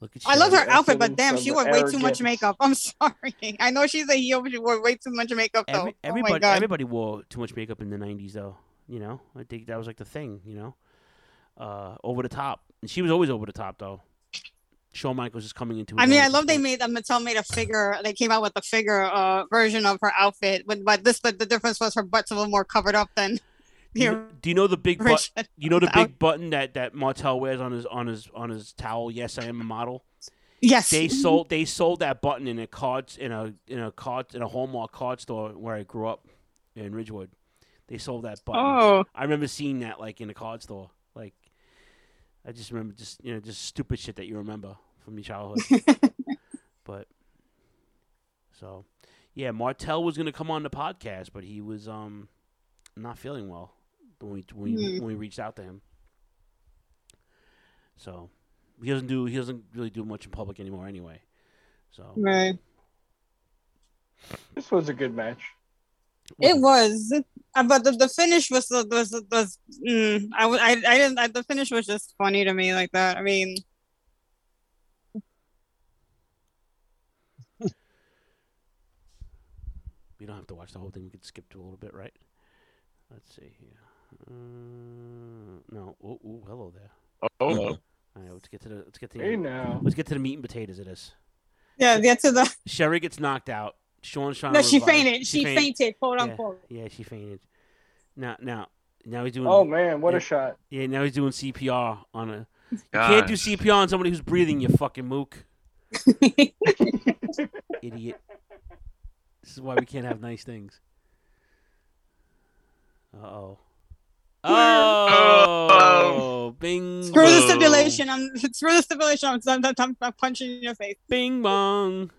Look at I love her Sharon. outfit, but damn, she wore way too much makeup. I'm sorry. I know she's a heel, but she wore way too much makeup though. Every, oh my everybody, god! everybody wore too much makeup in the '90s, though. You know, I think that was like the thing. You know, uh, over the top, and she was always over the top, though. Shawn Michaels is coming into. his I mean, own I at love this they made uh, Mattel made a figure. They came out with a figure uh, version of her outfit, but, but this but the difference was her butt's a little more covered up than Do you, the kn- do you know the big but, Richard you know the big button that that Martel wears on his on his on his towel? Yes, I am a model. Yes. they sold they sold that button in a card in a in a card in a Hallmark card store where I grew up in Ridgewood. They sold that button. Oh. I remember seeing that like in a card store. Like, I just remember just you know just stupid shit that you remember from your childhood. but so, yeah, Martel was gonna come on the podcast, but he was um not feeling well when we when, we Hmm. when we reached out to him. So he doesn't do he doesn't really do much in public anymore anyway. So Right. This was a good match. It was, Uh, but the, the finish was was was. Mm, I, w- I I didn't. I, the finish was just funny to me like that. I mean, we don't have to watch the whole thing. We could skip to a little bit, right? Let's see here. Uh, no. Oh, ooh, hello there. Oh, hello. All right, let's get to the let's get to Hey the, now. let's get to the meat and potatoes of this. yeah, get to the Sherry gets knocked out. Sean Sean. No, she revived- fainted. She fainted, quote unquote. Yeah, yeah, she fainted. Now, now, now he's doing. Oh, man, what a yeah, shot. Yeah, now he's doing CPR on a. You can't do Gosh. CPR on somebody who's breathing. You fucking mook. Idiot. This is why we can't have nice things. Uh oh. Oh, bing. Screw the bong. stipulation. I'm screw the stipulation. I'm, I'm, I'm, I'm punching you in your face. Bing bong.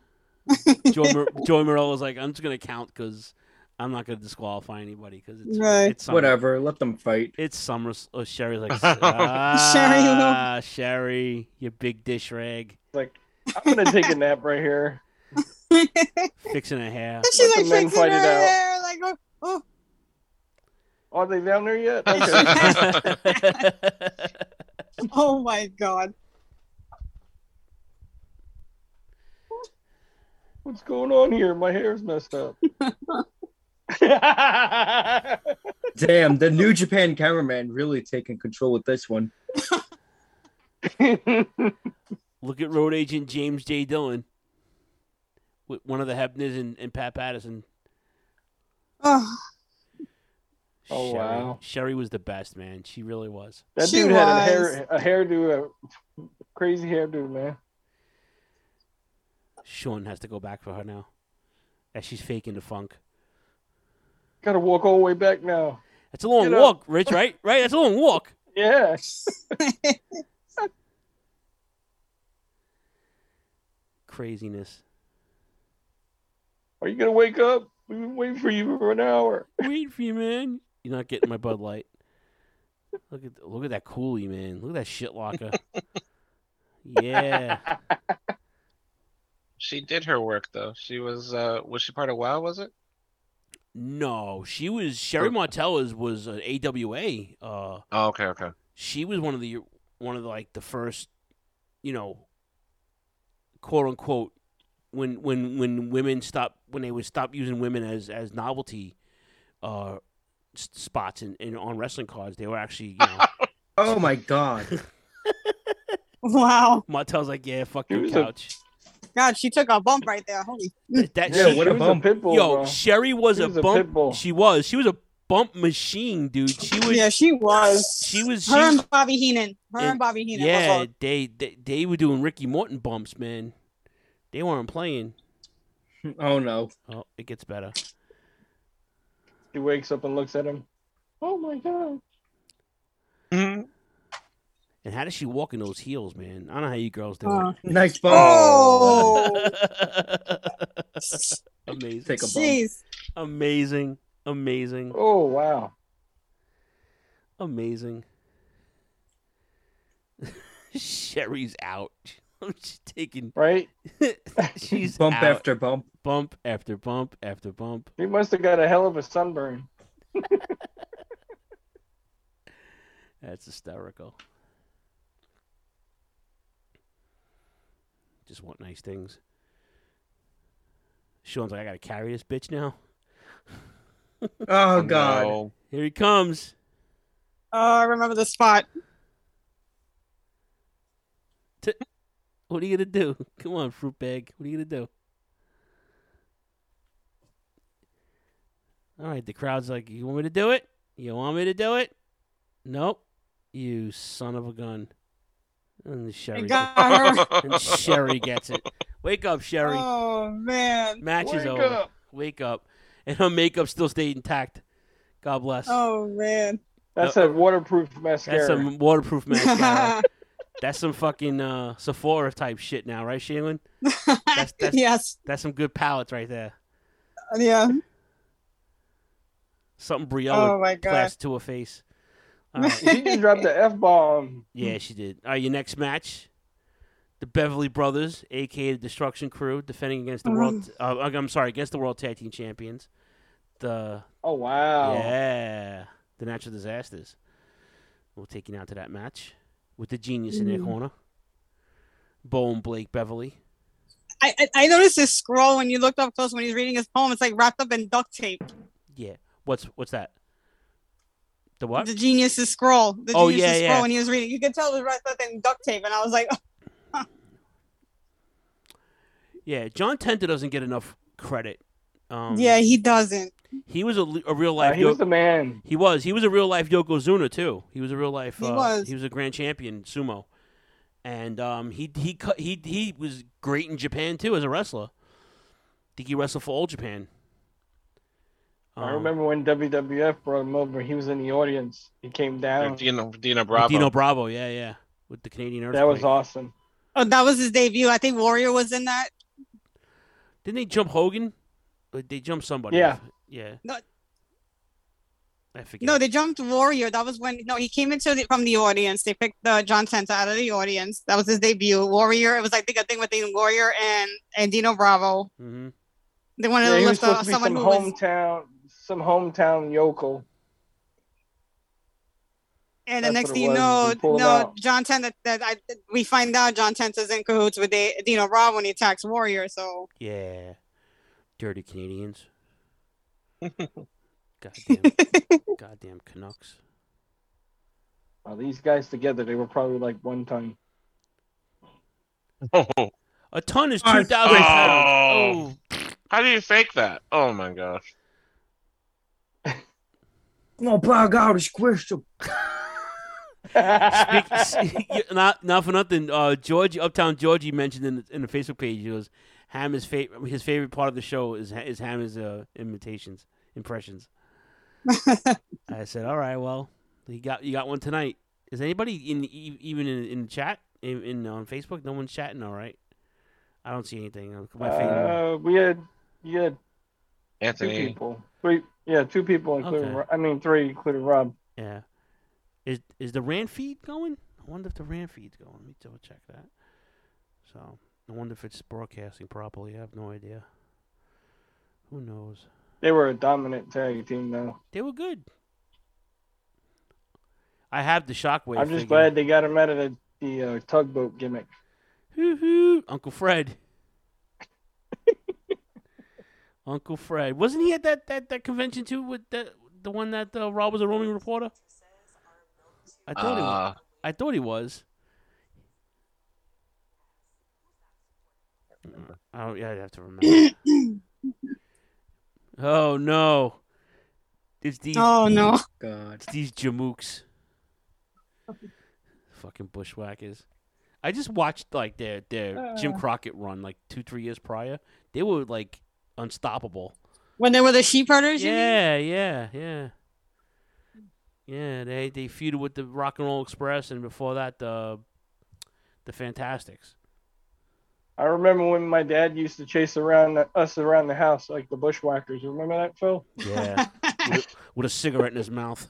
Joy, Mar- Joy Morello's like, I'm just gonna count because I'm not gonna disqualify anybody because it's, Right. it's summer. Whatever, let them fight. It's summer. Oh, Sherry's like, ah, Sherry, you big dish rag, Like, I'm gonna take a nap right here. fixing a hair. And she's Let like the men fixing fight her it out. hair, like oh, oh. Are they down there yet? oh my god. What's going on here? My hair's messed up. Damn, the New Japan cameraman really taking control with this one. Look at road agent James J. Dillon with one of the Hebners and, and Pat Patterson. Oh, Oh, Sherry- wow. Sherry was the best man. She really was. That dude had a hair, a hairdo, a crazy hairdo, man. Sean has to go back for her now, as she's faking the funk. Gotta walk all the way back now. It's a long Get up. walk, Rich. Right, right. That's a long walk. Yeah. Craziness. Are you gonna wake up? We've been waiting for you for an hour. Wait for you, man. You're not getting my Bud Light. Look at look at that coolie, man. Look at that shit locker. yeah. She did her work though. She was uh was she part of WoW, was it? No, she was Sherry Martel was was an AWA. Uh, Oh okay, okay. she was one of the one of the, like the first, you know, quote unquote, when when when women stop when they would stop using women as as novelty, uh, s- spots in, in on wrestling cards. They were actually you know. Oh my god. Wow. Martel's like, yeah, fuck She your was a- couch. God, she took a bump right there. Holy. That Yeah, she- what a She was a bump. pit bull, Yo, bro. Sherry was, She a was a bump. pit bull. She was. She was a bump machine, dude. She was. Yeah, she was. She was. She, Her and Bobby Heenan. Her and, and- Bobby Heenan. yeah, they, they they were doing Ricky Morton bumps, man. They weren't playing. Oh no. Oh, it gets better. She wakes up and looks at him. Oh my god. And how does she walk in those heels, man? I don't know how you girls do Oh. it. Nice bump. Oh. Amazing. Take a bump. Jeez. Amazing. Amazing. Oh wow. Amazing. Sherry's out. She's taking Right? She's Bump out. after bump. bump after bump after bump. He must have got a hell of a sunburn. That's hysterical. Just want nice things. Sean's like, I gotta carry this bitch now. Oh god. No. Here he comes. Oh, I remember the spot. What are you gonna do? Come on, fruit bag. What are you gonna do? All right, the crowd's like, "You want me to do it? You want me to do it? Nope. You son of a gun." And Sherry, got her. and Sherry gets it. Wake up, Sherry. Oh man. Match is Wake over. up. Wake up. And her makeup still stayed intact. God bless. Oh man. That's Uh, a waterproof mascara. That's some waterproof mascara. that's some fucking uh, Sephora type shit now, right, Shaylin? That's, that's, Yes. That's some good palettes right there. 啊 Yeah. Something Oh, Brielle would my God. plaster to her face. All right. she just dropped the F bomb. yeah, she did. All right, your next match. The Beverly Brothers, aka the Destruction Crew, defending against Mm. the world. Uh, I'm sorry, against the World Tag Team Champions. The Oh wow. Yeah. The natural disasters. We'll take you now to that match with the genius in their Mhm. corner. Bo and Blake Beverly. I, I I noticed his scroll when you looked up close when he's reading his poem. It's like wrapped up in duct tape. Yeah. What's what's that? The what? The genius's scroll. The Oh, genius's yeah, yeah. scroll when he was reading. You could tell it was wrapped up in duct tape, and I was like, yeah, John Tenta doesn't get enough credit Um, yeah, he doesn't. He was a, li- a real life. he was the man. He was. He was a real life Yokozuna too. He was a real life. He uh, was. He was a grand champion sumo, and um, he he cut- he he was great in Japan too as a wrestler. think he wrestled for All Japan. I Um, remember when WWF brought him over. He was in the audience. He came down. Dino, Dino with Bravo. Dino Bravo. Yeah, yeah. With the Canadian earthquake. That was awesome. Oh, that was his debut. I think Warrior was in that. Didn't they jump Hogan? Or They jumped somebody. Yeah. Yeah. No. I forget. No, they jumped Warrior. That was when no, he came into the, from the audience. They picked uh, John Santa out of the audience. That was his debut. Warrior. It was I think a thing with the Warrior and and Dino Bravo. Mm-hmm. They wanted he to was lift supposed uh, to be someone some who was hometown, some hometown yokel. And the That's next what thing it you was, know, we pulled no, out. John Tenta, that I, we find out John Tenta's in cahoots with the- Dino Rob when he attacks Warrior. So Yeah. Dirty Canadians. goddamn, goddamn Canucks. Wow, Uh, these guys together, they were probably like one ton. A ton is Oh, two thousand pounds. Oh. How do you fake that? Oh my gosh. Oh, by God, I squished him. Speak, not not for nothing. Uh, George Uptown Georgie mentioned in the, in the Facebook page. He goes, "Ham is fa- his favorite part of the show is Ha- is Ham's uh, imitations impressions." I said, "All right, well, you got you got one tonight." Is anybody in e- even in, in chat in, in on Facebook? No one's chatting. All right, I don't see anything. Look at My favorite. Uh, we had, you had two Anthony. people, three, yeah, two people, including Okay. Ro- I mean three, including Rob. Yeah. Is is the Rand feed going? I wonder if the Rand feed's going. Let me double check that. So I wonder if it's broadcasting properly. I have no idea. Who knows? They were a dominant tag team, though. They were good. I have the shockwave. I'm just figure. glad they got him out of the, the uh, tugboat gimmick. Hoo hoo, Uncle Fred. Uncle Fred. Wasn't he at that, that, that convention too with the the one that uh, Rob was a roaming reporter? I thought he was. Ah. I thought he was. Oh yeah, I'd have to remember. oh no. It's these Oh, no. God. It's these jamooks. Fucking bushwhackers. I just watched like their their Jim Uh. Crockett run like two, three years prior. They were like unstoppable. when they were the sheep herders, you mean? Yeah, yeah, yeah. Yeah, they they feuded with the Rock and Roll Express and before that the the Fantastics. I remember when my dad used to chase around the, us around the house like the bushwhackers. Remember that, Phil? Yeah. with, with a cigarette in his mouth.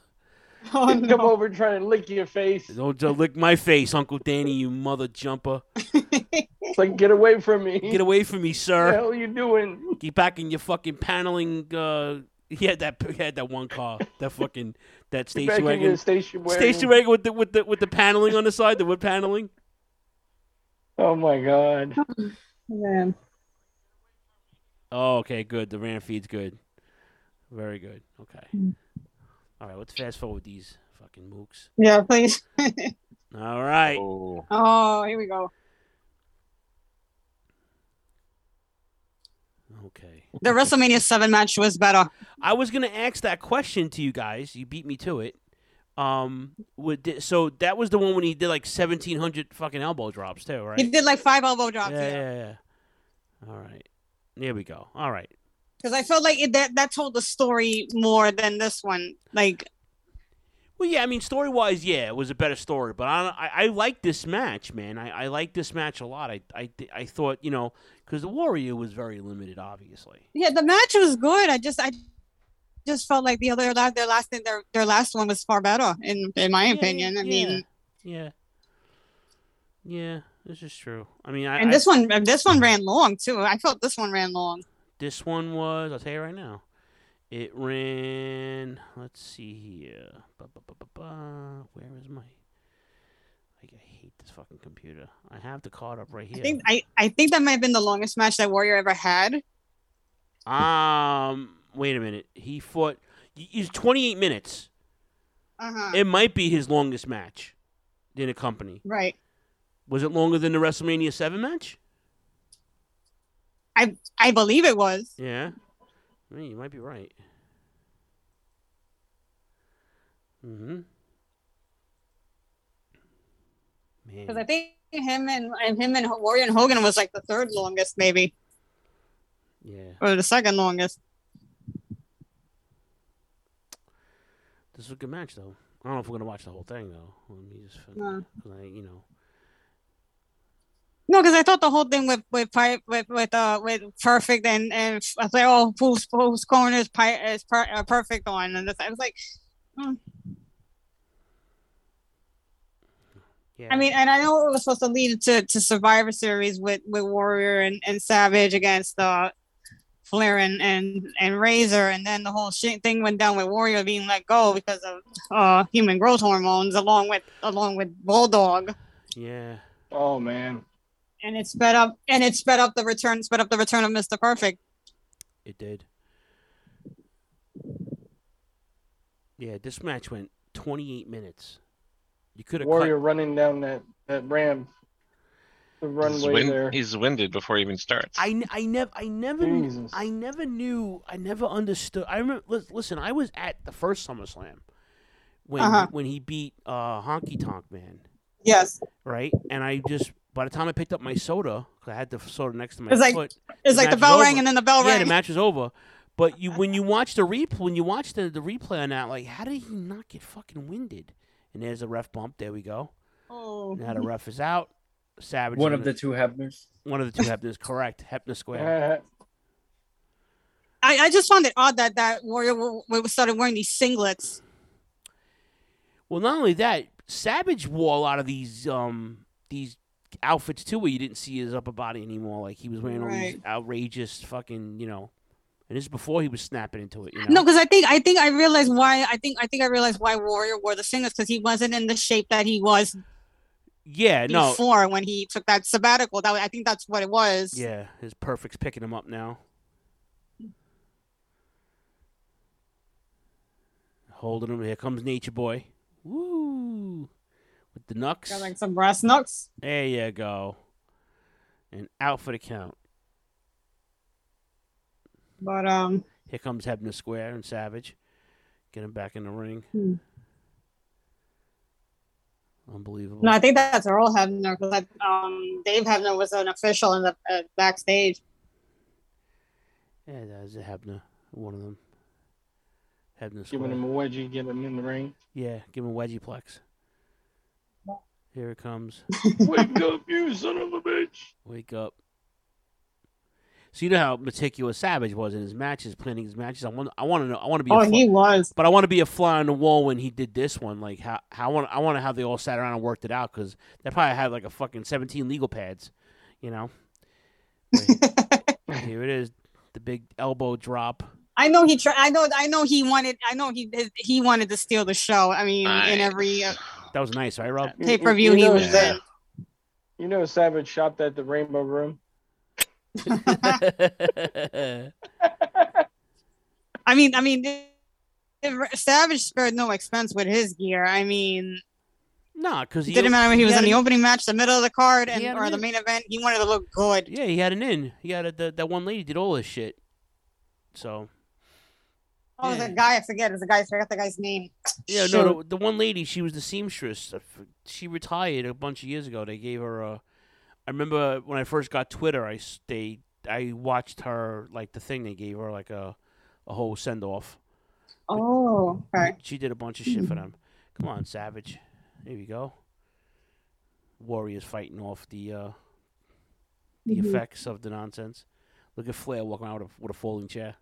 Oh, Come over and try to lick your face. Don't just lick my face, Uncle Danny, you mother jumper. It's like get away from me. Get away from me, What sir. the hell are you doing? Get back in your fucking paneling. Uh, he had that. He had that one car. That fucking that Get station back in wagon. your station wagon. Station wagon with the with the with the paneling on the side, the wood paneling. Oh my god. Man. Oh, okay, good. The ram feed's good. Very good. Okay. All right, let's fast forward these fucking mooks. Yeah, please. All right. oh, here we go. Okay. The WrestleMania Seven match was better. I was gonna ask that question to you guys. You beat me to it. Um, would thi- so that was the one when he did like seventeen hundred fucking elbow drops too, right? He did like five elbow drops. yeah, yeah, yeah. All right. There we go. All right. Because I felt like it, that that told the story more than this one. Like Well, yeah, I mean, story wise, yeah, it was a better story, but I I, I like this match, man. I, I like this match a lot. I I, thi- I thought you know because the Warrior was very limited, obviously. Yeah, the match was good. I just I just felt like the other their last their their last one was far better in in my Yeah, opinion. I yeah, mean, yeah, yeah, this is true. I mean, I, and I- this one and this one ran long too. I felt this one ran long. This one was, I'll tell you right now, it ran, let's see here. Ba, ba, ba, ba, ba. Where is my. Like, I hate this fucking computer. I have the card up right here. I think I I think that might have been the longest match that Warrior ever had. um, wait a minute. He fought. he- He's 28 minutes. Uh-huh. It might be his longest match in a company. Right. Was it longer than the WrestleMania 7 match? I I believe it was. Yeah. I mean, you might be right. Mm-hmm. Man. Because I think him and, and him and Warrior and Hogan was like the third longest, maybe, Yeah. or the second longest. This was a good match, though. I don't know if we're gonna watch the whole thing, though. Let me just, No. 'cause I, you know, No, because I thought the whole thing with with Pi- with with uh with perfect and and I was like, oh, whose whose corner is Pi- is per- uh, perfect on, and I was like, hmm. yeah. I mean, and I know it was supposed to lead to, to Survivor Series with, with Warrior and, and Savage against uh, Flair and, and, and Razor, and then the whole shit thing went down with Warrior being let go because of uh, human growth hormones, along with along with Bulldog, yeah. Oh man, and it sped up and it sped up the return, sped up the return of Mister Perfect. It did. Yeah, this match went 28 minutes. You could have Warrior cut. running down that that ramp, the Just runway win- there. He's winded before he even starts. I, n- I never I never kn- Jesus. I never knew I never understood. I remember listen, I was at the first SummerSlam when Uh-huh. when he beat uh, Honky Tonk Man, Yes, right? And I just by the time I picked up my soda, 'cause I had the soda next to my It's like- foot. it's like match the was bell rang over. and then the bell yeah, rang. the match was over. But you when you watch the replay when you watch the, the replay on that, like how did he not get fucking winded? And there's a ref bump. There we go. Oh. Now the ref is out. Savage. One of is gonna- the two Hebners. One of the two Hebners, correct? Hebner Square. I, I just found it odd that that Warrior w- w- started wearing these singlets. Well, not only that, Savage wore a lot of these um these outfits too, where you didn't see his upper body anymore. Like he was wearing all these Right. outrageous fucking, you know. And this is before he was snapping into it. You know? No, because I think I think I realized why I think I think I realized why Warrior wore the singlets because he wasn't in the shape that he was yeah, Uh, no, before when he took that sabbatical. That was- I think that's what it was. yeah. His perfect's picking him up now. Holding him. Here comes Nature Boy. Woo! With the knucks. Got like some brass knucks. There you go. And out for the count. But um, Here comes Hebner Square and Savage. Get him back in the ring. Hmm. Unbelievable. no, I think that's Earl Hebner because um Dave Hebner was an official in the uh, backstage. Yeah, that was a Hebner. One of them. Hebner Square. Giving him a wedgie, getting him in the ring. Yeah, give him a wedgie plex. Here it comes. Wake up, you son of a bitch! Wake up. So you know how meticulous Savage was in his matches, planning his matches. I want, I want to know. I want to be. a Oh, fly- he was. But I want to be a fly on the wall when he did this one. Like how, how I want, I want to how they all sat around and worked it out because they probably had like a fucking seventeen legal pads, you know. But here it is, the big elbow drop. I know he tried. I know. I know he wanted. I know he his, he wanted to steal the show. I mean, in every uh, That was nice, right, Rob? You- pay per view you he know was Sa- in. You know, Savage shopped at the Rainbow Room. I mean, I mean, it- it- Savage spared no expense with his gear. I mean, Nah, because it he didn't matter if he was had in the an- opening match, the middle of the card, and had or him the in. main event. He wanted to look good. Yeah, he had an in. He had a, the, that one lady did all this shit. So Oh, the guy I forget. It's a guy. I forgot the guy's name. yeah, Shoot. no, the, the one lady she was the seamstress. I f- She retired a bunch of years ago. They gave her a. I remember when I first got Twitter, I s- they I watched her like the thing they gave her like a a whole send off. Oh, okay. She did a bunch of shit for them. Come on, Savage. Here we go. Warriors fighting off the uh, the Mm-hmm. Mhm. effects of the nonsense. Look at Flair walking out with a, with a folding chair.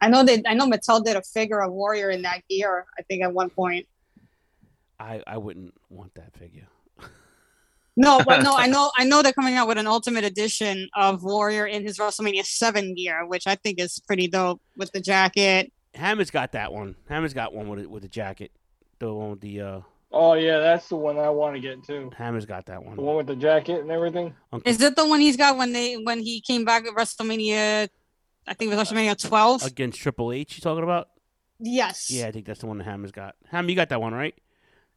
I know that. I know Mattel did a figure of Warrior in that gear. I think at one point. I, I wouldn't want that figure. No, but no, I know. I know they're coming out with an Ultimate Edition of Warrior in his WrestleMania Seven gear, which I think is pretty dope with the jacket. Hammond's got that one. Hammond's got one with it, with a jacket. The one with the uh, Oh yeah, that's the one I want to get too. Hammond's got that one. The one with the jacket and everything. Uncle, Is it the one he's got when they when he came back at WrestleMania? I think it Uh, was WrestleMania 12. against Triple H. You talking about? Yes. Yeah, I think that's the one that Hammond's got. Hammond, you got that one right?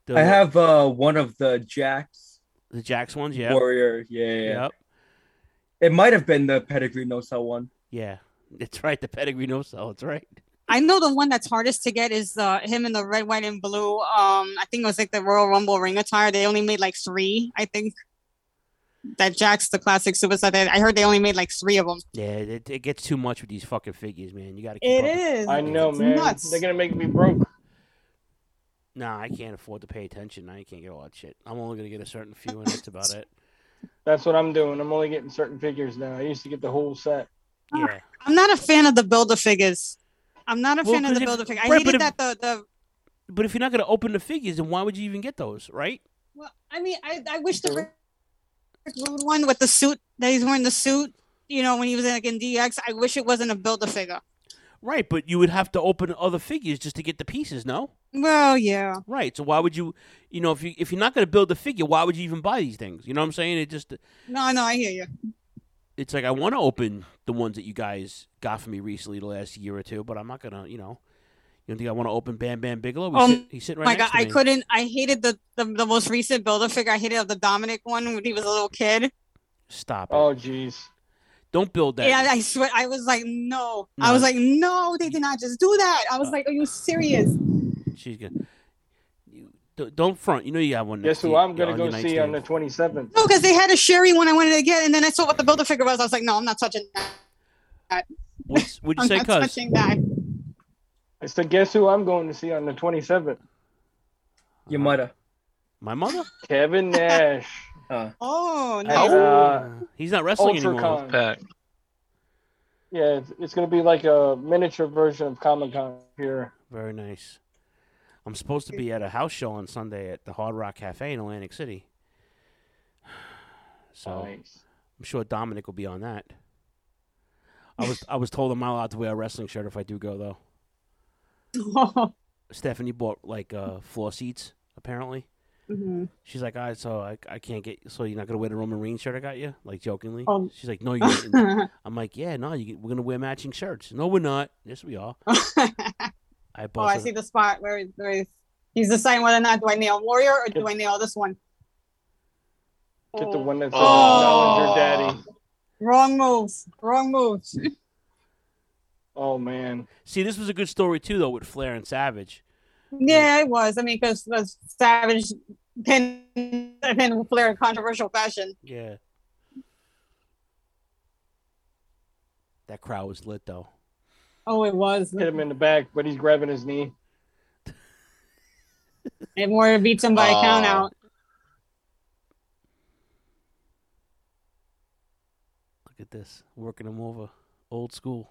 The, I have uh, one of the Jacks the Jacks ones. Yeah. Warrior. Yeah, yeah, yeah. Yep. It might have been the Pedigree No Cell one. Yeah. That's right. The pedigree no sell. That's right. I know the one that's hardest to get is uh, him in the red, white, and blue. Um, I think it was like the Royal Rumble ring attire. They only made like three, I think. That Jack's the classic superstar. They- I heard they only made like three of them. Yeah, it, it gets too much with these fucking figures, man. You got to. It is. I know, It's man. nuts. They're gonna make me broke. Nah, I can't afford to pay attention. I can't get all that shit. I'm only gonna get a certain few, and that's about it. That's what I'm doing. I'm only getting certain figures now. I used to get the whole set. Yeah. I'm not a fan of the builder figures. I'm not a Well, fan of 'cause the if- builder figure. I right, but hated if- that the the. But if you're not gonna open the figures, then why would you even get those, right? Well, I mean, I I wish the Rick Rude one with the suit that he's wearing the suit. You know, when he was like in DX, I wish it wasn't a builder figure. Right, but you would have to open other figures just to get the pieces, no? Well, yeah. Right. So why would you, you know, if you if you're not going to build the figure, why would you even buy these things? You know what I'm saying? It just No, no, I hear you. it's like I want to open the ones that you guys got for me recently the last year or two, but I'm not gonna, you know, you don't think I want to open Bam Bam Bigelow? He's, Oh sit- he's sitting right my next god, to I me. couldn't. I hated the, the the most recent builder figure. I hated the Dominic one when he was a little kid. Stop. Oh jeez. Don't build that. Yeah, I swear, I was like, no. No. I was like, no, they did not just do that. I was like, are you serious? She's gonna. You, don't- don't front. You know you got one. Guess next to who you- I'm gonna on go your see on nightstand. the 27th? No, because they had a Sherry one I wanted to get, and then I saw what the builder figure was. I was like, no, I'm not touching that. What's, what'd you I'm say, not cuz? touching that. I said, guess who I'm going to see on the 27th? Your mother. My mother. Kevin Nash. Oh, At, nice. uh, He's not wrestling anymore. UltraCon. Yeah, it's, it's gonna be like a miniature version of Comic Con here. Very nice. I'm supposed to be at a house show on Sunday at the Hard Rock Cafe in Atlantic City. So I'm sure Dominic will be on that. I was I was told I'm not allowed to wear a wrestling shirt if I do go though. Stephanie bought like uh, floor seats apparently. Mhm. She's like, all right, so I, I can't get so you're not gonna wear the Roman Reigns shirt I got you, like jokingly. Oh. She's like, no, you. didn't." I'm like, yeah, no, you, we're gonna wear matching shirts. No, we're not. Yes, we are. I Oh, bought. I some- see the spot where, where he's deciding whether or not do I nail Warrior or do I nail this one. Get the one that's Oh. oh. Daddy. Wrong moves. Wrong moves. Oh man. See, this was a good story too, though, with Flair and Savage. Yeah, it was. I mean, because Savage pinned, pinned Flair in controversial fashion. Yeah. That crowd was lit though. Oh, it was. Hit him in the back, but he's grabbing his knee. And Warrior beats him by a Oh. count out. Look at this, working them over, old school.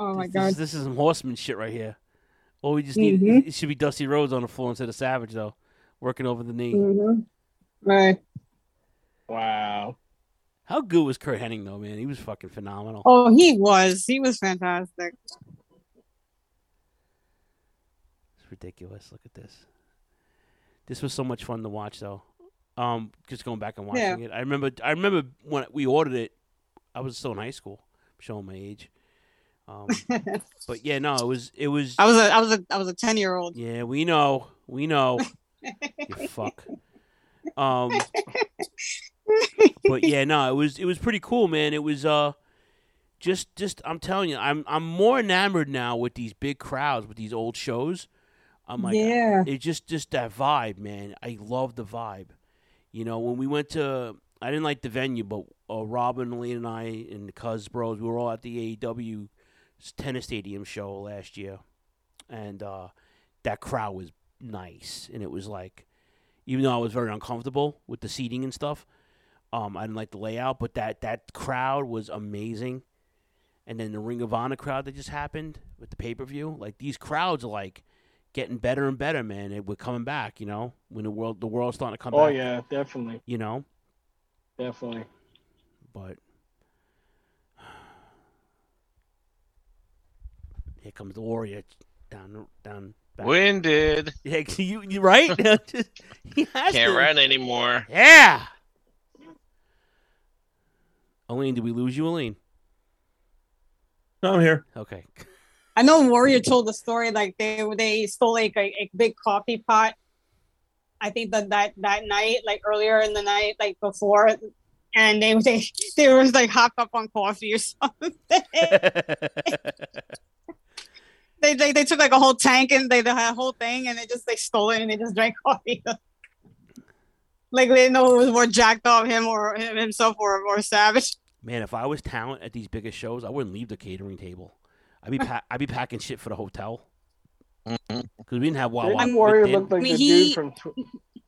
Oh my this, god. This, this is some horseman shit right here. All we just need Mhm. it should be Dusty Rhodes on the floor instead of Savage though, working over the knee. Mhm. Right. Wow. How good was Kurt Hennig though, man? He was fucking phenomenal. Oh, he was. He was fantastic. It's ridiculous. Look at this. This was so much fun to watch, though. Um, just going back and Yeah. watching it, I remember. I remember when we ordered it. I was still in high school, showing my age. Um, but yeah, no, it was. It was. I was a I was a I was a ten year old. Yeah, we know. We know. you fuck. Um, but yeah, no, it was it was pretty cool, man. It was uh, just just I'm telling you, I'm I'm more enamored now with these big crowds with these old shows. I'm like, Yeah. it just just that vibe, man. I love the vibe. You know, when we went to, I didn't like the venue, but uh, Robin, Lee, and I, and the Cuz Bros, we were all at the AEW 's tennis stadium show last year, and uh, that crowd was nice, and it was like, even though I was very uncomfortable with the seating and stuff, um, I didn't like the layout, but that that crowd was amazing, and then the Ring of Honor crowd that just happened with the pay per view, like these crowds are like getting better and better, man. It, we're coming back, you know, when the world the world's starting to come oh back yeah, definitely, you know. definitely. But here comes the warrior down down. Back. Winded. Yeah, you you right? he has Can't to. run anymore. Yeah. Elaine, did we lose you, Elaine? No, I'm here. Okay. I know Warrior told the story like they they stole like a, a big coffee pot. I think that that that night, like earlier in the night, like before and they they they was like hopped up on coffee or something. they, they they took like a whole tank and they the whole thing and they just like stole it and they just drank coffee. like they didn't know who was more jacked off him or him, himself or or Savage. Man, if I was talent at these biggest shows, I wouldn't leave the catering table. I'd be pa- I'd be packing shit for the hotel because we didn't have Wawa. Didn't Warrior Then- look like mean, the he- dude from Tw-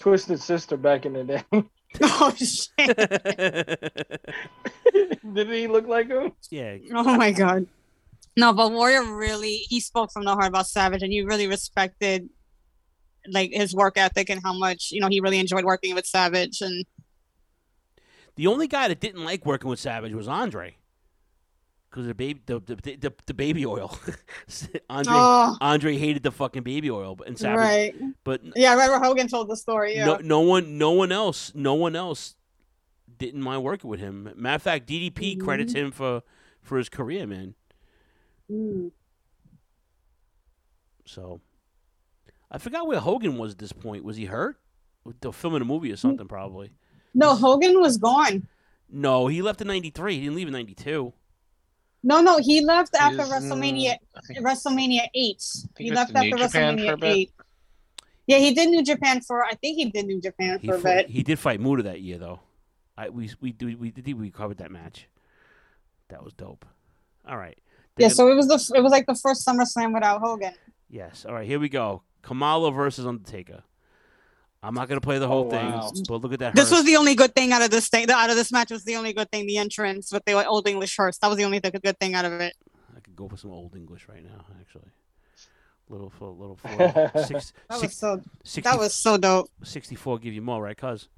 Twisted Sister back in the day? Oh shit! Did he look like him? Yeah. Oh my god. No, but Warrior really he spoke from the heart about Savage and you really respected like his work ethic and how much, you know, he really enjoyed working with Savage and The only guy that didn't like working with Savage was Andre, because the baby, the the, the, the baby oil. Andre, Oh. Andre hated the fucking baby oil, but and Savage, Right. but Yeah, I remember Hogan told the story, yeah. no, no one, no one else, no one else didn't mind working with him. Matter of fact, DDP credits Mhm. him for for his career, man. Mm. So I forgot where Hogan was at this point. Was he hurt? They're filming a movie or something, probably. No, Hogan was gone. No, he left in '93. He didn't leave in '92. No, no, he left after He's, uh, WrestleMania WrestleMania eight. He he was left in after New Japan for a WrestleMania bit. eight. Yeah, he did New Japan for I think he did New Japan He, for a fought- bit. he did fight Muda that year, though. I we we we, we did we covered that match. That was dope. All right. Yeah, Then- so it was the it was like the first SummerSlam without Hogan. yes. All right. Here we go. Kamala versus Undertaker. I'm not gonna play the whole thing, wow. but look at that. This was hearse. the only good thing out of this thing. Out of this match was the only good thing. The entrance with the old English hearse. That was the only th- good thing out of it. I could go for some old English right now, actually. Little for little for six, That was six- so- 60 that was so dope. Sixty-four, give you more, right, cuz?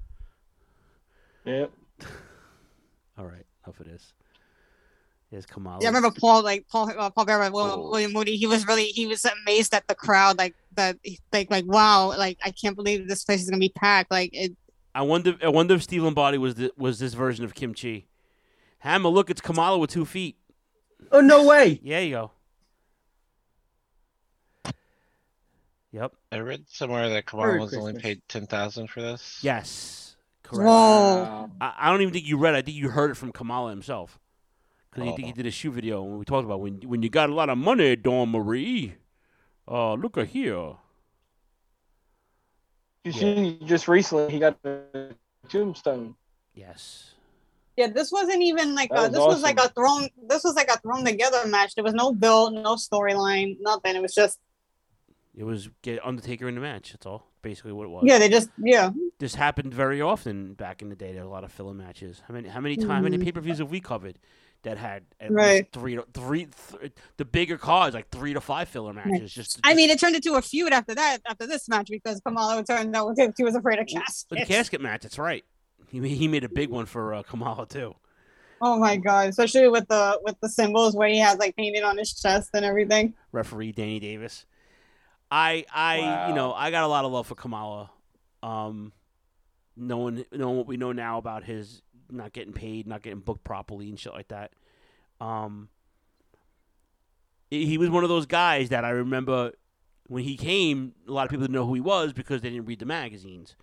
Yep. All right, enough of this. There's Kamala. Yeah, I remember Paul, like Paul, uh, Paul Bearer, William, Oh. William Moody. He was really, he was amazed at the crowd, like that, like, like wow, like I can't believe this place is gonna be packed. Like it, I wonder. I wonder if Stephen Body was the, was this version of Kimchi. Hammer, look, it's Kamala with two feet. Oh no way! Yeah, you go. Yep. I read somewhere that Merry Kamala was only Christmas. paid ten thousand for this. Yes, correct. Whoa. I, I don't even think you read. it. I think you heard it from Kamala himself because he, Oh. he did a shoe video and we talked about when when you got a lot of money, Dawn Marie. Uh, look at here. You see, just recently he got the tombstone. Yes. yeah, this wasn't even like That a, was this was like a awesome. thrown, this was like a thrown together match. There was no build, no storyline, nothing. It was just It was get Undertaker in the match. That's all. Basically, what it was. yeah, they just yeah. This happened very often back in the day. There were a lot of filler matches. How many? How many times? How many Mhm. pay per views have we covered that had at Right. least three, to, three, th- the bigger cards like three to five filler matches? Just I mean, it turned into a feud after that, after this match, because Kamala turned out she was afraid of the Caspian. casket match. That's right. He he made a big one for uh, Kamala too. Oh my god, especially with the with the symbols where he had like painted on his chest and everything. referee Danny Davis. I I you know I got a lot of love for Kamala. Um, knowing knowing what we know now about his not getting paid, not getting booked properly, and shit like that. Um, he he was one of those guys that I remember when he came. A lot of people didn't know who he was because they didn't read the magazines.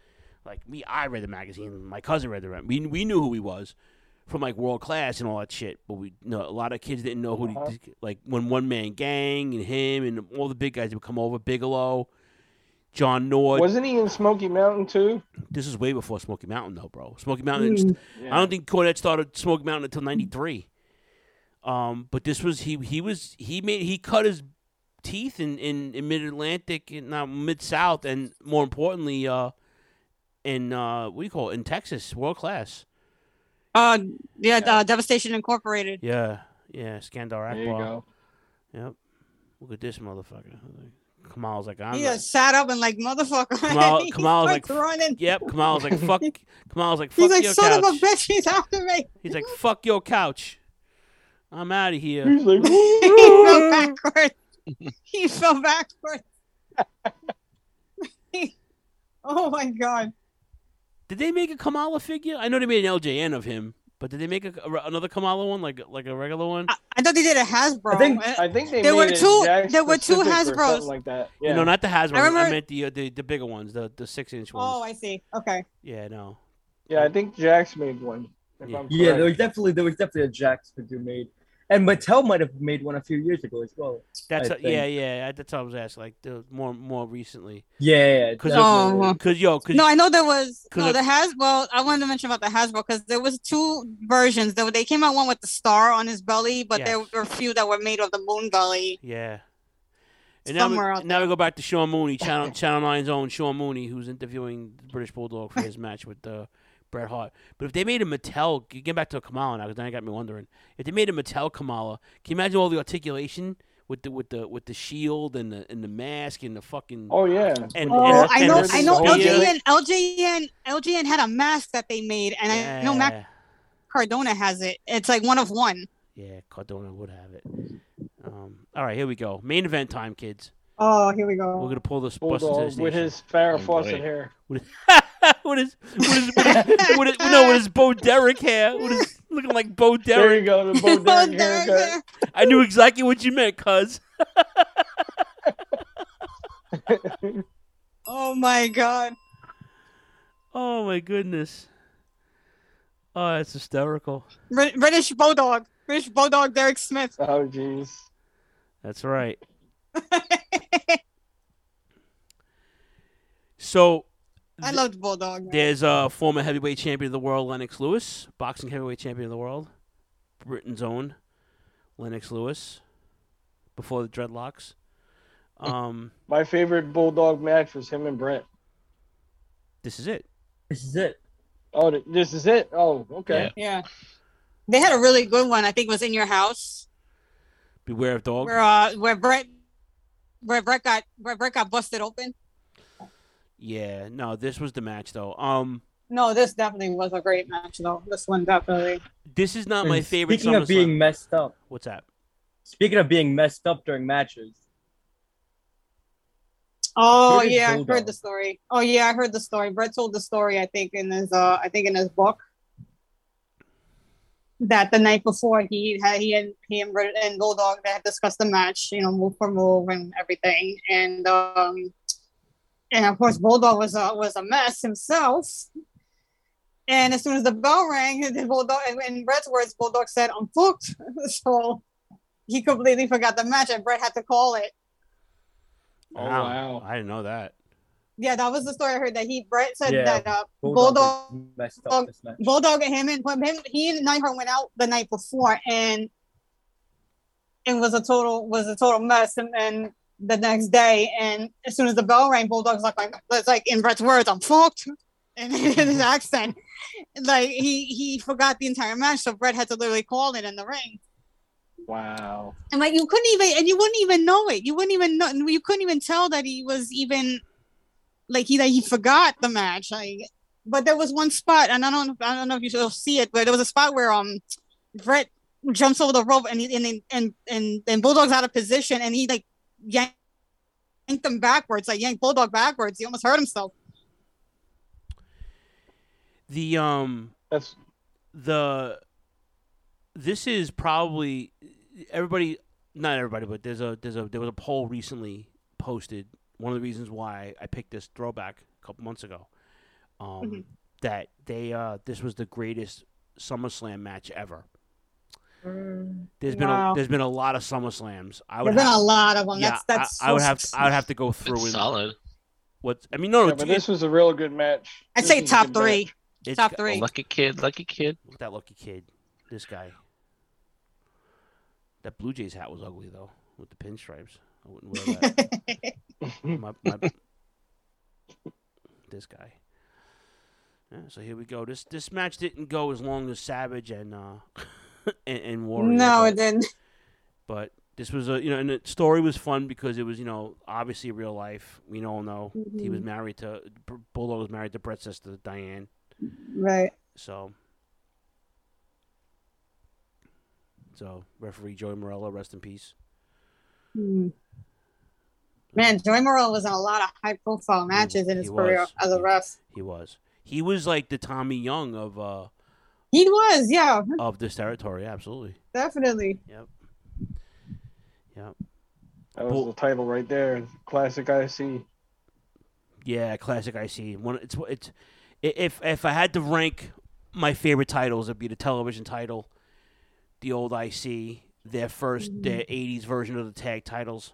Like me, I read the magazine. My cousin read the mag- we we knew who he was from like world class and all that shit. But we no, a lot of kids didn't know who Uh-huh. he, like when one man gang and him and all the big guys would come over. Bigelow, John Nord. Wasn't he in Smoky Mountain too? This is way before Smoky Mountain though, bro. Smoky Mountain. Mm. I don't think Cornette started Smoky Mountain until '93. Um, but this was he. He was he made he cut his teeth in in, in mid Atlantic and now mid South, and more importantly, uh, in uh, what do you call it? In Texas, world class. Uh, yeah, Uh, Devastation Incorporated. Yeah, yeah, Skandar Akbar. There you go. Yep. Look at this motherfucker. Kamal's like, I'm He not- just sat up and like motherfucker. Kamal, He Kamal's like, starts running. yep. Kamal's like, fuck. Kamal's like, fuck He's like, your son couch. of a bitch, he's after me. He's like, fuck your couch. I'm out of here. He's like, he fell backward. he fell backward. oh my god. Did they make a Kamala figure? I know they made an LJN of him, but did they make a, a- another Kamala one, like like a regular one? I thought they did a Hasbro. Uh, I think, I think they there were made it two. Jack There were two specific or Hasbros. something like that. You Yeah. know, not the Hasbro. I I, remember- meant the, uh, the the bigger ones, the the six inch ones. oh, I see. Okay. Yeah, no. Yeah, I think Jack's made one. If I'm Yeah, there correct. was definitely there was definitely a Jax figure made, and Mattel might have made one a few years ago as well. That's I a, yeah, think. yeah. That's what I was asking. Like the more more recently. Yeah, because definitely. Oh. yo, 'cause- No, I know there was 'cause no of- the Has. Well, I wanted to mention about the Hasbro because there was two versions. There, were- they came out one with the star on his belly, but there Yes. were a few that were made of the moon belly. Yeah. And now we, Somewhere out now we go back to Sean Mooney, Channel Channel 9's own Sean Mooney, who's interviewing the British Bulldog for his match with uh, Bret Hart. But if they made a Mattel, you get back to Kamala now, because then it got me wondering. If they made a Mattel Kamala, can you imagine all the articulation with the with the with the shield and the and the mask and the fucking Oh, yeah. and, Oh, and- I and know- the I know spear. LJN, LJN, LJN had a mask that they made, and I know Mac Yeah. Cardona has it. It's like one of one. Yeah, Cardona would have it. Um, all right, here we go. Main event time, kids. Oh, here we We're go. gonna pull this bus into the Bulldog station. with his Farrah Oh, Fawcett great. hair. With- what is what is what is, what is no what is Bo Derek hair? What is looking like Bo Derek? There you go, the Bo Derek haircut. I knew exactly what you meant, cuz. Oh my god. Oh my goodness. Oh, that's hysterical. Br- British Bulldog. British Bulldog Derek Smith. Oh jeez. That's right. so I loved Bulldog. There's a former heavyweight champion of the world, Lennox Lewis, boxing heavyweight champion of the world, Britain's own Lennox Lewis, before the dreadlocks. Um, My favorite Bulldog match was him and Brett. this is it. This is it. Oh, th- this is it. Oh, okay. Yeah. They had a really good one. I think it was in your house Beware of dog. where uh where Brett where Brett got where Brett got busted open. Yeah, no, this was the match though. Um, No, this definitely was a great match though. This one definitely. this is not my And favorite. Speaking of SummerSlam. being messed up, what's that? Speaking of being messed up during matches, Oh British yeah, I Bulldog. heard the story. Oh yeah, I heard the story. Brett told the story I think in his uh I think in his book. That the night before he had he and he and, Brett and Bulldog they had discussed the match, you know, move for move and everything. And um and of course Bulldog was a was a mess himself. And as soon as the bell rang, the Bulldog in Brett's words, Bulldog said, I'm booked. so he completely forgot the match and Brett had to call it. Oh wow, I didn't know that. Yeah, that was the story I heard that he Brett said Yeah, that uh, Bulldog Bulldog messed up this match. Bulldog and him and when him he and Neidhart went out the night before and it was a total was a total mess and then the next day and as soon as the bell rang, Bulldog's like, like it's like in Brett's words, I'm fucked and in his accent. Like he he forgot the entire match, so Brett had to literally call it in the ring. Wow. And like you couldn't even, and you wouldn't even know it. You wouldn't even know. You couldn't even tell that he was even, like he that he forgot the match. Like, but there was one spot, and I don't, I don't know if you still see it, but there was a spot where um, Brett jumps over the rope, and he, and and and and Bulldog's out of position, and he like yanked, yanked him backwards, like yanked Bulldog backwards. He almost hurt himself. The um That's the this is probably everybody not everybody, but there's a there's a there was a poll recently posted. One of the reasons why I picked this throwback a couple months ago. Um Mm-hmm. Mhm. that they uh this was the greatest SummerSlam match ever. There's been a, Wow. there's been a lot of SummerSlams. I would There's been have- a lot of 'em. Yeah, That's- that's I, I would so have I would have to go through and solid. What I mean, no, Yeah, it's- but it- this was a real good match. I'd This say was a top good three. match. It's Top got- three. lucky kid, lucky kid. Look at that lucky kid. This guy. That Blue Jays hat was ugly though, with the pinstripes. I wouldn't wear that. my, my, this guy. Yeah, so here we go. This this match didn't go as long as Savage and uh and, and Warrior. No, it but- didn't. But this was a you know, and the story was fun because it was you know obviously real life. We all know he was Mhm. married to Bulldog was married to Brett's sister Diane. Right. So, so referee Joey Morello, rest in peace. Hmm. Man, Joy Morrell was in a lot of high profile matches in his Hmm. he career was. as a ref. He was. He was like the Tommy Young of uh He was, yeah, of this territory. Absolutely. definitely. Yep. Yep. That was the title right there. Classic IC. Yeah, classic IC. One. It's it's i- if if I had to rank my favorite titles would be the television title, the old IC, their 1st Mm-hmm. their '80s version of the tag titles.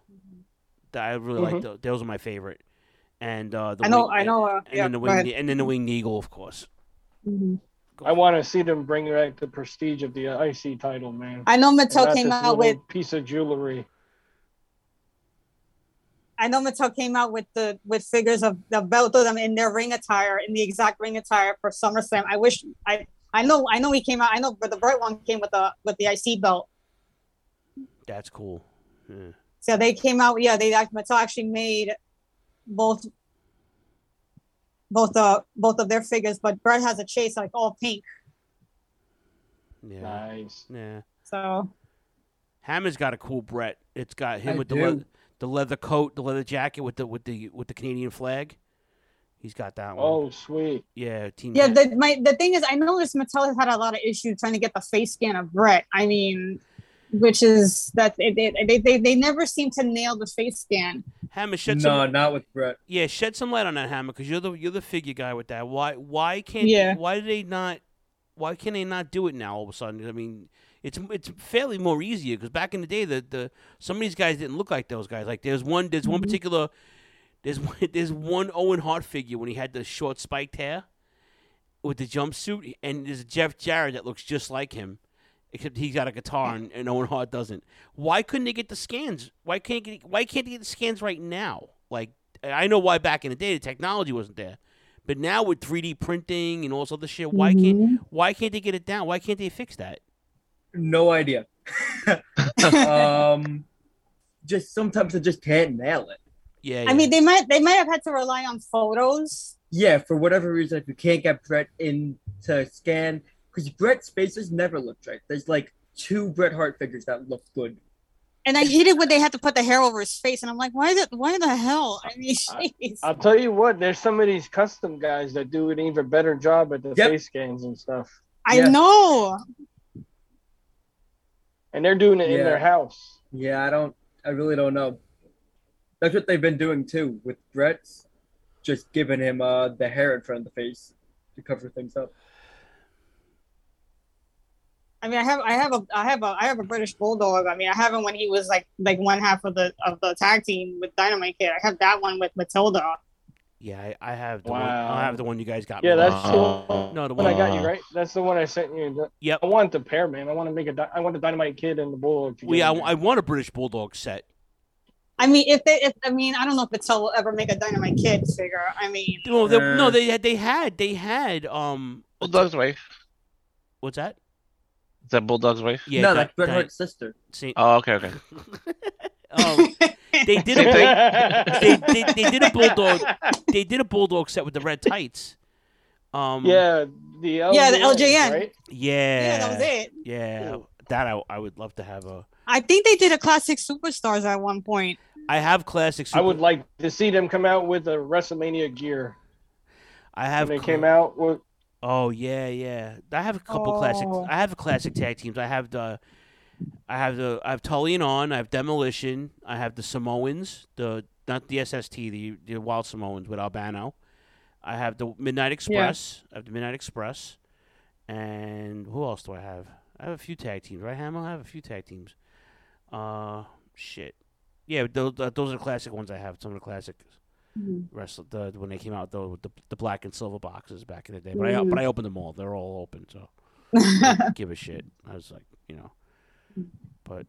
That I really Mhm. like those. Those are my favorite. And uh, the I know- Wing- I know, uh, and, yeah, then the go wing, ahead. and then the winged eagle, of course. I want to see them bring back the prestige of the IC title, man. I know And Mattel not came this little out with- piece of jewelry. I know Mattel came out with the with figures of the both of them in their ring attire, in the exact ring attire for SummerSlam. I wish I I know I know he came out. I know, but the bright one came with the with the IC belt. That's cool. Yeah. So they came out. Yeah, they act- Mattel actually made both both uh both of their figures, but Brett has a chase like all pink. Yeah. Nice. Yeah. So Hammer's got a cool Brett. It's got him I with do. the le- the leather coat, the leather jacket with the with the with the Canadian flag. He's got that one. Oh, sweet. Yeah, team. yeah, Ca- the my the thing is, I noticed Mattel has had a lot of issues trying to get the face scan of Brett. I mean, which is that they they they, they never seem to nail the face scan. Hammer shed No, some. not with Brett. Yeah, shed some light on that Hammer because you're the you're the figure guy with that. Why why can't Yeah. why do they not why can they not do it now all of a sudden? I mean, it's it's fairly more easier because back in the day the, the some of these guys didn't look like those guys. Like there's one there's one Mhm. particular there's one, there's one Owen Hart figure when he had the short spiked hair with the jumpsuit, and there's Jeff Jarrett that looks just like him, except he's got a guitar and, and Owen Hart doesn't. Why couldn't they get the scans? Why can't they- why can't they get the scans right now? Like I know why back in the day the technology wasn't there, but now with 3D printing and all this other shit, why can't why can't they get it down? Why can't they fix that? No idea. um, just sometimes I just can't nail it. Yeah, I mean, they might they might have had to rely on photos. yeah, for whatever reason, if you can't get Brett in to scan, because Brett's faces never looked right. There's like two Bret Hart figures that look good. And I hated when they had to put the hair over his face, and I'm like, why the why the hell? I mean, jeez. I'll tell you what, there's some of these custom guys that do an even better job at the Yep. face scans and stuff. I know. And they're doing it in Yeah. their house. Yeah, I don't. I really don't know. That's what they've been doing too with Brett's, just giving him uh the hair in front of the face to cover things up. I mean, I have I have a I have a I have a British bulldog. I mean, I have him when he was like like one half of the of the tag team with Dynamite Kid. I have that one with Matilda. Yeah, I, I have the one, I have the one you guys got. Yeah, me. that's the one- no the When one uh, I got you right, that's the one I sent you. Yep. I want the pair, man. I want to make a. Di- I want the Dynamite Kid and the Bulldog. Well, yeah, I, together. I want a British Bulldog set. I mean, if they if I mean, I don't know if Mattel will ever make a Dynamite Kid figure. I mean, No, they, no, they had, they had, they had. Um, Bulldog's wife. What's that? Is that Bulldog's wife? Yeah, No, Di- that's Bret Di- Hart's sister. See- Oh, okay, okay. Um, they did Same a bull- they, thing? they, they did a bulldog. They did a bulldog set with the red tights. Um, Yeah, the Yeah, the LJN. right? yeah, Yeah, that was it. Yeah, that I, I would love to have a. I think they did a classic superstars at one point. I have classic. Super, I would like to see them come out with a WrestleMania gear. I have. When they cl- came out with Oh yeah, yeah. I have a couple classic. Oh. I have classic tag teams. I have the, I have the. I have Tully and On. I have Demolition. I have the Samoans. The not the SST. The the Wild Samoans with Albano. I have the Midnight Express. I have the Midnight Express. And who else do I have? I have a few tag teams, right, Hammer? I have a few tag teams. Uh, shit. Yeah, those, those are the classic ones I have. Some of the classic Mhm. Mm-hmm. wrestle the, when they came out though with the, the black and silver boxes back in the day. But Mm-hmm. I but I opened them all. They're all open, so I don't give a shit. I was like, you know, but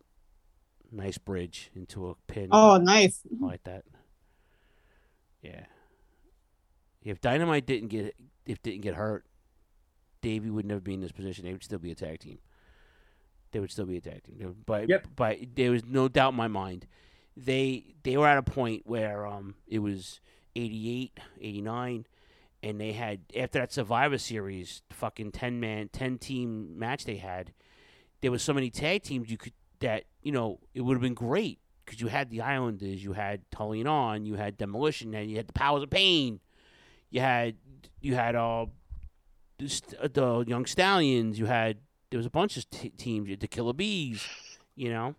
nice bridge into a pin. Oh, nice. I like that. Yeah. If Dynamite didn't get if didn't get hurt, Davey would never be in this position. They would still be a tag team. They would still be a tag team. They would- But Yep. but there was no doubt in my mind. They they were at a point where um it was 88, 89 and they had after that Survivor series fucking 10 man 10 team match they had there was so many tag teams you could that you know it would have been great because you had the Islanders, you had Tully and On, you had Demolition, and you had the Powers of Pain, you had you had uh the, St- uh, the Young Stallions, you had there was a bunch of t- teams, you had the Killer Bees, you know,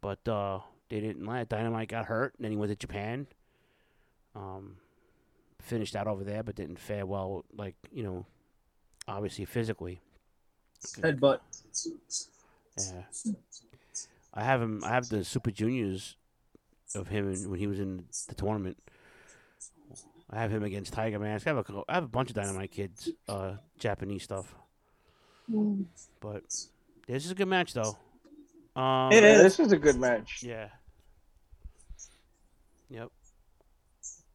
but uh they didn't let Dynamite got hurt, and then he went to Japan. Um, finished out over there, but didn't fare well. Like you know, obviously physically. Headbutt. Yeah. I have him. I have the Super Juniors of him in- when he was in the tournament. I have him against Tiger Mask. I have a couple, I have a bunch of Dynamite Kids, uh, Japanese stuff. But this is a good match, though. Um, It is. Yeah, this is a good match. Yeah. Yep.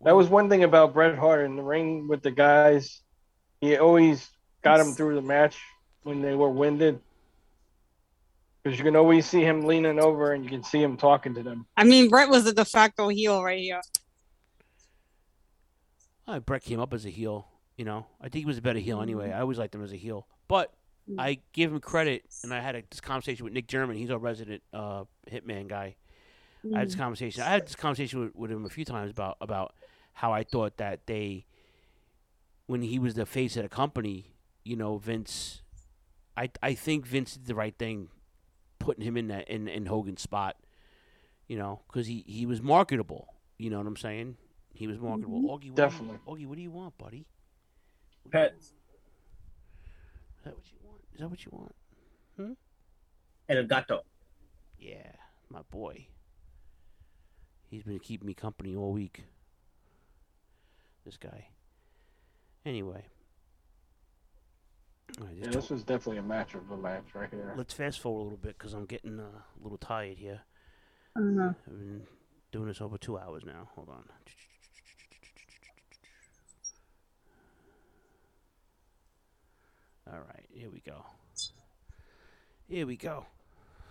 That was one thing about Bret Hart in the ring with the guys. He always got them through the match when they were winded. Because you can always see him leaning over and you can see him talking to them. I mean, Brett was the de facto heel right here. Uh, Brett came up as a heel. You know, I think he was a better heel anyway. I always liked him as a heel, but I give him credit. And I had a, this conversation with Nick German. He's our resident uh, hitman guy. I had this Mm. conversation. I had this conversation with, with him a few times about about how I thought that they, when he was the face of the company, you know, Vince. I I think Vince did the right thing, putting him in that in in Hogan's spot. You know, because he he was marketable. You know what I'm saying? He was marketable. Mm-hmm. Mhm. Augie, what do you- Definitely. Augie, what do you want, buddy? Pet. Is that what you want? Is that what you want? Hmm? El gato. Yeah, my boy. He's been keeping me company all week. This guy. Anyway. All right, Yeah, just this was definitely a match of a match right here. let's fast forward a little bit because I'm getting uh, a little tired here. Uh-huh. I've been doing this over two hours now. Hold on. All right, here we go. Here we go.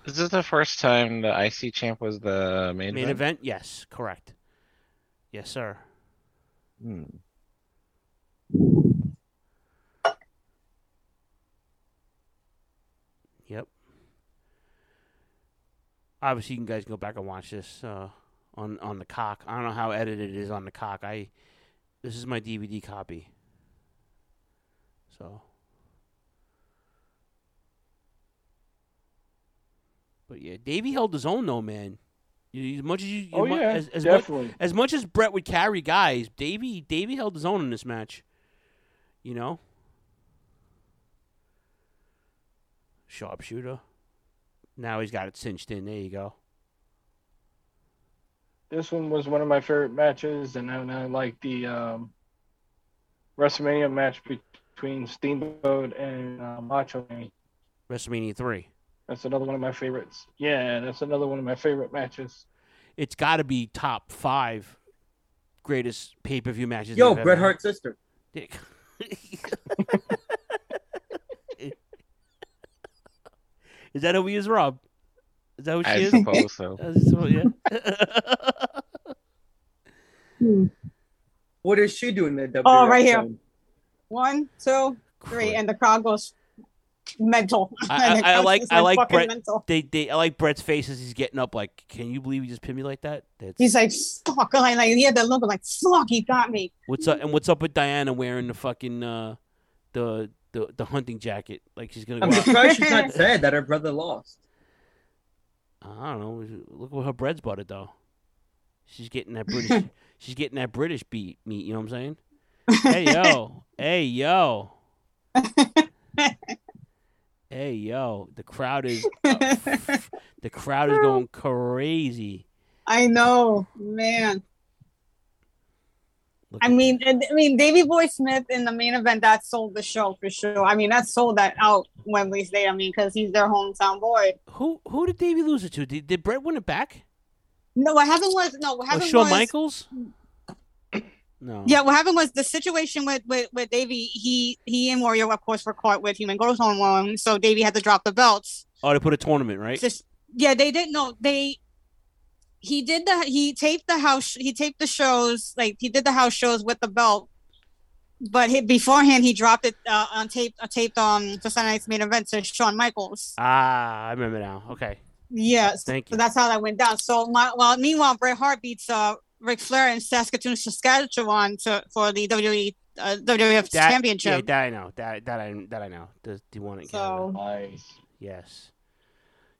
Is this the first time the IC champ was the main, Main event? Yes, correct. Yes, sir. Yep. Obviously, you guys can go back and watch this uh, on on the cock. I don't know how edited it is on the cock. I this is my DVD copy. So, but yeah, Davey held his own though, man. You- As much as you, Oh, you mu- yeah, as, as much- definitely. as much as Brett would carry guys, Davey Davey held his own in this match. You know, sharpshooter. Now he's got it cinched in. There you go. This one was one of my favorite matches, and then I like the um, WrestleMania match between Steamboat and uh, Macho Man. WrestleMania three. That's another one of my favorites. Yeah, that's another one of my favorite matches. It's got to be top five greatest pay per view matches. Yo, they've ever Bret had. Hart's sister. Dick. Is that who we is, Rob? Is that who she I is? suppose so. I suppose, yeah. What is she doing there? Oh, WF right here. zone? One, two, three, and the crowd goes mental. I, And the I, I crowd like goes I like fucking Brett. mental. They, they I like Brett's face as he's getting up. Like, can you believe you just pinned me like that? That's He's like, fuck. And I like, he had that look of like, fuck, he got me. what's up. And what's up with Diana wearing the fucking uh, the the the hunting jacket? Like she's gonna. Go I'm out- surprised she's not sad that her brother lost. I don't know. Look what her bread's buttered though. She's getting that British. she's getting that British beat meat. You know what I'm saying? Hey yo, hey yo, hey yo. The crowd is uh, the crowd is going crazy. I know, man. I mean, and- I mean, Davy Boy Smith in the main event that sold the show for sure. I mean, that sold that out Wembley Stadium. I mean, because he's their hometown boy. Who who did Davey lose it to? Did, did Brett win it back? No, what happened was no, what Was happened Shawn was Michaels? No. Yeah, what happened was the situation with with, with Davy. He he and Warrior, of course, were caught with human growth hormone, so Davy had to drop the belts. Oh, they put a tournament, right? Just yeah, they didn't know they. He did the he taped the house he taped the shows like he did the house shows with the belt, but he, beforehand he dropped it uh, on tape uh, taped um for Sunday night's main event to Shawn Michaels. ah, I remember now. Okay. Yes, Thank so that's how that went down. So my, well, meanwhile, Bret Hart beats uh Ric Flair in Saskatoon, Saskatchewan to, for the WWE uh, WWF That- Championship. Yeah, that I know. That that I that I know. The the one in Canada. So- Yes.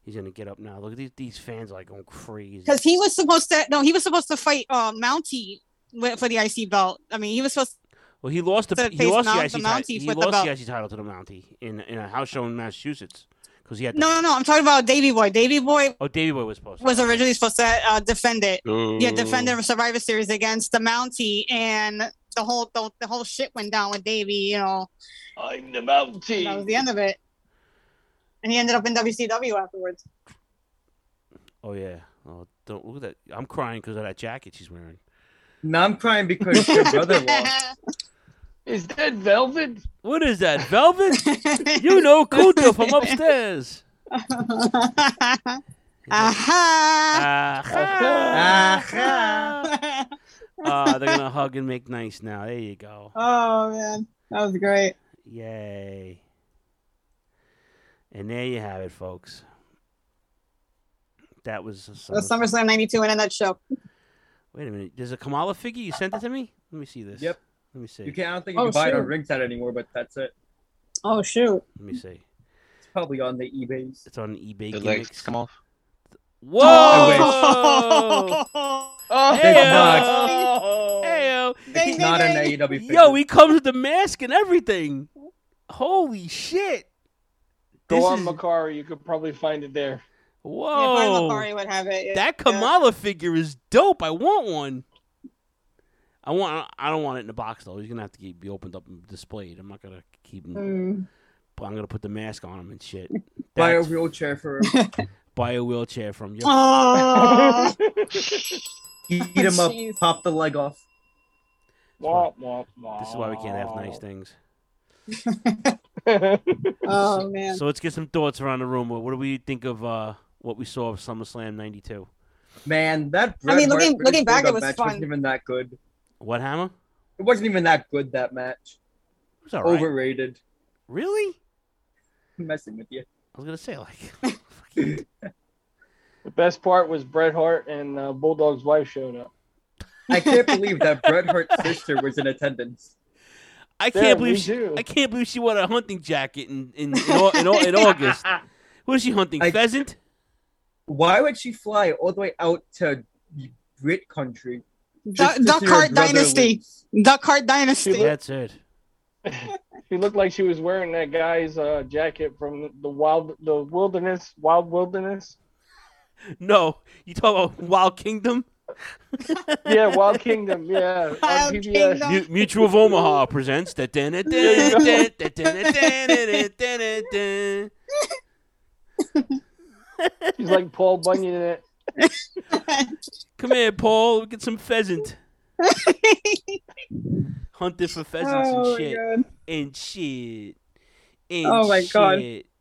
He's gonna get up now. Look at these these fans are like going crazy. because he was supposed to no he was supposed to fight uh mounty wi- for the ic belt i mean he was supposed Well, he lost the, To he face lost Mount- the IC the title. Mounties He with the lost the, belt. IC title to the Mountie in in a house show in Massachusetts because he had No, no, no. I'm talking about Davy Boy. Davy Boy oh Davy Boy was supposed to. was originally supposed to uh, defend it. Yeah, defend defender. the Survivor Series against the Mountie, and the whole the, the whole shit went down with Davy. You know, I'm the Mountie. that was the end of it. And he ended up in WCW afterwards. Oh yeah. Oh, don't look at that. I'm crying because of that jacket she's wearing. No, I'm crying because your brother lost. Is that velvet? What is that velvet? you know Kuta from upstairs. Aha! Aha! Ah, they're gonna hug and make nice now. There you go. Oh man, that was great. Yay. And there you have it, folks. That was a That's SummerSlam '92 in a nutshell. Wait a minute. There's a Kamala figure. You sent it to me? Let me see this. Yep. Let me see. You can't. I don't think you Oh, can buy it on shoot. ringside anymore, but that's it. Oh shoot! Let me see. It's probably on the eBays. It's on eBay. The legs come off. Whoa! Oh, Heyo! not. Heyo! Ding, It's not an AEW figure. Yo, he comes with the mask and everything. Holy shit! Go This on is- Makari. You could probably find it there. Whoa! Makari would have it. yeah. That Kamala figure is dope. I want one. I want. I don't want it in a box though. He's gonna have to keep, be opened up and displayed. I'm not gonna keep him. Mm. But I'm gonna put the mask on him and shit. Buy a That's- wheelchair for him. buy a wheelchair from you. Oh. Heat him up, Jeez. pop the leg off. Womp womp womp. This is why we can't have nice things. oh man. So let's get some thoughts around the room. What do we think of uh, what we saw of SummerSlam '92? Man, that. I Bret mean, looking- Hart looking British back, it Bulldog was match fun. Wasn't even that good. What hammer? It wasn't even that good. That match. It was all right. Overrated. Really? I'm messing with you. I was gonna say like The best part was Bret Hart and uh, Bulldog's wife showed up. I can't believe that Bret Hart's sister was in attendance. I Yeah, can't believe me she, too. I can't believe she wore a hunting jacket in in in, Au- in, Au- in August. What is she hunting? I- Pheasant? Why would she fly all the way out to Brit country? Duck, Duck Hart Dynasty. Duck Hart Dynasty. That's it. She looked like she was wearing that guy's uh, jacket from the wild, the wilderness, wild wilderness. No, you talk about Wild Kingdom, Yeah, Wild Kingdom. Yeah, Wild on PBS. Kingdom. Mu- Mutual of Omaha presents. Da- da- da- da- da- da- da- da- da- da- da. She's like Paul Bunyan in it. Come here, Paul. Get some pheasant. Hunting for pheasants Oh and my shit. god. And shit. And Oh my God. shit.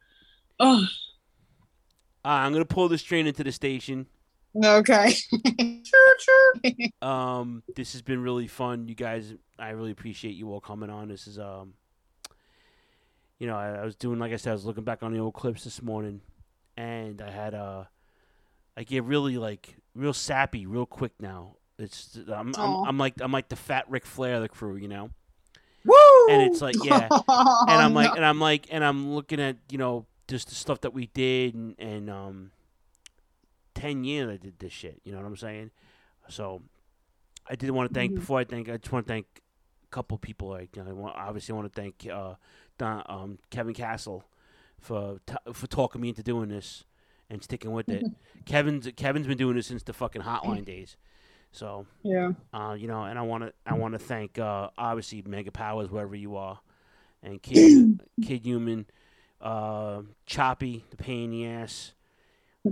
Oh, Alright, I'm gonna pull this train into the station. okay. Um, this has been really fun, you guys. I really appreciate you all coming on. This is um, you know, I, I was doing like I said, I was looking back on the old clips this morning, and I had uh, I get really like real sappy real quick now. It's I'm I'm, Aw. I'm like I'm like the fat Ric Flair of the crew, you know. Woo! And it's like yeah, Oh, and I'm like, no. and I'm like, and I'm looking at you know just the stuff that we did, and, and um, ten years I did this shit. You know what I'm saying? So, I did want to thank Mhm. before I thank, I just want to thank a couple people. Like, you know, I want, obviously, I want to thank uh, Don, um, Kevin Castle for t- for talking me into doing this and sticking with it. Kevin's Kevin's been doing this since the fucking hotline days. So Yeah. uh, you know, and I want to I want to thank uh, obviously Mega Powers wherever you are, and Kid Kid Human, uh, Choppy the pain in the ass,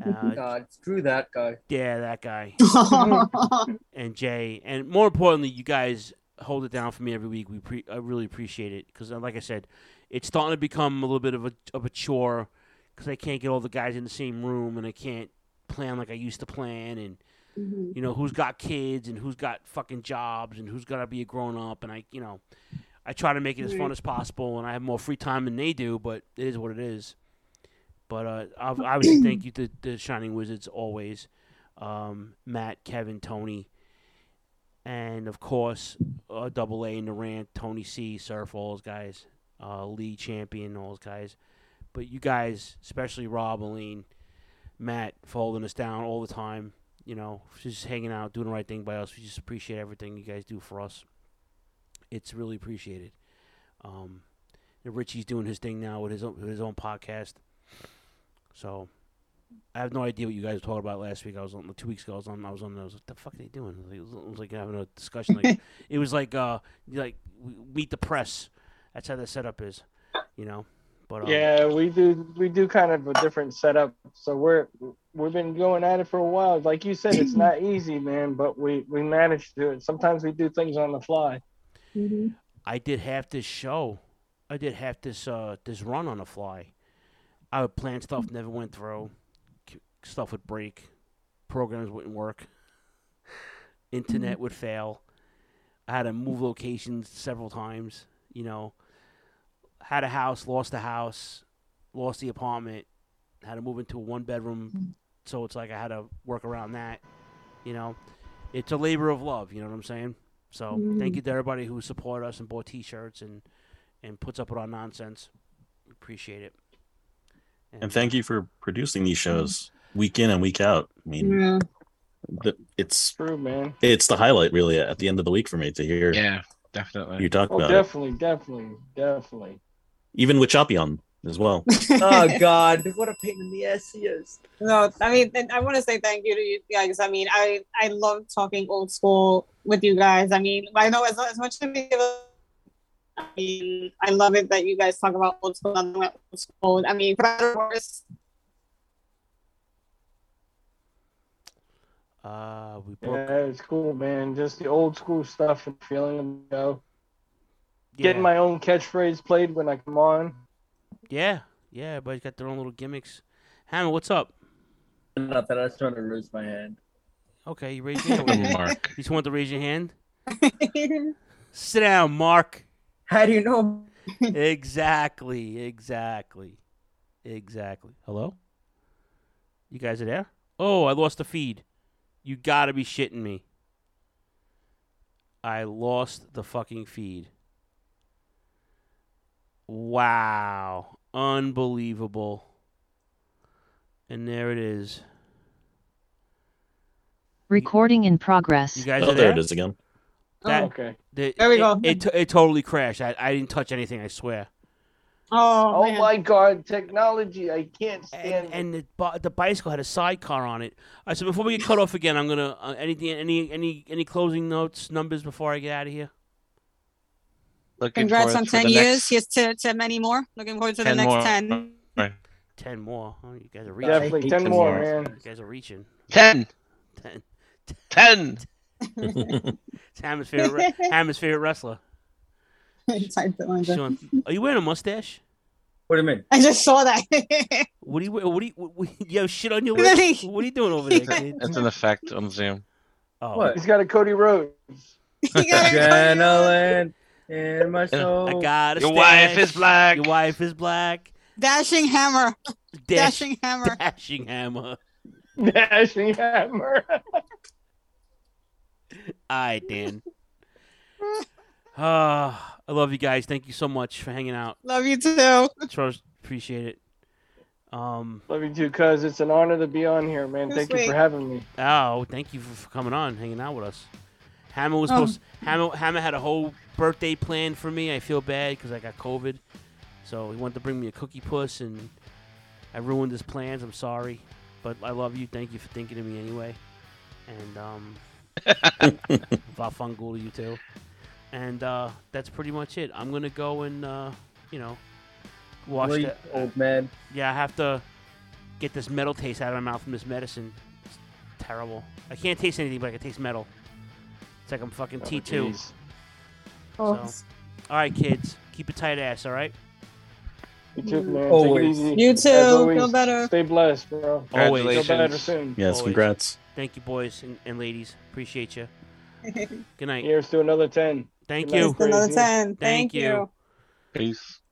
uh, God, screw that guy. yeah that guy, and Jay, and more importantly, you guys hold it down for me every week. We pre- I really appreciate it because like I said, it's starting to become a little bit of a of a chore because I can't get all the guys in the same room and I can't plan like I used to plan and you know who's got kids and who's got fucking jobs and who's got to be a grown up and i you know i try to make it as fun Right. as possible and i have more free time than they do but it is what it is but uh ob- obviously thank you to the shining wizards always um matt kevin tony and of course uh, double a in the rant tony c surf all those guys uh lee champion all those guys but you guys especially rob aline Matt for holding us down all the time. You know, just hanging out, doing the right thing by us. We just appreciate everything you guys do for us. It's really appreciated. Um, and Richie's doing his thing now with his own, with his own podcast. So I have no idea what you guys were talking about last week. I was on two weeks ago. I was on. I was on. I was like, the fuck are they doing? It was, it was like having a discussion. Like it was like uh like meet the press. That's how the setup is, you know. But um, Yeah, we do we do kind of a different setup. So we're we've been going at it for a while. Like you said, it's not easy, man, but we we manage to do it. Sometimes we do things on the fly. I did half this show. I did half this uh this run on the fly. I would plan stuff, never went through. C- Stuff would break. Programs wouldn't work. Internet would fail. I had to move locations several times. You know, had a house, lost the house, lost the apartment. Had to move into a one bedroom, so it's like I had to work around that. You know, it's a labor of love. You know what I'm saying? So thank you to everybody who support us and bought T-shirts and and puts up with our nonsense. Appreciate it. And thank you for producing these shows week in and week out. I mean, Yeah. the, it's True, man. it's the highlight really at the end of the week for me to hear. Yeah, definitely. You talk Oh, about it, definitely, definitely, definitely. even with Choppy on as well. oh God, what a pain in the ass he is. No, I mean, and I want to say thank you to you guys. I mean, I I love talking old school with you guys. I mean, I know as, as much as we give a- I mean, I love it that you guys talk about old school. and old school. I mean, for better or worse, Uh, we broke. Yeah, it's cool, man. Just the old school stuff and feeling them go. Yeah. Getting my own catchphrase played when I come on. Yeah, yeah. Everybody's got their own little gimmicks. Hammer, what's up? Not that I was trying to raise my hand. Okay, you raised your hand. Mark. You just wanted to raise your hand. Sit down, Mark. How do you know? exactly, exactly, exactly. Hello. You guys are there? Oh, I lost the feed. You gotta be shitting me. I lost the fucking feed. Wow. Unbelievable. And there it is. Recording in progress. You guys Oh, are there it is again. Oh, okay. there we go. It, it totally crashed. I, I didn't touch anything, I swear. Oh, my God, technology! I can't stand. And, and the, bi- the bicycle had a sidecar on it. All right, so before we get cut off again, I'm gonna uh, anything any any any closing notes numbers before I get out of here. Looking congrats forward on for ten the years. next Here's to, to many more. Looking forward to the 10 next more. ten. Right. Ten more. Oh, you guys are reaching. Definitely 10 more, man. You guys are reaching. Ten. Ten. Ten. it's Hammer's favorite, re- Hammer's favorite wrestler. Sean, are you wearing a mustache? What do you mean? I just saw that. What do you? What do you? What, what, you have shit on your Really? lip. What are you doing over there, kid? It's an effect on Zoom. Oh, He's got a Cody Rhodes. Adrenaline in my soul. I got Your wife is black. Your wife is black. Dashing hammer. Dash- Dashing hammer. Dashing hammer. Dashing hammer. All right, Dan. Ah, I love you guys. Thank you so much for hanging out. Love you too. Trust, appreciate it. Um, Love you too, cuz. It's an honor to be on here, man. Too Thank you sweet. for having me. oh, thank you for, for coming on, hanging out with us. Hammer was Oh. supposed. Hammer, Hammer had a whole birthday planned for me. I feel bad because I got COVID, so he wanted to bring me a cookie puss, and I ruined his plans. I'm sorry, but I love you. Thank you for thinking of me anyway, and um, Vafangul to you too. And uh, that's pretty much it. I'm gonna go and uh, you know wash Great that old man. Yeah, I have to get this metal taste out of my mouth from this medicine. It's terrible. I can't taste anything, but I can taste metal. It's like I'm fucking Oh, T2. jeez. So, all right, kids, keep a tight ass. All right. You too, man. Always. Take it easy. You As too. always, Feel better. Stay blessed, bro. Always. Feel better soon. Yes, Always. congrats. Thank you, boys and, and ladies. Appreciate you. Good night. Here's to another 10. Thank Good night, you. Here's to another 10. Thank Thank you. you. Peace.